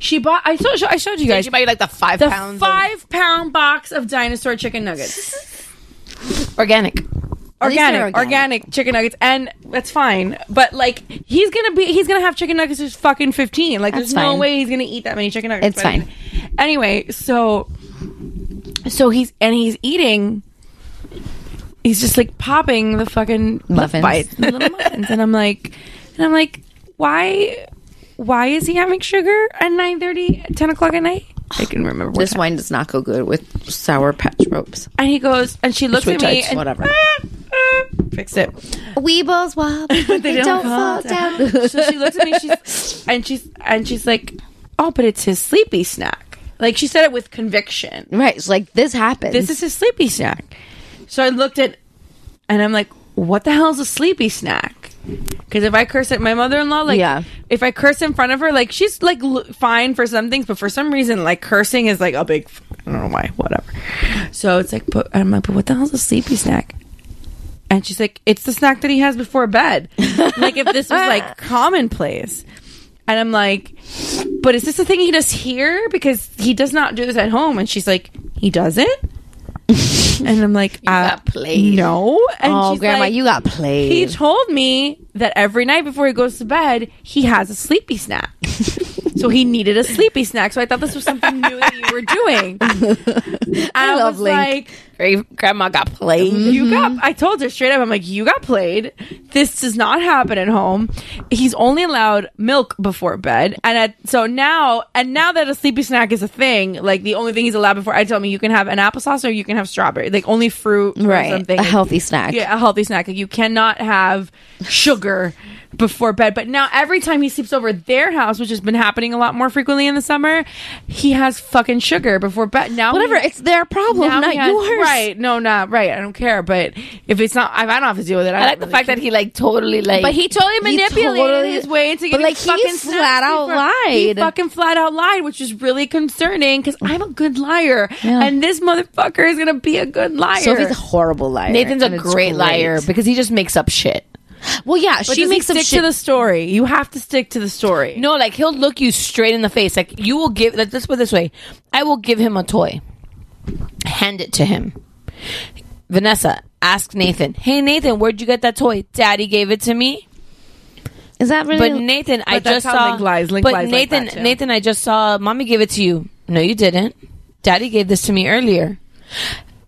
J: She bought. I showed. I showed you guys.
I: she buy you, like the five
J: the
I: pounds of-
J: five pound box of dinosaur chicken nuggets.
I: organic.
F: At least
J: Organic,
F: they're
J: organic, chicken nuggets, and that's fine. But like, he's gonna be—he's gonna have chicken nuggets. Who's fucking fifteen? Like,
F: That's
J: there's no
F: fine.
J: way he's gonna eat that many chicken nuggets.
F: It's
J: But
F: fine.
J: Anyway, so so he's and he's eating. He's just like popping the fucking
F: Muffins.
J: bite, the little muffins, and I'm like, and I'm like, why, why is he having sugar at 9:30, 10 o'clock at night? I can remember. what
F: This
J: time.
F: wine does not go good with sour patch ropes.
J: And he goes, and she looks
F: Sweet
J: at me,
F: Tights,
J: and,
F: whatever.
J: fix it.
F: Weebles wobble, they, don't,
J: don't
F: fall
J: fall
F: down.
J: so she looks at me she's and she's and she's like oh but it's his sleepy snack like she said it with conviction
F: right. It's like this happens.
J: this is his sleepy snack so i looked at and i'm like what the hell is a sleepy snack because if i curse at my mother-in-law like
F: Yeah.
J: if i curse in front of her like she's like l- fine for some things but for some reason like cursing is like a big f- i don't know why whatever so it's like but i'm like but what the hell's a sleepy snack and she's like, it's the snack that he has before bed. like if this was like commonplace. And I'm like, but is this the thing he does here? Because he does not do this at home. And she's like, he doesn't? and I'm like, uh,
F: played.
J: No. And
F: oh,
J: she's
F: grandma,
J: like,
F: you got played.
J: He told me that every night before he goes to bed, he has a sleepy snack. so he needed a sleepy snack. So I thought this was something new that you were doing. I,
F: love
J: was
F: Link.
J: like,
I: Gra- Grandma got played.
J: you
F: Mm-hmm.
J: got i told her straight up i'm like you got played this does not happen at home he's only allowed milk before bed and at, so now and now that a sleepy snack is a thing like the only thing he's allowed before i tell him you can have an applesauce or you can have strawberry like only fruit or
F: Right,
J: something
F: a healthy snack.
J: yeah a healthy snack like you cannot have sugar before bed but now every time he sleeps over at their house which has been happening a lot more frequently in the summer he has fucking sugar before bed now
F: Whatever,
J: he-
F: it's their problem,
J: now
F: not
J: he has-
F: yours.
J: Right? No, not right. I don't care. But if it's not, if I don't have to deal with it, I,
I: I like the fact that he like totally like.
J: But he totally manipulated
F: totally-
J: his way into
F: but,
J: getting
F: like, he
J: fucking
F: flat
J: snacks
F: out
J: before- He
F: lied.
J: fucking flat out lied, which is really concerning because I'm a good liar, and this motherfucker is gonna be a good liar.
F: Sophie's a horrible liar.
I: Nathan's a
F: and it's
I: great, liar because he just makes up shit.
F: Well, yeah,
J: But
F: she
J: does
F: makes
J: he
F: up
J: stick
F: shit.
J: to the story. You have to stick to the story.
I: No, like he'll look you straight in the face. Like you will give. Like, let's put it this way: I will give him a toy, hand it to him. Vanessa, ask Nathan. Hey, Nathan, where'd you get that toy? Daddy gave it to me.
F: Is that really?
I: But Nathan, I
J: But that's
I: just
J: how
I: saw.
J: Link lies. Link
I: but
J: lies like
I: Nathan,
J: that, too.
I: Nathan, I just saw. Mommy gave it to you. No, you didn't. Daddy gave this to me earlier.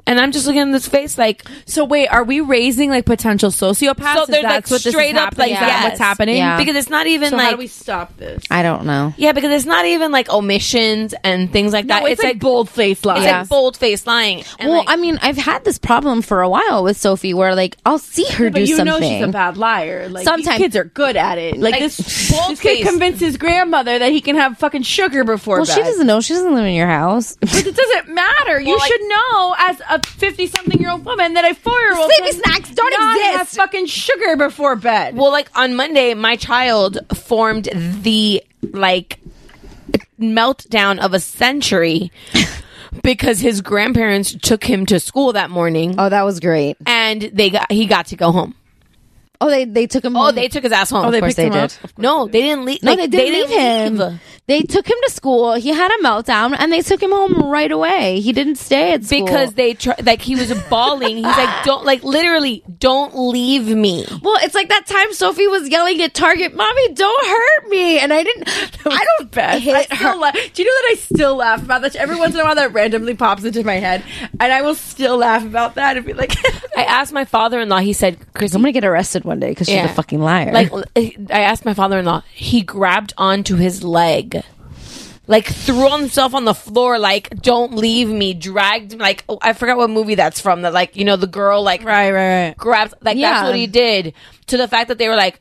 I: And I'm just looking in this face like
J: So wait, are we raising like potential sociopaths?
I: so
J: Is
I: they're like
J: that's what this is
I: straight up
J: happening?
I: like
J: Is that
I: yes.
J: what's happening?
F: Yeah.
I: because it's not even
J: So
I: like
J: how do we stop this?
F: I don't know.
I: yeah because it's not even like omissions and things like that.
J: it's, like, bold face lies.
I: it's like bold faced lying. And,
F: well,
I: like,
F: I mean, I've had this problem for a while with Sophie, where like I'll see her do
J: But you
F: something.
J: know she's a bad liar. Like
F: Sometimes-
J: these kids are good at it.
I: Like,
J: Like, this,
I: bold
J: this kid
I: face.
J: convinced his grandmother that he can have fucking sugar before
F: well,
J: bed.
F: she doesn't know. She doesn't live in your house.
J: But it doesn't matter. you
I: Well, I-
J: should know as a fifty-something-year-old woman that a four-year-old
F: Sleepy
J: can
F: snacks don't
J: not
F: exist.
J: Have fucking sugar before bed.
I: Well, like on Monday, my child formed the like meltdown of a century because his grandparents
J: Oh.
I: took him to school that morning
F: Oh, that was great.
I: and they got he got to go home.
F: Oh, they they took him.
I: Oh, they took his ass home.
F: Oh, they
I: of course
F: picked
I: they
F: him
I: did.
F: up?
I: No, they didn't leave.
F: No,
I: like,
F: they didn't leave him.
I: leave.
F: They took him to school. He had a meltdown, and they took him home right away. He didn't stay at school
I: because they tr- like he was bawling. He's like, don't like literally, don't leave me.
F: Well, it's like that time Sophie was yelling at Target, "Mommy, don't hurt me!" And I didn't. I don't
L: bet. I still la- Do you know that I still laugh about that? Every once in a while, that randomly pops into my head, and I will still laugh about that and be like,
I: I asked my father-in-law. He said, "Chris, I'm
F: gonna get arrested one day because she's a fucking liar."
I: Like I asked my father-in-law. He grabbed onto his leg. Like threw himself on the floor, like "Don't leave me." Dragged, like oh, I forgot what movie that's from. That like you know the girl, like
L: right, right, right.
I: Grabbed, like
L: Yeah.
I: that's what he did. To the fact that they were like,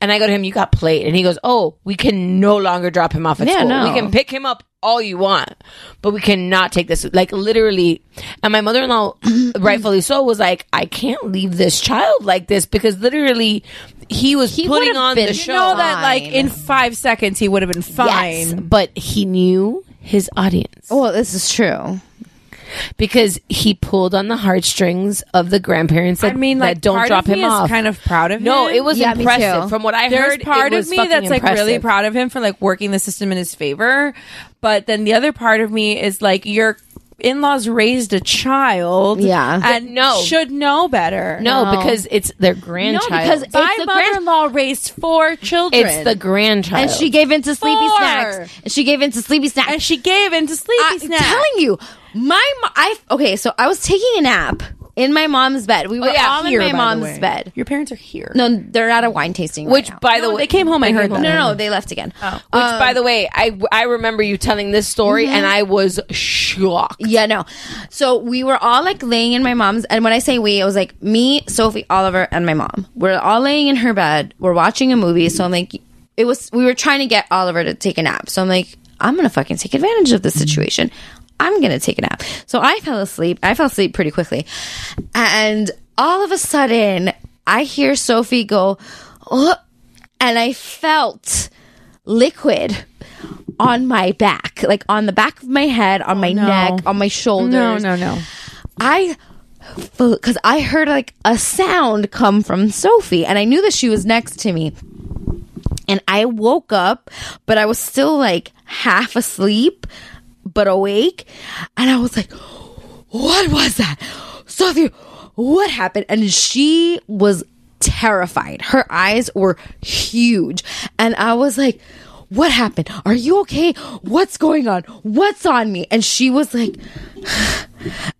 I: and I go to him, "You got played," and he goes, "Oh, we can no longer drop him off at
F: Yeah,
I: school.
F: no.
I: We can pick him up all you want, but we cannot take this." Like literally, and my mother in law, rightfully so, was like, "I can't leave this child like this because literally he was putting on the show."
L: You know that, like in five seconds, he would have been fine.
I: Yes, but he knew his audience.
F: Well, this is true.
I: Because he pulled on the heartstrings of the grandparents that,
L: I mean,
I: that
L: like,
I: don't
L: part
I: drop
L: of me
I: him
L: is
I: off.
L: kind of proud of
I: No,
L: him.
I: it was
L: Yeah, me
I: impressive.
L: too.
I: From what I
L: There's
I: heard,
L: part
I: it was
L: of me
I: fucking
L: that's like really
I: impressive.
L: proud of him for like working the system in his favor, but then the other part of me is like your in-laws raised a child,
I: Yeah.
L: and
I: No.
L: should know better.
I: No, because it's their grandchild.
L: No, because my mother-in-law raised four children.
I: It's the grandchild.
F: And she gave in to sleepy
L: Four.
F: snacks. And she gave in to sleepy snacks. And
L: she gave in to sleepy
F: snacks. I'm telling you, my mo- I okay. So I was taking a nap in my mom's bed. We were all
L: Oh, here,
F: in
L: by the
F: my mom's
L: way.
F: bed.
L: Your parents are here.
F: No, they're not a wine tasting.
I: Which, by the way,
F: they came home. I heard. No,
I: that.
F: no, they left again. Oh.
I: Which, by the way, I I remember you telling this story,
F: Mhm.
I: and I was shocked.
F: Yeah, no. So we were all like laying in my mom's, and when I say we, it was like me, Sophie, Oliver, and my mom. We're all laying in her bed. We're watching a movie. So I'm like, it was. We were trying to get Oliver to take a nap. So I'm like, I'm gonna fucking take advantage of this situation. I'm gonna take a nap. So I fell asleep. I fell asleep pretty quickly, and all of a sudden, I hear Sophie go, "Oh," and I felt liquid on my back, like on the back of my head, on my neck, on my shoulders.
L: Oh, No, no, no.
F: I, because I heard like a sound come from Sophie, and I knew that she was next to me. And I woke up, but I was still like half asleep, but awake. And I was like, what was that? Sophie, what happened? And she was terrified. Her eyes were huge. And I was like, what happened? Are you okay? What's going on? What's on me? And she was like,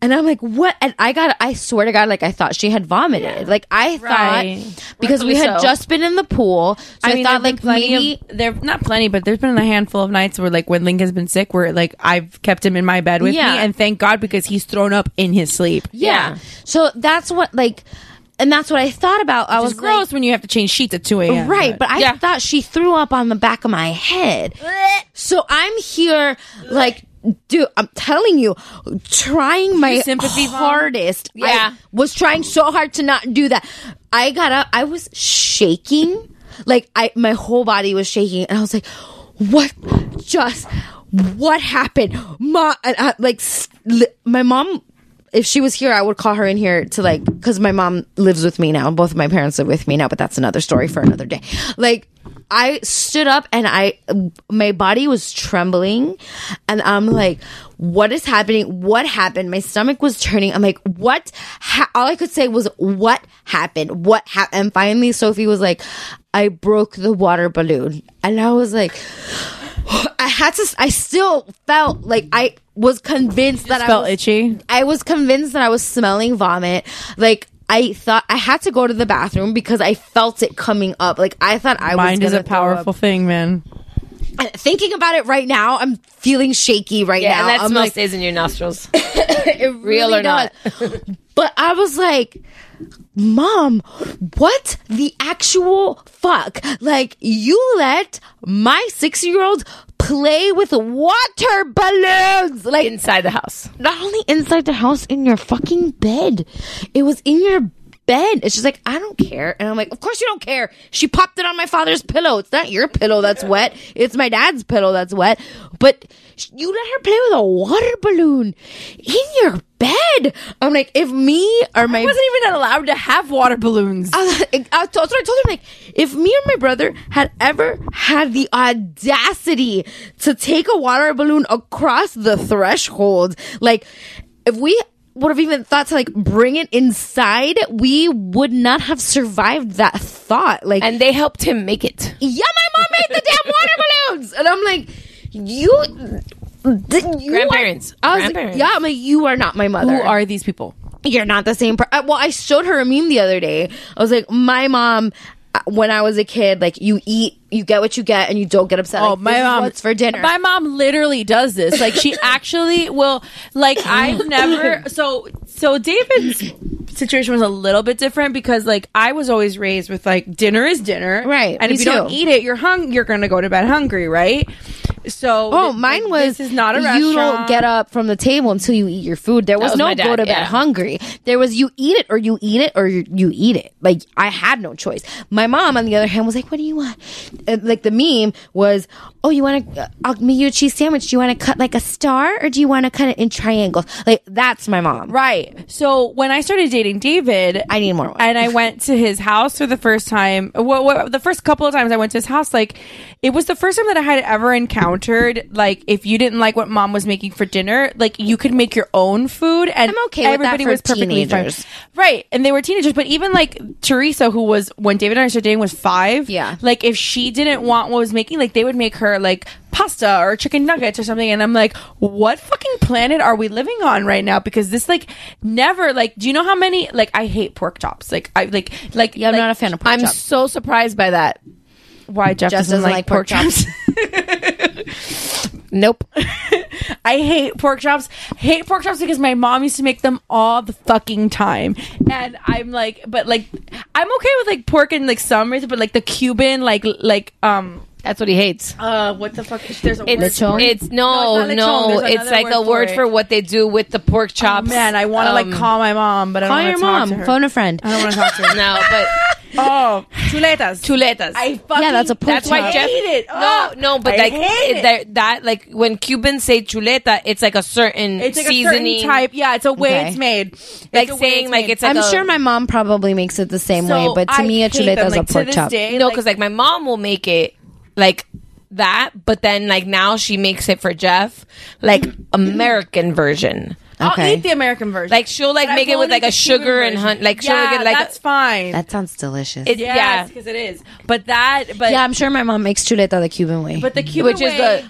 F: and I'm like, what? And I got, I swear to God, like I thought she had vomited. Like I
L: Right.
F: thought, because we
L: Luckily
F: had
L: so.
F: just been in the pool. So I, thought like maybe
L: there not plenty, but there's been a handful of nights where like when Link has been sick, where like I've kept him in my bed with
F: Yeah.
L: me, and thank God because he's thrown up in his sleep.
F: Yeah. So that's what like and that's what I thought about. I was gross
L: when you have to change sheets at 2 a.m.,
F: Right, but, I thought she threw up on the back of my head. So I'm here like dude, I'm telling you, trying my
L: sympathy bomb?
F: hardest. I
L: Yeah.
F: was trying so hard to not do that. I got up, I was shaking. Like I my whole body was shaking and I was like, what just what happened? Ma and I, like s- li- my mom if she was here, I would call her in here to like, because my mom lives with me now. Both of my parents live with me now, but that's another story for another day. Like, I stood up and I, my body was trembling, and I'm like, what is happening? What happened? My stomach was turning. I'm like, what? Ha-? All I could say was, what happened? What happened? And finally, Sophie was like, I broke the water balloon. And I was like, I had to. I still felt like I was convinced that
L: felt
F: I was
L: itchy?
F: I was convinced that I was smelling vomit. Like I thought I had to go to the bathroom because I felt it coming up. Like I thought I
L: Mind
F: was
L: is
F: gonna
L: a powerful thing, man.
F: throw up. And thinking about it right now, I'm feeling shaky right
I: Yeah,
F: now.
I: and that
F: I'm
I: smell
F: like,
I: stays in your nostrils.
F: it
I: Real
F: really
I: or not.
F: does. but I was like, Mom, what the actual fuck? Like, you let my six year old play with water balloons. Like,
I: inside the house.
F: Not only inside the house, in your fucking bed. It was in your bed. It's just like, I don't care. And I'm like, Of course you don't care. She popped it on my father's pillow. It's not your pillow that's wet, it's my dad's pillow that's wet. But you let her play with a water balloon in your bed. I'm like, if me or my I wasn't
I: even allowed to have water balloons.
F: I, was like- I told, I told him like, if me or my brother had ever had the audacity to take a water balloon across the threshold, like if we would have even thought to like bring it inside, we would not have survived that thought. Like,
I: and they helped him make it.
F: Yeah, my mom made the damn water balloons, and I'm like, you. th- you are-
I: Grandparents.
F: I was like,
I: Grandparents.
F: yeah, I'm like, you are not my mother.
I: Who are these people?
F: You're not the same. Per- uh, well, I showed her a meme the other day. I was like, my mom, uh, when I was a kid, like you eat, you get what you get, and you don't get upset. Oh,
J: my mom-
F: what's for dinner?
J: my mom literally does this. Like she actually will. Like I've never. So so David's situation was a little bit different because like I was always raised with like dinner is dinner, right? And
F: me
J: if you don't
F: too.
J: eat it, you're hung. You're gonna go to bed hungry, right? So
F: Oh, mine was.
J: this is not a
F: You don't
J: restaurant.
F: get up from the table until you eat your food. There
J: That
F: was,
J: was
F: no
J: my dad,
F: go to bed
J: yeah.
F: hungry. There was you eat it or you eat it or you, you eat it. Like I had no choice. My mom, on the other hand, was like, "What do you want?" And, like the meme was, "Oh, you want to? I'll make you a cheese sandwich. Do you want to cut like a star or do you want to cut it in triangles?" Like that's my mom.
J: Right. So when I started dating David,
F: I need more.
J: And I went to his house for the first time. Well, well, the first couple of times I went to his house, like it was the first time that I had ever encountered like if you didn't like what mom was making for dinner, like you could make your own food, and
F: I'm okay with that for teenagers.
J: fine. Right, and they were teenagers, but even like Teresa, who was when David and I started dating, was five. Yeah, like if she didn't want what was making, like they would make her like pasta or chicken nuggets or something, and I'm like, what fucking planet are we living on right now? Because this like never like, do you know how many like I hate pork chops? Like I like like yeah, I'm not a fan of pork
I: I'm so surprised by that.
J: Why Jeff, doesn't, like, pork, chops?
F: nope.
J: I hate pork chops. Hate pork chops because my mom used to make them all the fucking time. And I'm like, but like, I'm okay with like pork and like some reason, but like the Cuban, like, like, um,
I: that's what he hates.
J: Uh, what the fuck? is- There's a word
I: It's,
J: for it.
I: it's no,
J: it's not lechon.
I: no.
J: There's
I: It's
J: another
I: like a word for
J: it. Oh,
I: what they do with the pork chops.
J: man, I want to like
I: Um,
J: call my mom, but I don't
I: call
J: wanna
I: your
J: talk to
I: mom.
J: her.
I: Phone a
F: friend.
J: I don't want to talk to her
I: no, but
J: oh, chuletas,
I: chuletas.
J: I fucking
I: yeah, that's a
J: pork
I: That's why
J: chop.
I: Jeff.
J: Hate it.
I: No,
J: Oh,
I: no, but
J: I
I: like
J: hate
I: it-
J: it.
I: that, that, like when Cubans say chuleta, it's like a certain
J: It's like a certain
I: seasoning
J: type. Yeah, it's a way
F: Okay.
J: it's made.
I: Like saying like it's like
F: I'm
I: a-
F: sure my mom probably makes it the same way,
I: So,
F: but to
I: I
F: me, a
I: hate
F: chuleta
I: them,
F: is
I: like,
F: a
I: to
F: pork
I: this
F: chop.
I: day, no, because like, my mom will make it like that, but then like now she makes it for Jeff, like American version.
J: I'll eat the American version.
I: Like she'll like
J: But I
I: make it with
J: won't
I: like
J: eat
I: a
J: the Cuban
I: sugar and
J: version.
I: hun- like
J: Yeah,
I: she'll get like
J: that's fine.
F: That sounds delicious.
I: It- yeah.
J: because it is. But that, but
F: yeah, I'm sure my mom makes chuleta the Cuban way,
J: But the Cuban
I: Which is the-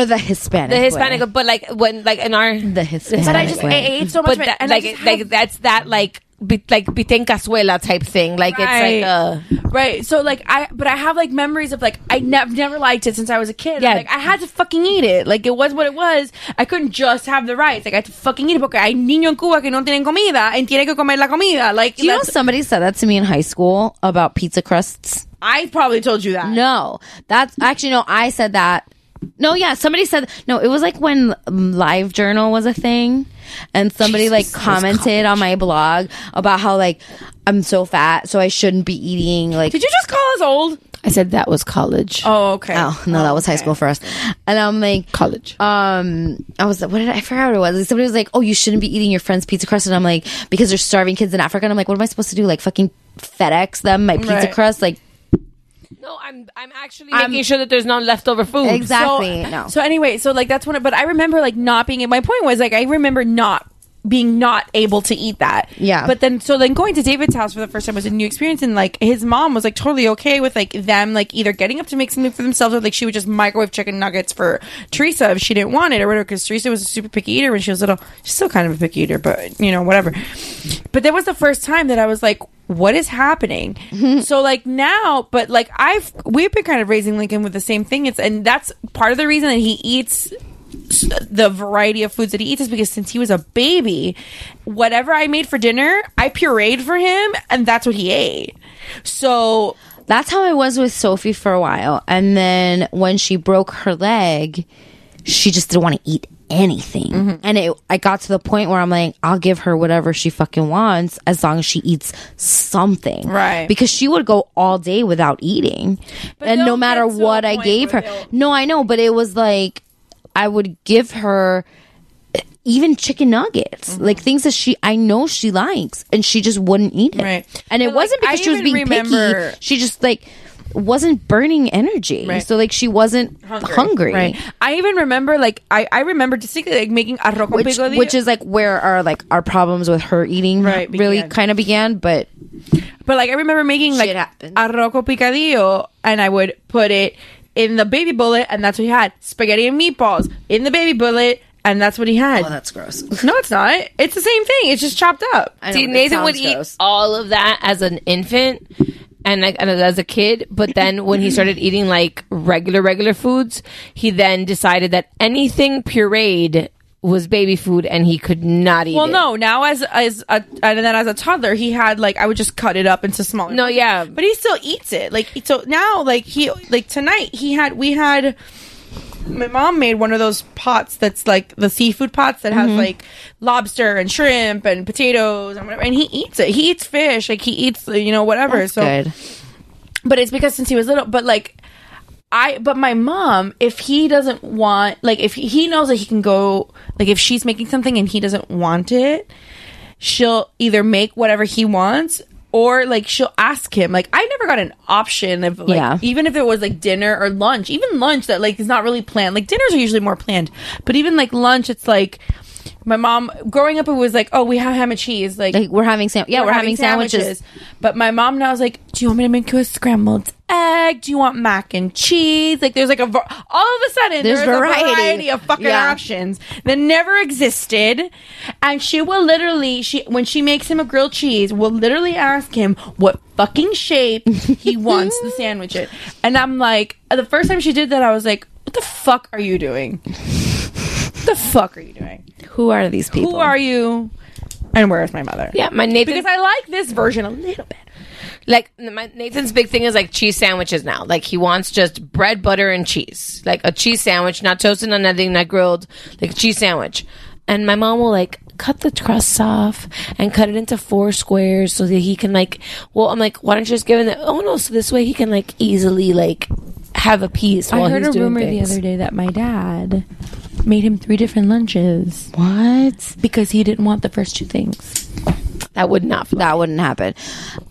F: or the Hispanic,
I: the
F: way.
I: Hispanic, but like when like in our the
F: Hispanic But I just- way. I ate
J: so
I: but
J: much of it,
I: that,
J: and I
I: like
J: just
I: like that's that like bi- like biten cazuela type thing. Like it's like a
J: right. So like I, but I have like memories of like I never never liked it since I was a kid.
I: Yeah.
J: like I had to fucking eat it. Like it was what it was. I couldn't just have the rice. Like I had to fucking eat it. Porque hay niño en Cuba que no tienen comida and tiene que comer la comida. Like
F: Do you know
J: that's-
F: somebody said that to me in high school about pizza crusts?
J: I probably told you that.
F: No, that's actually no. I said that. No, yeah, somebody said no. It was like when um, Live Journal was a thing, and somebody like commented on my blog about how like I'm so fat, so I shouldn't be eating. Like,
J: Did you just call us old?
I: I said that was college.
J: Oh, okay.
F: Oh no, that was high school for us. And I'm like
I: college.
F: Um, I was like, what did I, I forgot what it was? Like, somebody was like, oh, you shouldn't be eating your friend's pizza crust, and I'm like, because they're starving kids in Africa. And I'm like, what am I supposed to do? Like fucking FedEx them my pizza
I: Right.
F: crust? Like
I: no. I'm I'm actually making sure that there's no leftover food.
J: So, So anyway, so like that's when. But I remember like not being. My point was like I remember not being not able to eat that.
F: Yeah.
J: But then so then going to David's house for the first time was a new experience, and like his mom was like totally okay with like them like either getting up to make something for themselves or like she would just microwave chicken nuggets for Teresa if she didn't want it or whatever. Because Teresa was a super picky eater when she was little. She's still kind of a picky eater, but you know whatever. But that was the first time that I was like, what is happening? so like now, but like I've we've been kind of raising Lincoln with the same thing. It's and that's part of the reason that he eats s- the variety of foods that he eats is because since he was a baby, whatever I made for dinner, I pureed for him, and that's what he ate. So
F: that's how I was with Sophie for a while, and then when she broke her leg, she just didn't want to eat anything,
L: Mm-hmm.
F: and it I got to the point where I'm like, I'll give her whatever she fucking wants as long as she eats something,
J: Right.
F: Because she would go all day without eating, and no matter what I gave her, no, I know, but it was like I would give her even chicken nuggets,
L: Mm-hmm.
F: like things that she I know she likes, and she just wouldn't eat it. Right. And it
L: But, like,
F: wasn't because
L: I
F: she was
L: even
F: being
L: remember-
F: picky. She just like wasn't burning energy,
L: Right.
F: so like she wasn't hungry.
L: Right.
J: I even remember like I I remember distinctly like making arroz con
F: Which,
J: picadillo.
F: which is like where our like our problems with her eating really
J: began.
F: kind of began, but
J: But like I remember making like arroz con picadillo, and I would put it in the baby bullet, and that's what he had: spaghetti and meatballs in the baby bullet, and that's what he had. Oh,
F: that's gross.
J: no, it's not. It's the same thing. It's just chopped up.
I: See, Nathan would eat all of that as an infant and like and as a kid, but then when he started eating like regular regular foods, he then decided that anything pureed was baby food and he could not eat
J: Well,
I: it.
J: no. Now, as as a, and then as a toddler, he had like I would just cut it up into smaller.
I: No, yeah,
J: but he still eats it. Like so now, like he like tonight he had we had. My mom made one of those pots that's like the seafood pots that has
I: Mm-hmm.
L: Mhm.
J: like lobster and shrimp and potatoes and whatever, and he eats it. He eats fish, like he eats you know whatever.
L: That's
J: so,
L: good.
J: but it's because since he was little, but like I but my mom, if he doesn't want like if he, he knows that he can go like if she's making something and he doesn't want it, she'll either make whatever he wants or like she'll ask him. Like I never got an option of like
F: Yeah.
J: even if it was like dinner or lunch, even lunch that like is not really planned. Like dinners are usually more planned, but even like lunch it's like my mom growing up it was like, "Oh, we have ham and cheese." Like,
F: we're having sam- yeah, we're having sandwiches.
J: But my mom now is like, "Do you want me to make you a scrambled egg? Do you want mac and cheese?" Like there's like a var- all of a sudden
F: There's
J: there's,
F: variety.
J: a variety of fucking
F: Yeah.
J: options that never existed. And she will literally she when she makes him a grilled cheese, will literally ask him what fucking shape he wants the sandwich in. And I'm like, the first time she did that, I was like, "What the fuck are you doing?" the fuck are you doing?
F: who are these people?
J: Who are you? And where is my mother?
I: Yeah, my Nathan-
J: Because I like this version a little bit.
I: Like my, Nathan's big thing is like cheese sandwiches now. Like he wants just bread, butter, and cheese. Like a cheese sandwich, not toasted, not nothing, not grilled. Like a cheese sandwich. And my mom will like cut the crusts off and cut it into four squares so that he can like. Well, I'm like, why don't you just give him the? Oh no, so this way he can like easily like have a piece. While
L: I heard
I: he's
L: a
I: doing
L: rumor
I: things.
L: the other day that my dad made him three different lunches. What? Because he didn't want the first two things.
I: That would not.
F: That wouldn't happen.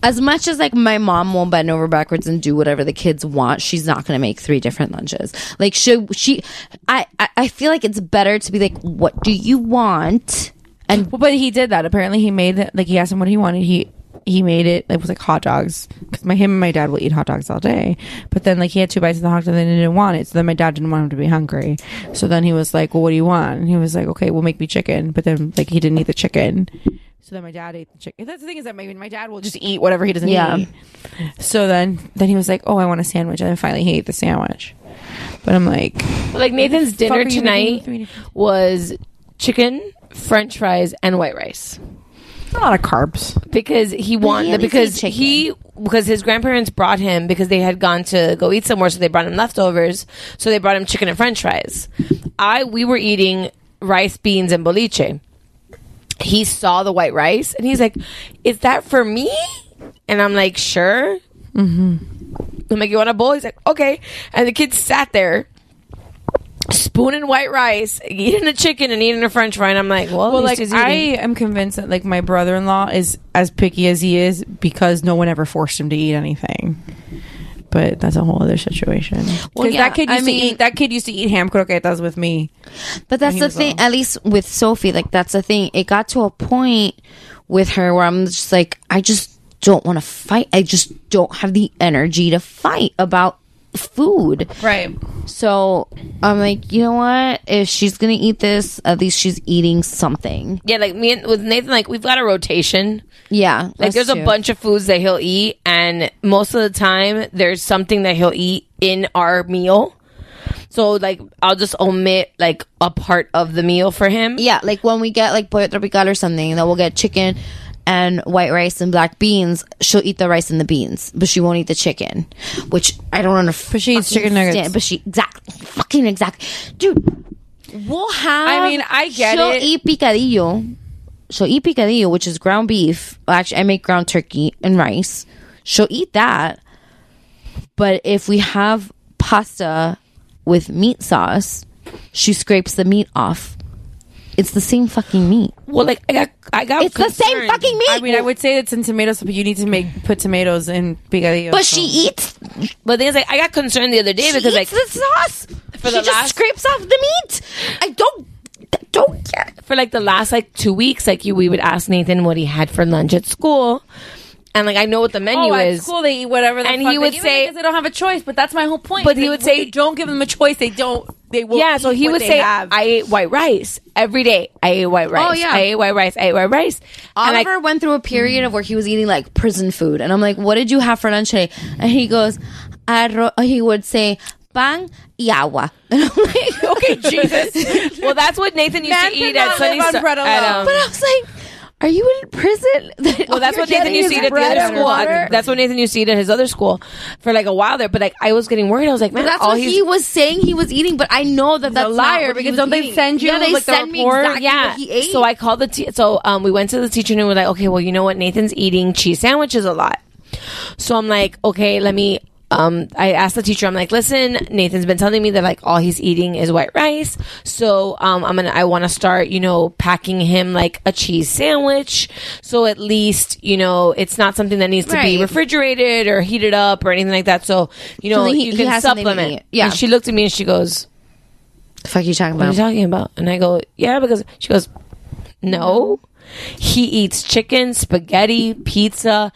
F: As much as like my mom won't bend over backwards and do whatever the kids want, she's not going to make three different lunches. Like she, she, I, I- I feel like it's better to be like, what do you want? And
J: well, but he did that. Apparently, he made it. Like he asked him what he wanted. He he made it. It was like hot dogs because my him and my dad will eat hot dogs all day. But then like he had two bites of the hot dog and then he didn't want it. So then my dad didn't want him to be hungry. So then he was like, "Well, what do you want?" And he was like, "Okay, well, make me chicken." But then like he didn't eat the chicken. So then my dad ate the chicken. That's the thing is that maybe my dad will just eat whatever he doesn't
L: Yeah.
J: eat. So then then he was like, "Oh, I want a sandwich." And then finally he ate the sandwich. But I'm like,
I: But, like Nathan's
J: Fuck are
I: dinner
J: you making me
I: tonight was chicken, French fries, and white rice.
J: a lot of carbs.
I: because he
J: But
I: wanted
J: he at least
I: because
J: ate chicken.
I: he because his grandparents brought him because they had gone to go eat somewhere so they brought him leftovers so they brought him chicken and french fries i we were eating rice beans and boliche he saw the white rice and he's like is that for me and i'm like sure
L: Mm-hmm.
I: i'm like you want a bowl he's like okay and the kid sat there spooning white rice eating a chicken and eating a french fry and i'm like well,
J: well,
I: at least
J: like
I: he's
J: I
I: eating.
J: am convinced that like my brother in law is as picky as he is because no one ever forced him to eat anything. But that's a whole other situation. Because
F: Well, yeah,
J: that kid
F: I
J: used to
F: mean-
J: eat that kid used to eat ham croquetas with me.
F: But that's
J: He
F: the
J: was
F: thing, at least with Sophie, like that's the thing. It got to a point with her where I'm just like, I just don't want to fight. I just don't have the energy to fight about food.
J: Right.
F: So I'm like, you know what? If she's going to eat this, at least she's eating something.
I: yeah like me and with nathan like we've got a rotation
F: Yeah.
I: Like
F: us
I: there's
F: two.
I: a bunch of foods that he'll eat, and most of the time there's something that he'll eat in our meal. So like I'll just omit like a part of the meal for him.
F: Yeah, like when we get like pollo tropical or something, then we'll get chicken and white rice and black beans. She'll eat the rice and the beans, but she won't eat the chicken, which I don't understand. But she eats
J: chicken nuggets.
F: But she exactly fucking exactly, dude. We'll have.
J: I mean, I get
F: she'll
J: it.
F: eat picadillo. She'll eat picadillo, which is ground beef. Well, Actually, I make ground turkey and rice. She'll eat that. But if we have pasta with meat sauce, she scrapes the meat off It's the same fucking meat.
I: Well, like I got, I got.
F: It's the same fucking meat.
L: I mean, I would say it's in tomatoes, but you need to make put tomatoes in picadillo.
F: But she eats.
I: But there's like I got concerned the other day
F: She
I: because like
F: eats the sauce.
I: for
F: she
I: the
F: just
I: last-
F: scrapes off the meat. I don't. Don't get
I: for like the last like two weeks, like you, we would ask Nathan what he had for lunch at school, and like I know what the menu
L: oh, at
I: is.
L: school they eat whatever. The
I: And
L: fuck
I: he
L: they
I: would
L: give them
I: say-
L: because they don't have a choice. But that's my whole point.
I: But he
L: Like,
I: would
L: when
I: say-
L: you don't give them a choice. They don't. They will.
I: yeah, so
L: eat
I: he
L: what
I: would
L: they
I: say,
L: have.
I: "I ate white rice every day. I ate white rice.
F: Oh, yeah.
I: I ate white rice. I ate white rice." And, like,
F: Oliver went through a period of where he was eating like prison food, and I'm like, "What did you have for lunch today?" And he goes, "Arro." uh, He would say, "Pan y agua." And I'm like,
I: "Okay, Jesus." well, that's what Nathan used
F: Man
I: to eat
F: cannot
I: at
F: live
I: Sunny
F: on bread alone. But I was like, "Are you in prison?"
I: well, that's what Nathan
F: getting
I: used to
F: is
I: eat at the
F: bread
I: other
F: and
I: school.
F: water.
I: That's what Nathan used to eat at his other school for like a while there. But like, I was getting worried. I was like,
F: But
I: man,
F: that's
I: all
F: what
I: he's
F: he was saying he was eating, but I know that that's
I: a
F: not what
I: liar
F: he
I: because
F: was
I: don't they
F: eating.
I: send you
F: Yeah, they
I: like the
F: send me
I: report?
F: exactly
I: yeah.
F: what he ate.
I: So I called the te- so um we went to the teacher and we were like, okay, well you know what Nathan's eating cheese sandwiches a lot, so I'm like, okay, let me. Um, I asked the teacher. I'm like, listen, Nathan's been telling me that like all he's eating is white rice, so um, I'm gonna I want to start you know packing him like a cheese sandwich, so at least you know it's not something that needs to
F: Right.
I: be refrigerated or heated up or anything like that. So you
F: So
I: know
F: he-
I: you
F: he
I: can
F: has something to eat.
I: supplement.
F: Yeah.
I: And she looked at me and she goes,
F: The fuck you talking
I: what are
F: about?
I: you talking about? And I go, yeah, because she goes, no. He eats chicken, spaghetti, pizza,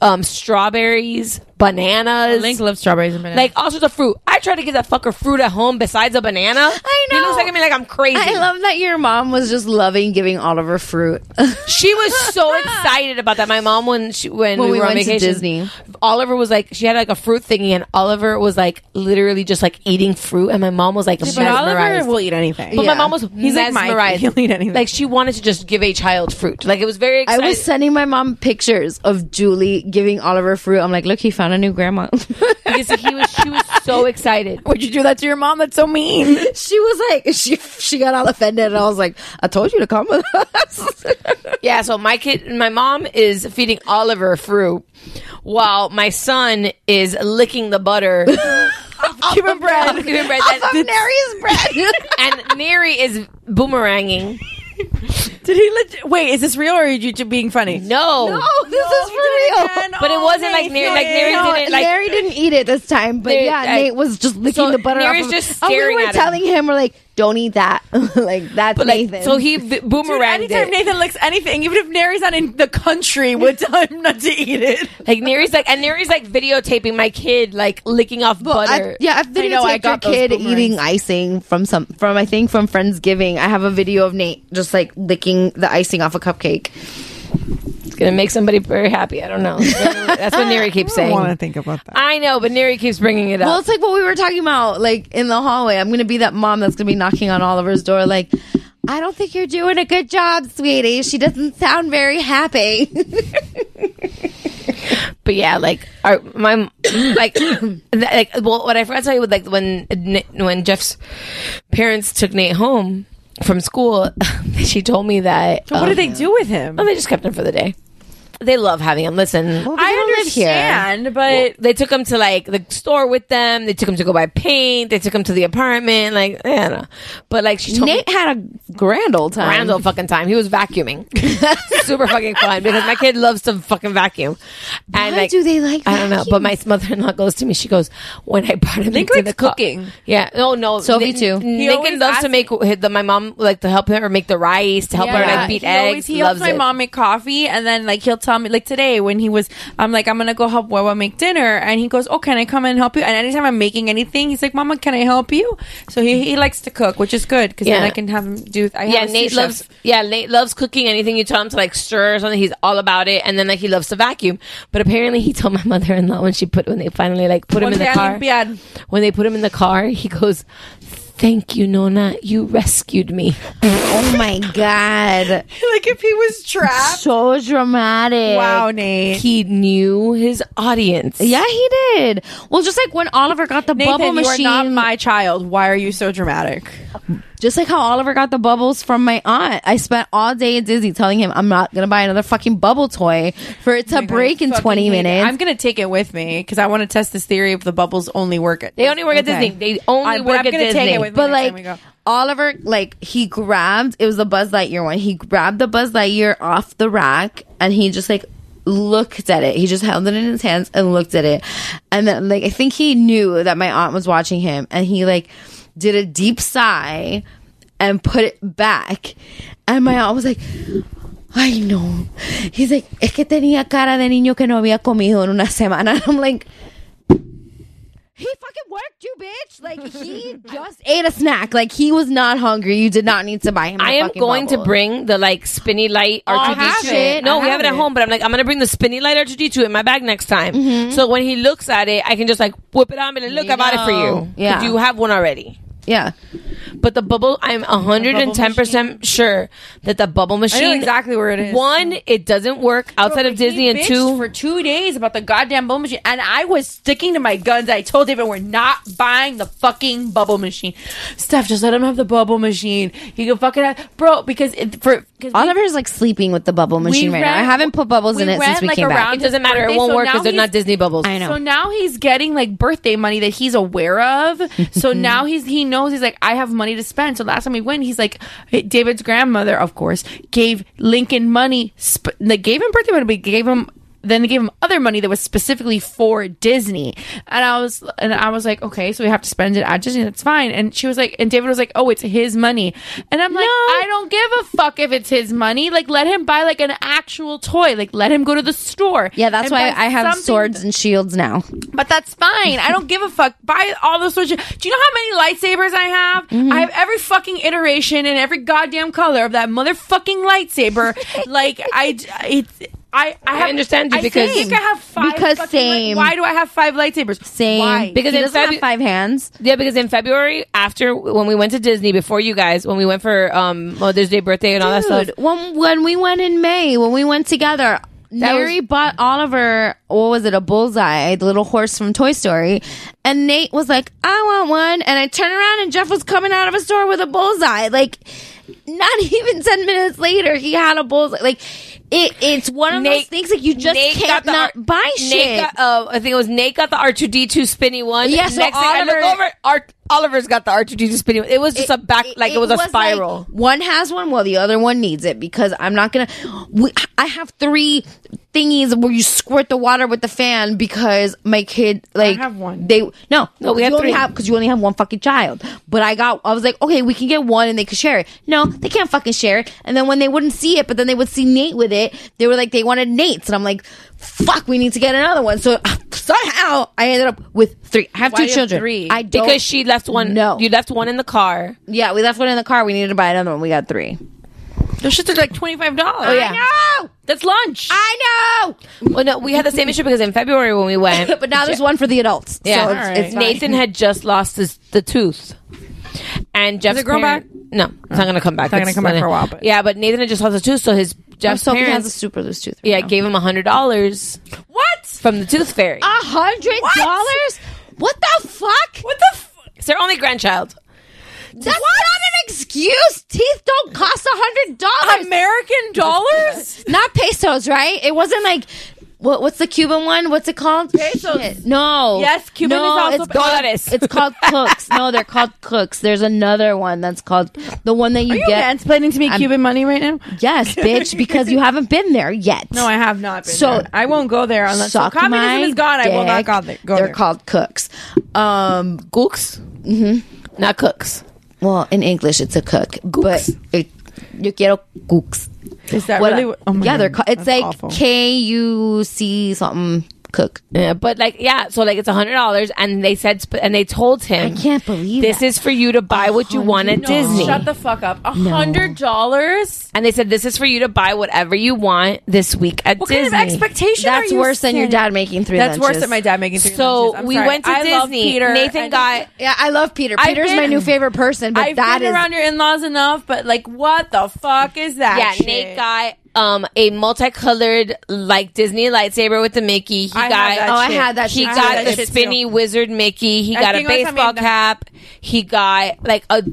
I: um, strawberries, bananas.
L: Link loves strawberries and bananas.
I: Like all sorts of fruit. I try to give that fucker fruit at home besides a banana. I know. He looks at me like I'm crazy.
F: I love that your mom was just loving giving Oliver fruit.
I: she was so excited about that. My mom when she when,
F: When
I: we,
F: we
I: were on
F: went to
I: vacation,
F: Disney.
I: Oliver was like she had like a fruit thingy, and Oliver was like literally just like eating fruit, and my mom was like
L: but Oliver
I: mesmerized.
L: will eat anything.
I: But
L: Yeah.
I: my mom was
L: He's like Mike.
I: mesmerized.
L: He'll eat anything.
I: Like she wanted to just give a child fruit. Like it was very.
F: I
I: Exciting.
F: was sending my mom pictures of Julie giving Oliver fruit. I'm like, look, he found a new grandma.
I: because he was she was so excited.
L: Would you do that to your mom? That's so mean.
F: she was like, she she got all offended, and I was like, I told you to come with us.
I: Yeah, so my kid, my mom is feeding Oliver fruit, while my son is licking the butter.
L: Cuban bread.
I: Cuban bread.
F: Off of
I: That-
F: Mary's bread.
I: and Neri is boomeranging.
L: Did he legit? Wait, is this real or are you ju- being funny?
I: No,
F: no, Oh, this is for real.
I: but it
L: Oh,
I: wasn't like Neri. Like Neri
F: No,
I: didn't like.
F: Mary Oh, didn't eat it this time, but
I: There-
F: yeah,
I: I-
F: Nate was just licking
I: so
F: the butter
I: Mary's
F: off.
I: just
F: of, and we
I: staring
F: were
I: at him.
F: telling him, we're like, don't eat that. like that's
I: but like,
F: Nathan.
I: so he v-
L: Dude,
I: boomeranged
L: anytime
I: it.
L: Nathan licks anything, even if Nary's not in the country, would tell him not to eat it.
I: Like Neri's like, and Neri's like videotaping my kid like licking off butter.
F: I, yeah, I've
L: I
F: videotaped
L: know, I got
F: your
L: those
F: kid
L: boomerangs.
F: eating icing from some from I think from Friendsgiving. I have a video of Nate just like licking the icing off a cupcake.
I: It's gonna make somebody very happy. I don't know. That's what Neri keeps saying.
L: think about that.
I: I know, but Neri keeps bringing it up.
F: Well, it's like what we were talking about, like in the hallway. I'm gonna be that mom that's gonna be knocking on Oliver's door, like, I don't think you're doing a good job, sweetie. She doesn't sound very happy.
I: But yeah, like our my like th- like well, what I forgot to tell you was like when Ni- when Jeff's parents took Nate home from school, she told me that
L: But what
I: um,
L: did they do with him?
I: oh, they just kept him for the day. They love having him. Listen,
L: I understand, but
I: they took him to like the store with them. They took him to go buy paint. They took him to the apartment. Like I don't know, but like she told me
F: Nate had a grand old time.
I: Grand old fucking time. He was vacuuming. Super fucking fun because my kid loves to fucking vacuum. And
F: Why do they like
I: I don't know. But my mother in law goes to me. She goes, when I brought him
L: Link
I: into
L: likes
I: the car-"
L: cooking.
I: Yeah. No, no.
F: Sophie
I: Lin-
F: too.
I: Lincoln
L: He always
I: loves to
L: asks-
I: make the, my mom like to help her make the rice, to help her like beat
L: he
I: eggs.
L: Always, he helps
I: loves
L: my
I: it.
L: mom make coffee, and then like he'll tell me like today when he was, I'm like I'm gonna go help Wawa make dinner, and he goes, oh can I come and help you? And anytime I'm making anything, he's like, Mama, can I help you? So he, he likes to cook, which is good because then
I: Yeah.
L: I can have him do. I
I: Yeah,
L: have a
I: Nate
L: sous
I: loves.
L: chef.
I: Yeah, Nate loves cooking. Anything you tell him to like stir or something, he's all about it. And then like he loves to vacuum. But apparently, he told my mother-in-law when she put when they finally like put him in the car.
L: Olympiad.
I: when they put him in the car, he goes, "Thank you, Nona. You rescued me."
F: Oh my god.
L: like if he was trapped.
F: So dramatic.
L: Wow, Nate.
I: He knew his audience.
F: Yeah, he did. Well, just like when Oliver got the
L: Nathan,
F: bubble
L: you are
F: machine.
L: not my child. Why are you so dramatic?
F: Just like how Oliver got the bubbles from my aunt. I spent all day at Disney telling him I'm not gonna buy another fucking bubble toy for
L: Oh
F: it to break in
J: Fucking
F: twenty
J: hate it.
F: minutes.
J: I'm gonna take it with me because I want to test this theory if the bubbles only work at.
I: They only work at Disney. They only
J: I- but
I: work
J: I'm
I: at
J: gonna Take
I: Disney.
J: it with me
F: but
J: next time we
F: like
J: go.
F: Oliver, like he grabbed it was the Buzz Lightyear one. He grabbed the Buzz Lightyear off the rack and he just like looked at it. He just held it in his hands and looked at it. And then like I think he knew that my aunt was watching him and he like did a deep sigh and put it back. And my aunt was like Ay no. He's like, es que tenía cara de niño que no había comido en una semana. And I'm like, He fucking worked, you bitch. Like he just ate a snack. Like he was not hungry. You did not need to buy him. I
I: I am going to bring the like spinny light
F: Oh, I
I: R2D2.
F: have it.
I: No,
F: I
I: we have
F: have
I: it at
F: it.
I: home, but I'm like, I'm gonna bring the spinny light R2D2 in my bag next time.
F: Mhm.
I: So when he looks at it, I can just like whip it on and look, I bought it for you.
F: Yeah.
I: 'Cause You have one already.
F: Yeah.
I: But the bubble, I'm 110% sure that the bubble machine.
J: exactly where it is.
I: One, it doesn't work outside of Disney, and
J: bitched
I: two,
J: for two days about the goddamn bubble machine, and I was sticking to my guns. I told David we're not buying the fucking bubble machine. Steph, just let him have the bubble machine. He can fucking have, bro, because it, for because
F: Oliver's like sleeping with the bubble machine right now. I
J: ran-
F: haven't put bubbles in
J: we
F: it since
J: ran,
F: we
J: like,
F: came
J: around
F: back.
J: his birthday, so now he's-
I: bubbles.
F: I know.
J: So now he's getting like birthday money that he's aware of. so now he's he knows he's like I have money to spend. So last time we went, he's like David's grandmother, of course, gave Lincoln money. Sp- they gave him birthday money, but gave him then they gave him other money that was specifically for Disney. And I was and I was like, okay, so we have to spend it at Disney. That's fine. And she was like, and David was like, oh, it's his money. And I'm like, I don't give a fuck if it's his money. Like, let him buy like an actual toy. Like, let him go to the store.
F: yeah, that's
J: and
F: why
J: buy
F: I have
J: something
F: swords and shields now.
J: but that's fine. I don't give a fuck. Buy all those switches. Do you know how many lightsabers I have?
F: Mm-hmm.
J: I have every fucking iteration and every goddamn color of that motherfucking lightsaber. like I, it's. I, I, have,
I: understand you
J: I
I: because-
J: think I have five
F: Because
J: fucking light-
F: same.
J: why do I have five lightsabers?
F: Same.
J: Why?
I: Because in February,
F: five hands.
I: Yeah, because in February, after when we went to Disney before you guys, when we went for um, Mother's Day birthday and all that stuff,
F: Dude, when when we went in May, when we went together, Mary bought Oliver what was it, a bullseye, the little horse from Toy Story. And Nate was like, I want one and I turned around and Jeff was coming out of a store with a bullseye. Like not even ten minutes later he had a bullseye. Like it it's one of those
I: Nate-
F: things like you just
I: Nate
F: can't
I: got the
F: not
I: R-
F: buy
I: Nate
F: shit.
I: got, uh, I think it was Nate got the R two D two spinny one.
F: Yeah, so
I: Next thing I look
F: Oliver-
I: over, Ar- Oliver's got the R two D two spinny. one. It was just a back, like it, was, a
F: like,
I: spiral.
F: one has one, well, the other one needs it because I'm not gonna. We, I have three thingies where you squirt the water with the fan because my kid like
J: have one.
F: They no
J: No, we
F: you
J: have
F: only
J: three.
F: have because you only have one fucking child. But I got I was like okay we can get one and they could share it. No, they can't fucking share it. And then when they wouldn't see it, but then they would see Nate with it. They were like they wanted Nate's and I'm like fuck we need to get another one. So somehow I ended up with three. I have
I: Why
F: two
I: do you have
F: children.
I: three?
F: I don't
I: Because she left one-
F: No,
I: you left one in the car.
F: Yeah, we left one in the car. We needed to buy another one. We got three.
I: Those shits are like twenty five dollars.
F: Oh, yeah.
I: I know. That's lunch.
F: I
I: know. Well, no, we had the same issue because in February when we went,
F: but now there's one for the adults.
I: Yeah,
F: so it's, it's fine.
I: Nathan had just lost his the tooth, and Jeff's
F: it grow
I: parent- No, it's not going to come back.
J: It's not gonna come back for a while,
I: But. Yeah, but Nathan had just lost a tooth, so his Jeff's
F: so he has
I: parents
F: a super loose tooth.
I: yeah, gave him a hundred dollars. What from the tooth fairy?
F: A hundred dollars? What the fuck?
I: What the? F- it's their only grandchild.
F: That's not an excuse. Teeth don't cost a hundred dollars.
J: American dollars?
F: not pesos, right? It wasn't like. What, what's the Cuban one? What's it called? Pesos. No.
J: Yes, Cuban
F: no,
J: is also
F: it's called,
J: pesos.
F: It's called cooks. No, they're called cooks. There's another one that's called the one that you,
J: Are you
F: get.
J: mansplaining to me Cuban money right now?
F: Yes, bitch, because you haven't been there yet.
J: No, I have not. Been
F: So-
J: so I won't go there unless so
F: Suck
J: communism
F: my
J: is gone. I will not
F: dick.
J: go there. Go
F: They're
J: there.
F: called cooks. Um,
I: gooks?
F: Mm-hmm.
I: Not cooks.
F: Well, in English, it's a cook. Gooks. But it, yo quiero gooks.
J: Is that
F: What-
J: really? what- Oh my
F: yeah,
J: God.
F: they're ca- it's
J: That's awful.
F: like K U C something cook.
I: Yeah, but like yeah, so like it's a hundred dollars, and they said sp- and they told him, I
F: can't believe
I: this is for you to buy what you want at
J: No,
I: Disney.
J: Shut the fuck up. A hundred dollars.
I: and they said this is for you to buy whatever you want this week at
J: What kind
I: Disney.
J: of expectation?
F: That's
J: are you
F: worse than your
J: setting?
F: dad making three
J: That's worse
F: lunches.
J: than my dad making three
I: So
J: lunches. I'm
I: we
J: sorry.
I: went to
J: I love
I: Disney.
J: Peter.
I: Nathan
J: and-
I: got-
F: Yeah, I love Peter.
J: I've
F: Peter's
J: been-
F: my new favorite person, but
J: I've
F: that
J: been
F: is
J: around your in-laws enough, but like, what the fuck is that?
I: yeah,
J: shit?
I: Nate got um a multicolored like Disney lightsaber with the Mickey. He
J: I have
I: got
J: that Oh, I shit. had that
I: He
J: shit too. I
I: got
J: had
I: the
J: that shit
I: spinny
J: too.
I: wizard Mickey. He
J: I
I: got a
J: think last time we
I: baseball
J: had
I: cap. He got like a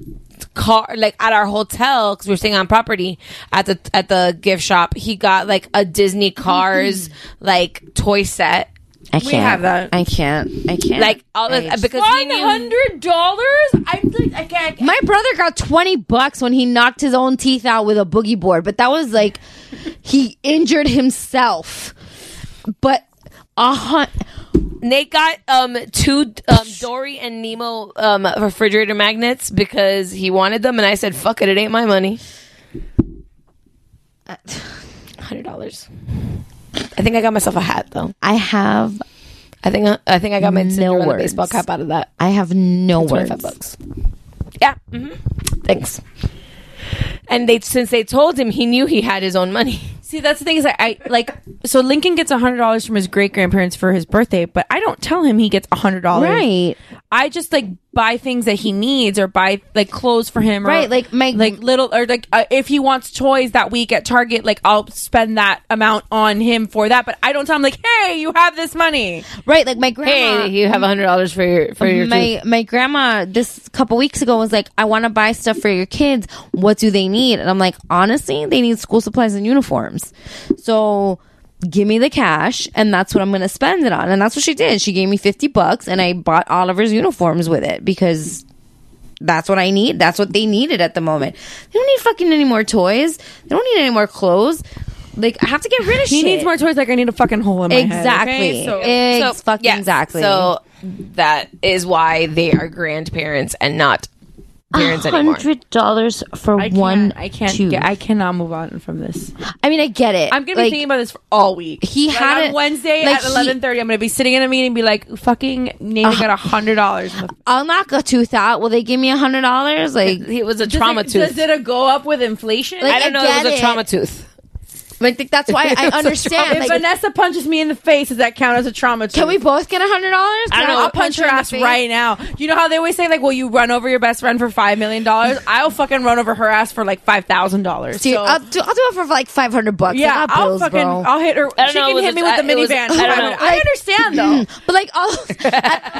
I: car, like at our hotel, because we were staying on property at the at the gift shop. He got like a Disney Cars
J: Mm-hmm.
I: like toy set.
F: I can't. I can't. I can't.
I: Like all of because he
F: one
I: knew-
F: hundred dollars. I'm like, I can't. My brother got twenty bucks when he knocked his own teeth out with a boogie board, but that was like he injured himself. But a hun-
I: Nate got um two um Dory and Nemo um refrigerator magnets because he wanted them, and I said, "Fuck it, it ain't my money."
F: Uh,
I: Hundred dollars. I think I got myself a hat though.
F: I have.
I: I think uh, I, I think I got my
F: No
I: Cinderella
F: words.
I: baseball cap out of that.
F: I have no
I: It's
F: words.
I: 25 bucks. Yeah. hmm Thanks. And they since they told him, he knew he had his own money.
J: See, that's the thing is I, I like so Lincoln gets hundred dollars from his great grandparents for his birthday, but I don't tell him he gets hundred dollars.
F: Right.
J: I just like buy things that he needs or buy like clothes for him. Or,
F: Right, like my-
J: like little or like uh, if he wants toys that week at Target, like I'll spend that amount on him for that. But I don't tell him like, hey, you have this money.
F: Right, like my grandma.
I: Hey, you have hundred dollars for your for your
F: my
I: tooth.
F: my grandma this couple weeks ago was like, I want to buy stuff for your kids. What do they need? And I'm like, honestly, they need school supplies and uniforms. So give me the cash and that's what I'm gonna spend it on. And that's what she did. She gave me fifty bucks and I bought Oliver's uniforms with it because that's what I need. That's what they needed at the moment. They don't need fucking any more toys. They don't need any more clothes. Like I have to get rid of
J: He
F: shit.
J: needs more toys. Like I need a fucking hole in my
F: Exactly.
J: head.
F: Ex- fucking
I: yes,
F: exactly.
I: So that is why they are grandparents and not parents anymore.
F: hundred dollars for
J: I can't,
F: one.
J: I can't.
F: tooth.
J: Get, I cannot move on from this.
F: I mean, I get it.
J: I'm gonna be
F: Like,
J: thinking about this for all week.
F: He
J: Like,
F: had
J: on
F: a-
J: Wednesday
F: like,
J: at
F: he-
J: 11:30. I'm gonna be sitting in a meeting and be like, "Fucking Nate got a hundred dollars."
F: I'll knock a tooth out. Will they give me a hundred dollars? Like
I: it was a trauma tooth.
J: Does it go up with inflation?
F: Like,
I: I don't know. It was a trauma tooth.
F: Like th- that's why
J: It
F: I
J: was a
F: understand.
J: trauma-
F: Like,
J: if Vanessa punches me in the face, does that count as a trauma?
F: can we both get a hundred dollars?
J: I don't know. I'll punch your
F: in the
J: ass
F: face?
J: right now. You know how they always say like, "Well, you run over your best friend for five million dollars." I'll fucking run over her ass for like five thousand dollars.
F: Dude,
J: So,
F: I'll, do, I'll do it for like five hundred bucks.
J: yeah,
F: I got
J: I'll
F: bills,
J: fucking,
F: bro.
J: I'll hit her.
I: I don't
J: she
I: know,
J: can
I: it
J: hit
I: was-
J: me with the
I: it was-
J: minivan.
I: I don't know.
J: I understand though.
F: Mm. but like, I'll,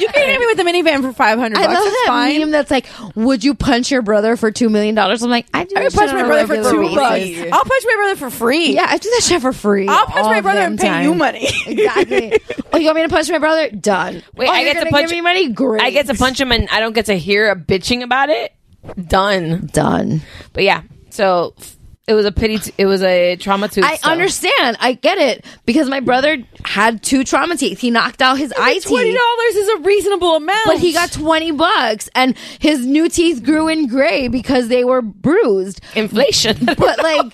J: you can hit me with the minivan for five hundred
F: I
J: bucks.
F: love
J: That's
F: that
J: fine.
F: meme that's like, "Would you punch your brother for two million dollars?" I'm like, I do.
J: I
F: that
J: would
F: shit
J: punch
F: on
J: my
F: a
J: brother for
F: regular
J: two
F: basis.
J: bucks. I'll punch my brother for free.
F: Yeah, I do that shit for free.
J: I'll punch
F: all
J: my brother
F: damn
J: and pay
F: time.
J: you money.
F: exactly. Oh, you want me to punch my brother? Done.
I: Wait,
F: Oh,
I: I
F: you're
I: get to
F: gonna
I: punch
F: give me money. Great.
I: I get to punch him, and I don't get to hear a bitching about it. Done.
F: Done.
I: But yeah, so f- it was a pity. T- it was a trauma tooth.
F: I
I: so.
F: understand. I get it because my brother had two trauma teeth. He knocked out his eye
J: Twenty
F: teeth,
J: dollars is a reasonable amount.
F: but he got twenty bucks, and his new teeth grew in gray because they were bruised.
I: inflation.
F: But like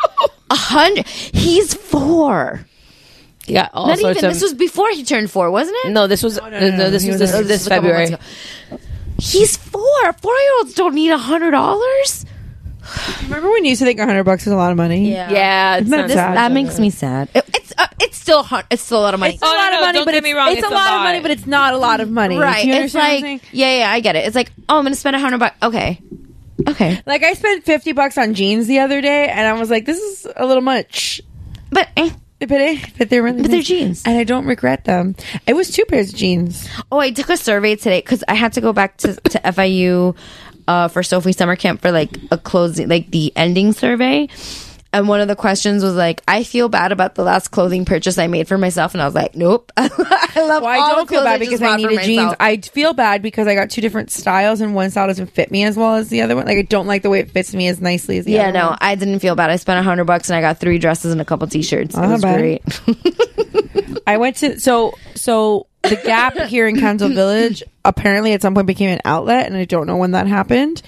F: a hundred, he's four.
I: yeah, all
F: Not even.
I: sorts of.
F: This was before he turned four, wasn't it?
I: no, this was no, this
F: He
I: was
F: was
I: this,
F: a-
I: this
F: a couple
I: February.
F: months He's four. Four year olds don't need a hundred dollars.
J: Remember when you used to think hundred bucks is a lot of money?
I: Yeah, it's
J: Isn't that
I: not
J: sad?
I: sad.
F: That makes me sad. It- it's uh, it's still a hun- it's still a lot of money.
J: It's a lot
I: Oh, no,
J: of money,
I: don't
J: but
I: get
J: it's,
I: me wrong,
J: it's,
I: it's
J: a
I: a
J: lot,
I: lot.
J: of money, but it's not a lot of money.
F: right?
J: Do you
F: It's
J: understand what I'm
F: like
J: saying?
F: yeah, yeah. I get it. It's like oh, I'm gonna spend a hundred bucks. Okay, okay.
J: like I spent fifty bucks on jeans the other day, and I was like, this is a little much.
F: But eh.
J: But they- but they're really
F: But they're
J: nice.
F: jeans.
J: and I don't regret them. It was two pairs of jeans.
F: Oh, I took a survey today because I had to go back to, to FIU uh, for Sophie Summer Camp for like a closing, like the ending survey. And one of the questions was like, I feel bad about the last clothing purchase I made for myself. And I was like, nope. I love
J: Well, I
F: all the
J: don't feel
F: clothes
J: bad
F: just
J: because I
F: bought for
J: needed jeans.
F: myself.
J: I feel bad because I got two different styles, and one style doesn't fit me as well as the other one. Like I don't like the way it fits me as nicely as the
F: yeah,
J: other.
F: no, I didn't feel bad. I spent a hundred bucks and I got three dresses and a couple t-shirts. It
J: Not
F: was
J: bad.
F: great.
J: I went to so so the Gap here in Council Village apparently at some point became an outlet, and I don't know when that happened,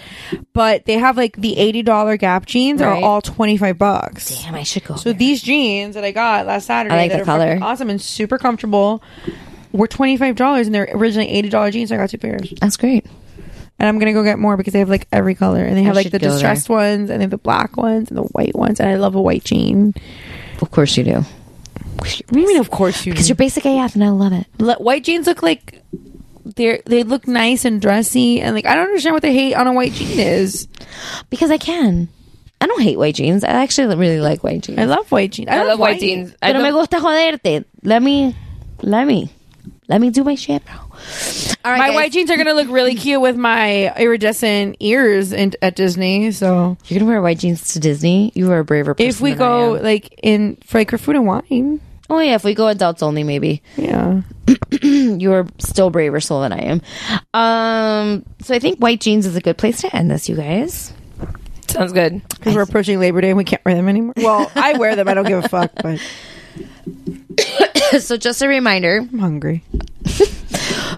J: but they have like the eighty dollar Gap jeans are
F: Right.
J: all twenty five bucks.
F: Damn, I should go.
J: So these jeans that I got last Saturday,
F: I like
J: that
F: the
J: are fucking
F: color.
J: awesome and super comfortable, were twenty five dollars, and they're originally eighty dollar jeans. I got two pairs,
F: That's great.
J: and I'm gonna go get more because they have like every color, and they have like
F: should
J: the
F: go there.
J: distressed ones, and they have the black ones, and the white ones, and I love a white jean.
F: Of course you do.
J: What do you mean? Of course you.
F: Because you're basic AF and I love it.
J: Le- white jeans look like they they look nice and dressy and like I don't understand what the hate on a white jean is.
F: Because I can. I don't hate white jeans. I actually really like white jeans.
J: I love white jeans. I,
I: I
J: love,
I: love white jeans. I
F: Pero me
I: don't,
F: gusta joderte. Let me, let me. Let me do my shit, bro.
J: my white jeans are gonna look really cute with my iridescent ears in, at Disney. So
F: you're gonna wear white jeans to Disney. You are a braver person.
J: if we
F: than I am.
J: go like in for like for food and wine,
F: Oh yeah, if we go adults only, maybe.
J: Yeah,
F: you are still braver soul than I am. Um, so I think white jeans is a good place to end this, you guys.
I: Sounds good.
J: because we're approaching Labor Day and we can't wear them anymore. Well, I wear them. I don't give a fuck. But
F: so just a reminder, I'm
J: hungry.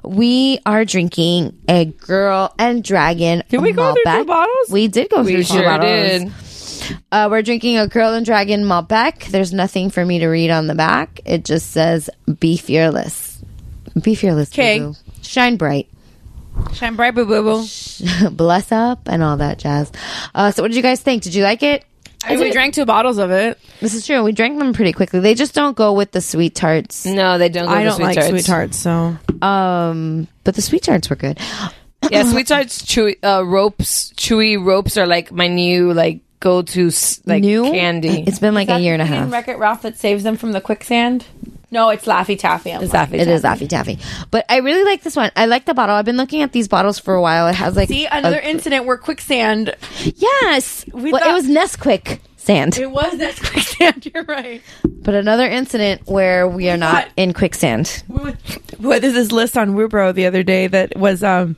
F: we are drinking a girl and dragon. Did we go through two bottles? We did go
I: We
F: through
I: sure
F: two bottles.
I: did.
F: Uh, we're drinking a girl and dragon Malbec. There's nothing for me to read on the back. It just says "Be fearless, be fearless, okay, shine bright."
J: Shine bright, boo boo boo.
F: bless up and all that jazz. Uh, so, what did you guys think? Did you like it?
J: I mean, we drank two bottles of it.
F: This is true. We drank them pretty quickly. They just don't go with the sweet tarts.
I: No, they don't. Go
J: I
I: with
J: don't
I: sweet
J: like
I: tarts.
J: sweet tarts, so
F: Um, but the sweet tarts were good.
I: yeah, sweet tarts, chewy uh, ropes, chewy ropes are like my new like go to like candy.
F: It's been like a year and a half.
J: Wreck It Ralph that saves them from the quicksand. No, it's Laffy Taffy. It's
F: It is Laffy Taffy. But I really like this one. I like the bottle. I've been looking at these bottles for a while. It has like
J: See another
F: a-
J: incident where quicksand.
F: yes. well, it was Nesquik sand,
J: It was that quicksand. You're right.
F: but another incident where we are not in quicksand.
J: What is this list on Wubro the other day that was um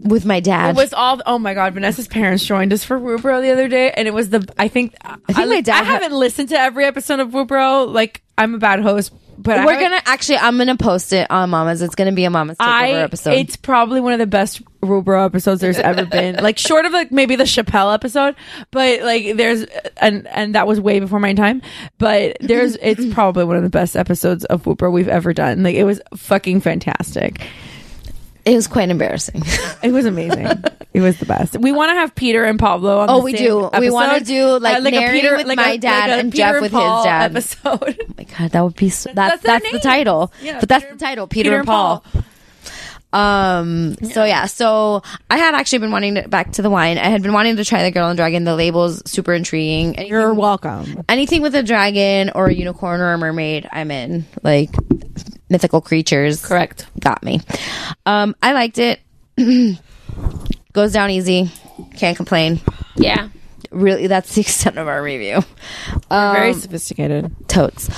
F: with my dad?
J: It was all oh my god, Vanessa's parents joined us for Wubro the other day, and it was the I think I,
F: think my dad
J: I
F: ha-
J: haven't listened to every episode of Wubro. Like I'm a bad host, but I
F: We're
J: haven't-
F: gonna actually. I'm gonna post it on Mama's. It's gonna be a Mama's takeover
J: I
F: episode.
J: it's probably one of the best Rubro episodes there's ever been. like short of like maybe the Chappelle episode, but like there's and and that was way before my time. But there's it's probably one of the best episodes of Whooper we've ever done. Like it was fucking fantastic.
F: It was quite embarrassing.
J: It was amazing. it was the best. We want to have Peter and Pablo. on
F: Oh,
J: the
F: we
J: same
F: do. We wanna
J: episode.
F: do,
J: Uh,
F: like, Narrating with my dad and Jeff with his
J: Paul
F: dad.
J: episode.
F: my god, that would be so, that's that's, the title.
J: Yeah,
F: but that's the title, Peter,
J: Peter
F: and Paul. Um. So yeah. So I had actually been wanting to back to the wine. I had been wanting to try the Girl and Dragon. The label's super intriguing. Anything,
J: You're welcome.
F: Anything with a dragon or a unicorn or a mermaid, I'm in. Like mythical creatures.
I: Correct.
F: Got me. Um. I liked it. Goes down easy. Can't complain.
I: Yeah.
F: Really, that's the extent of our review.
J: very
F: Um,
J: sophisticated.
F: totes.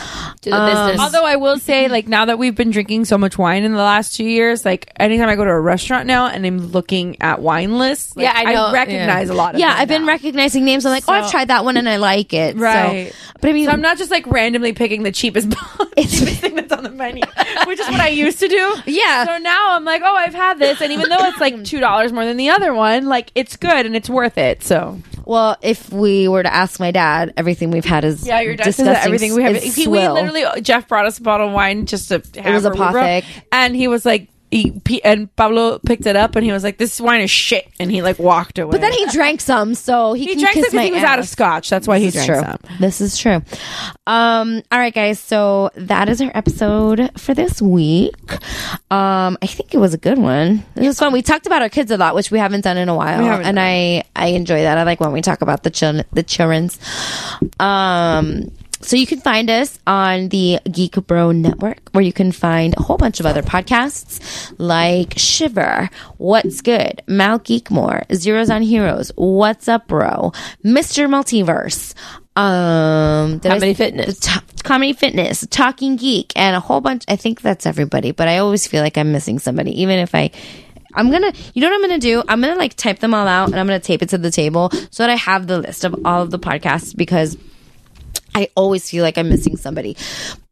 F: Um,
J: Although I will say, like now that we've been drinking so much wine in the last two years, like anytime I go to a restaurant now and I'm looking at wine lists, like,
F: Yeah, I know.
J: recognize
F: Yeah.
J: a lot of.
F: Yeah,
J: them
F: I've been
J: now.
F: recognizing names. I'm like, oh, I've
J: So-
F: tried that one and I like it. So-
J: right.
F: but I mean,
J: so I'm not just like randomly picking the cheapest, cheapest thing that's on the menu, which is what I used to do.
F: Yeah.
J: So now I'm like, oh, I've had this, and even though it's like two dollars more than the other one, like it's good and it's worth it. So
F: well, if we were to ask my dad, everything we've had is
J: Yeah, your dad says
F: disgusting,
J: that everything we have.
F: is
J: He, we
F: swill.
J: literally uh, Jeff brought us a bottle of wine just to. Have
F: was
J: or whatever,
F: apothic.
J: and he was like, he, P- and Pablo picked it up, and he was like, "This wine is shit," and he like walked away.
F: But then he drank some, so he,
J: He
F: can
J: drank
F: kiss
J: some 'cause
F: my
J: he was out of
F: ass.
J: scotch. That's why he
F: This is
J: drank
F: true. This is true. Um, all right, guys. So that is our episode for this week. Um, I think it was a good one. It was fun. We talked about our kids a lot, which we haven't done in a while,
J: We haven't
F: and I I enjoy that. I like when we talk about the children, the childrens. Um. So you can find us on the Geek Bro Network, where you can find a whole bunch of other podcasts like Shiver, What's Good, Mal Geekmore, Zeros on Heroes, What's Up Bro, Mr. Multiverse, um, did I
I: Comedy
F: s-
I: Fitness.
F: the to- comedy Fitness, Talking Geek, and a whole bunch. I think that's everybody, but I always feel like I'm missing somebody, even if I. I'm gonna, you know what I'm gonna do? I'm gonna like type them all out and I'm gonna tape it to the table so that I have the list of all of the podcasts because I always feel like I'm missing somebody.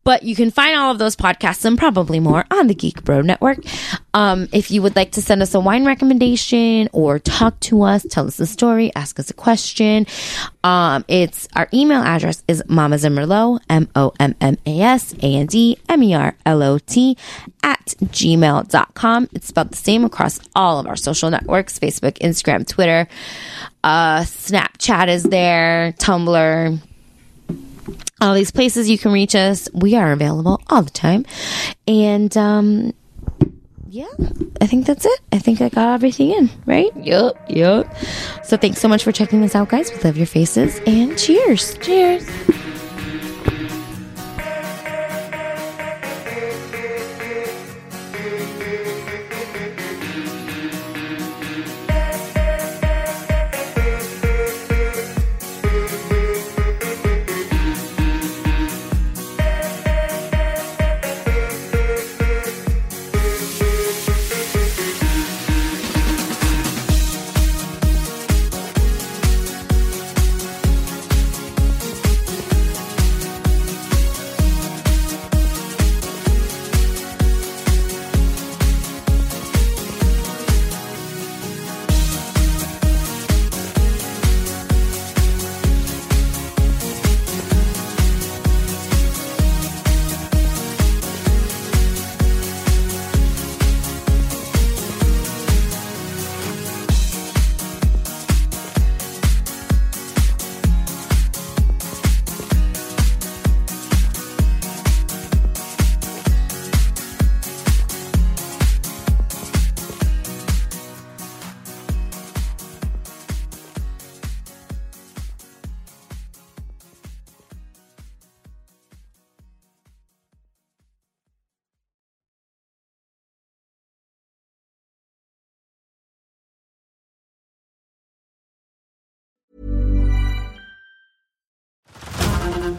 F: But you can find all of those podcasts and probably more on the Geek Bro Network. Um, if you would like to send us a wine recommendation or talk to us, tell us a story, ask us a question, um, it's our email address is Mamas and Merlot, M O M M A S A N D M E R L O T at gmail.com. It's spelled the same across all of our social networks Facebook, Instagram, Twitter, uh, Snapchat is there, Tumblr all these places you can reach us. We are available all the time. And um yeah, I think that's it. I think I got everything in, right? Yep, yep. So thanks so much for checking this out, guys. We love your faces and cheers. Cheers.
A: Hey.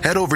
N: Head over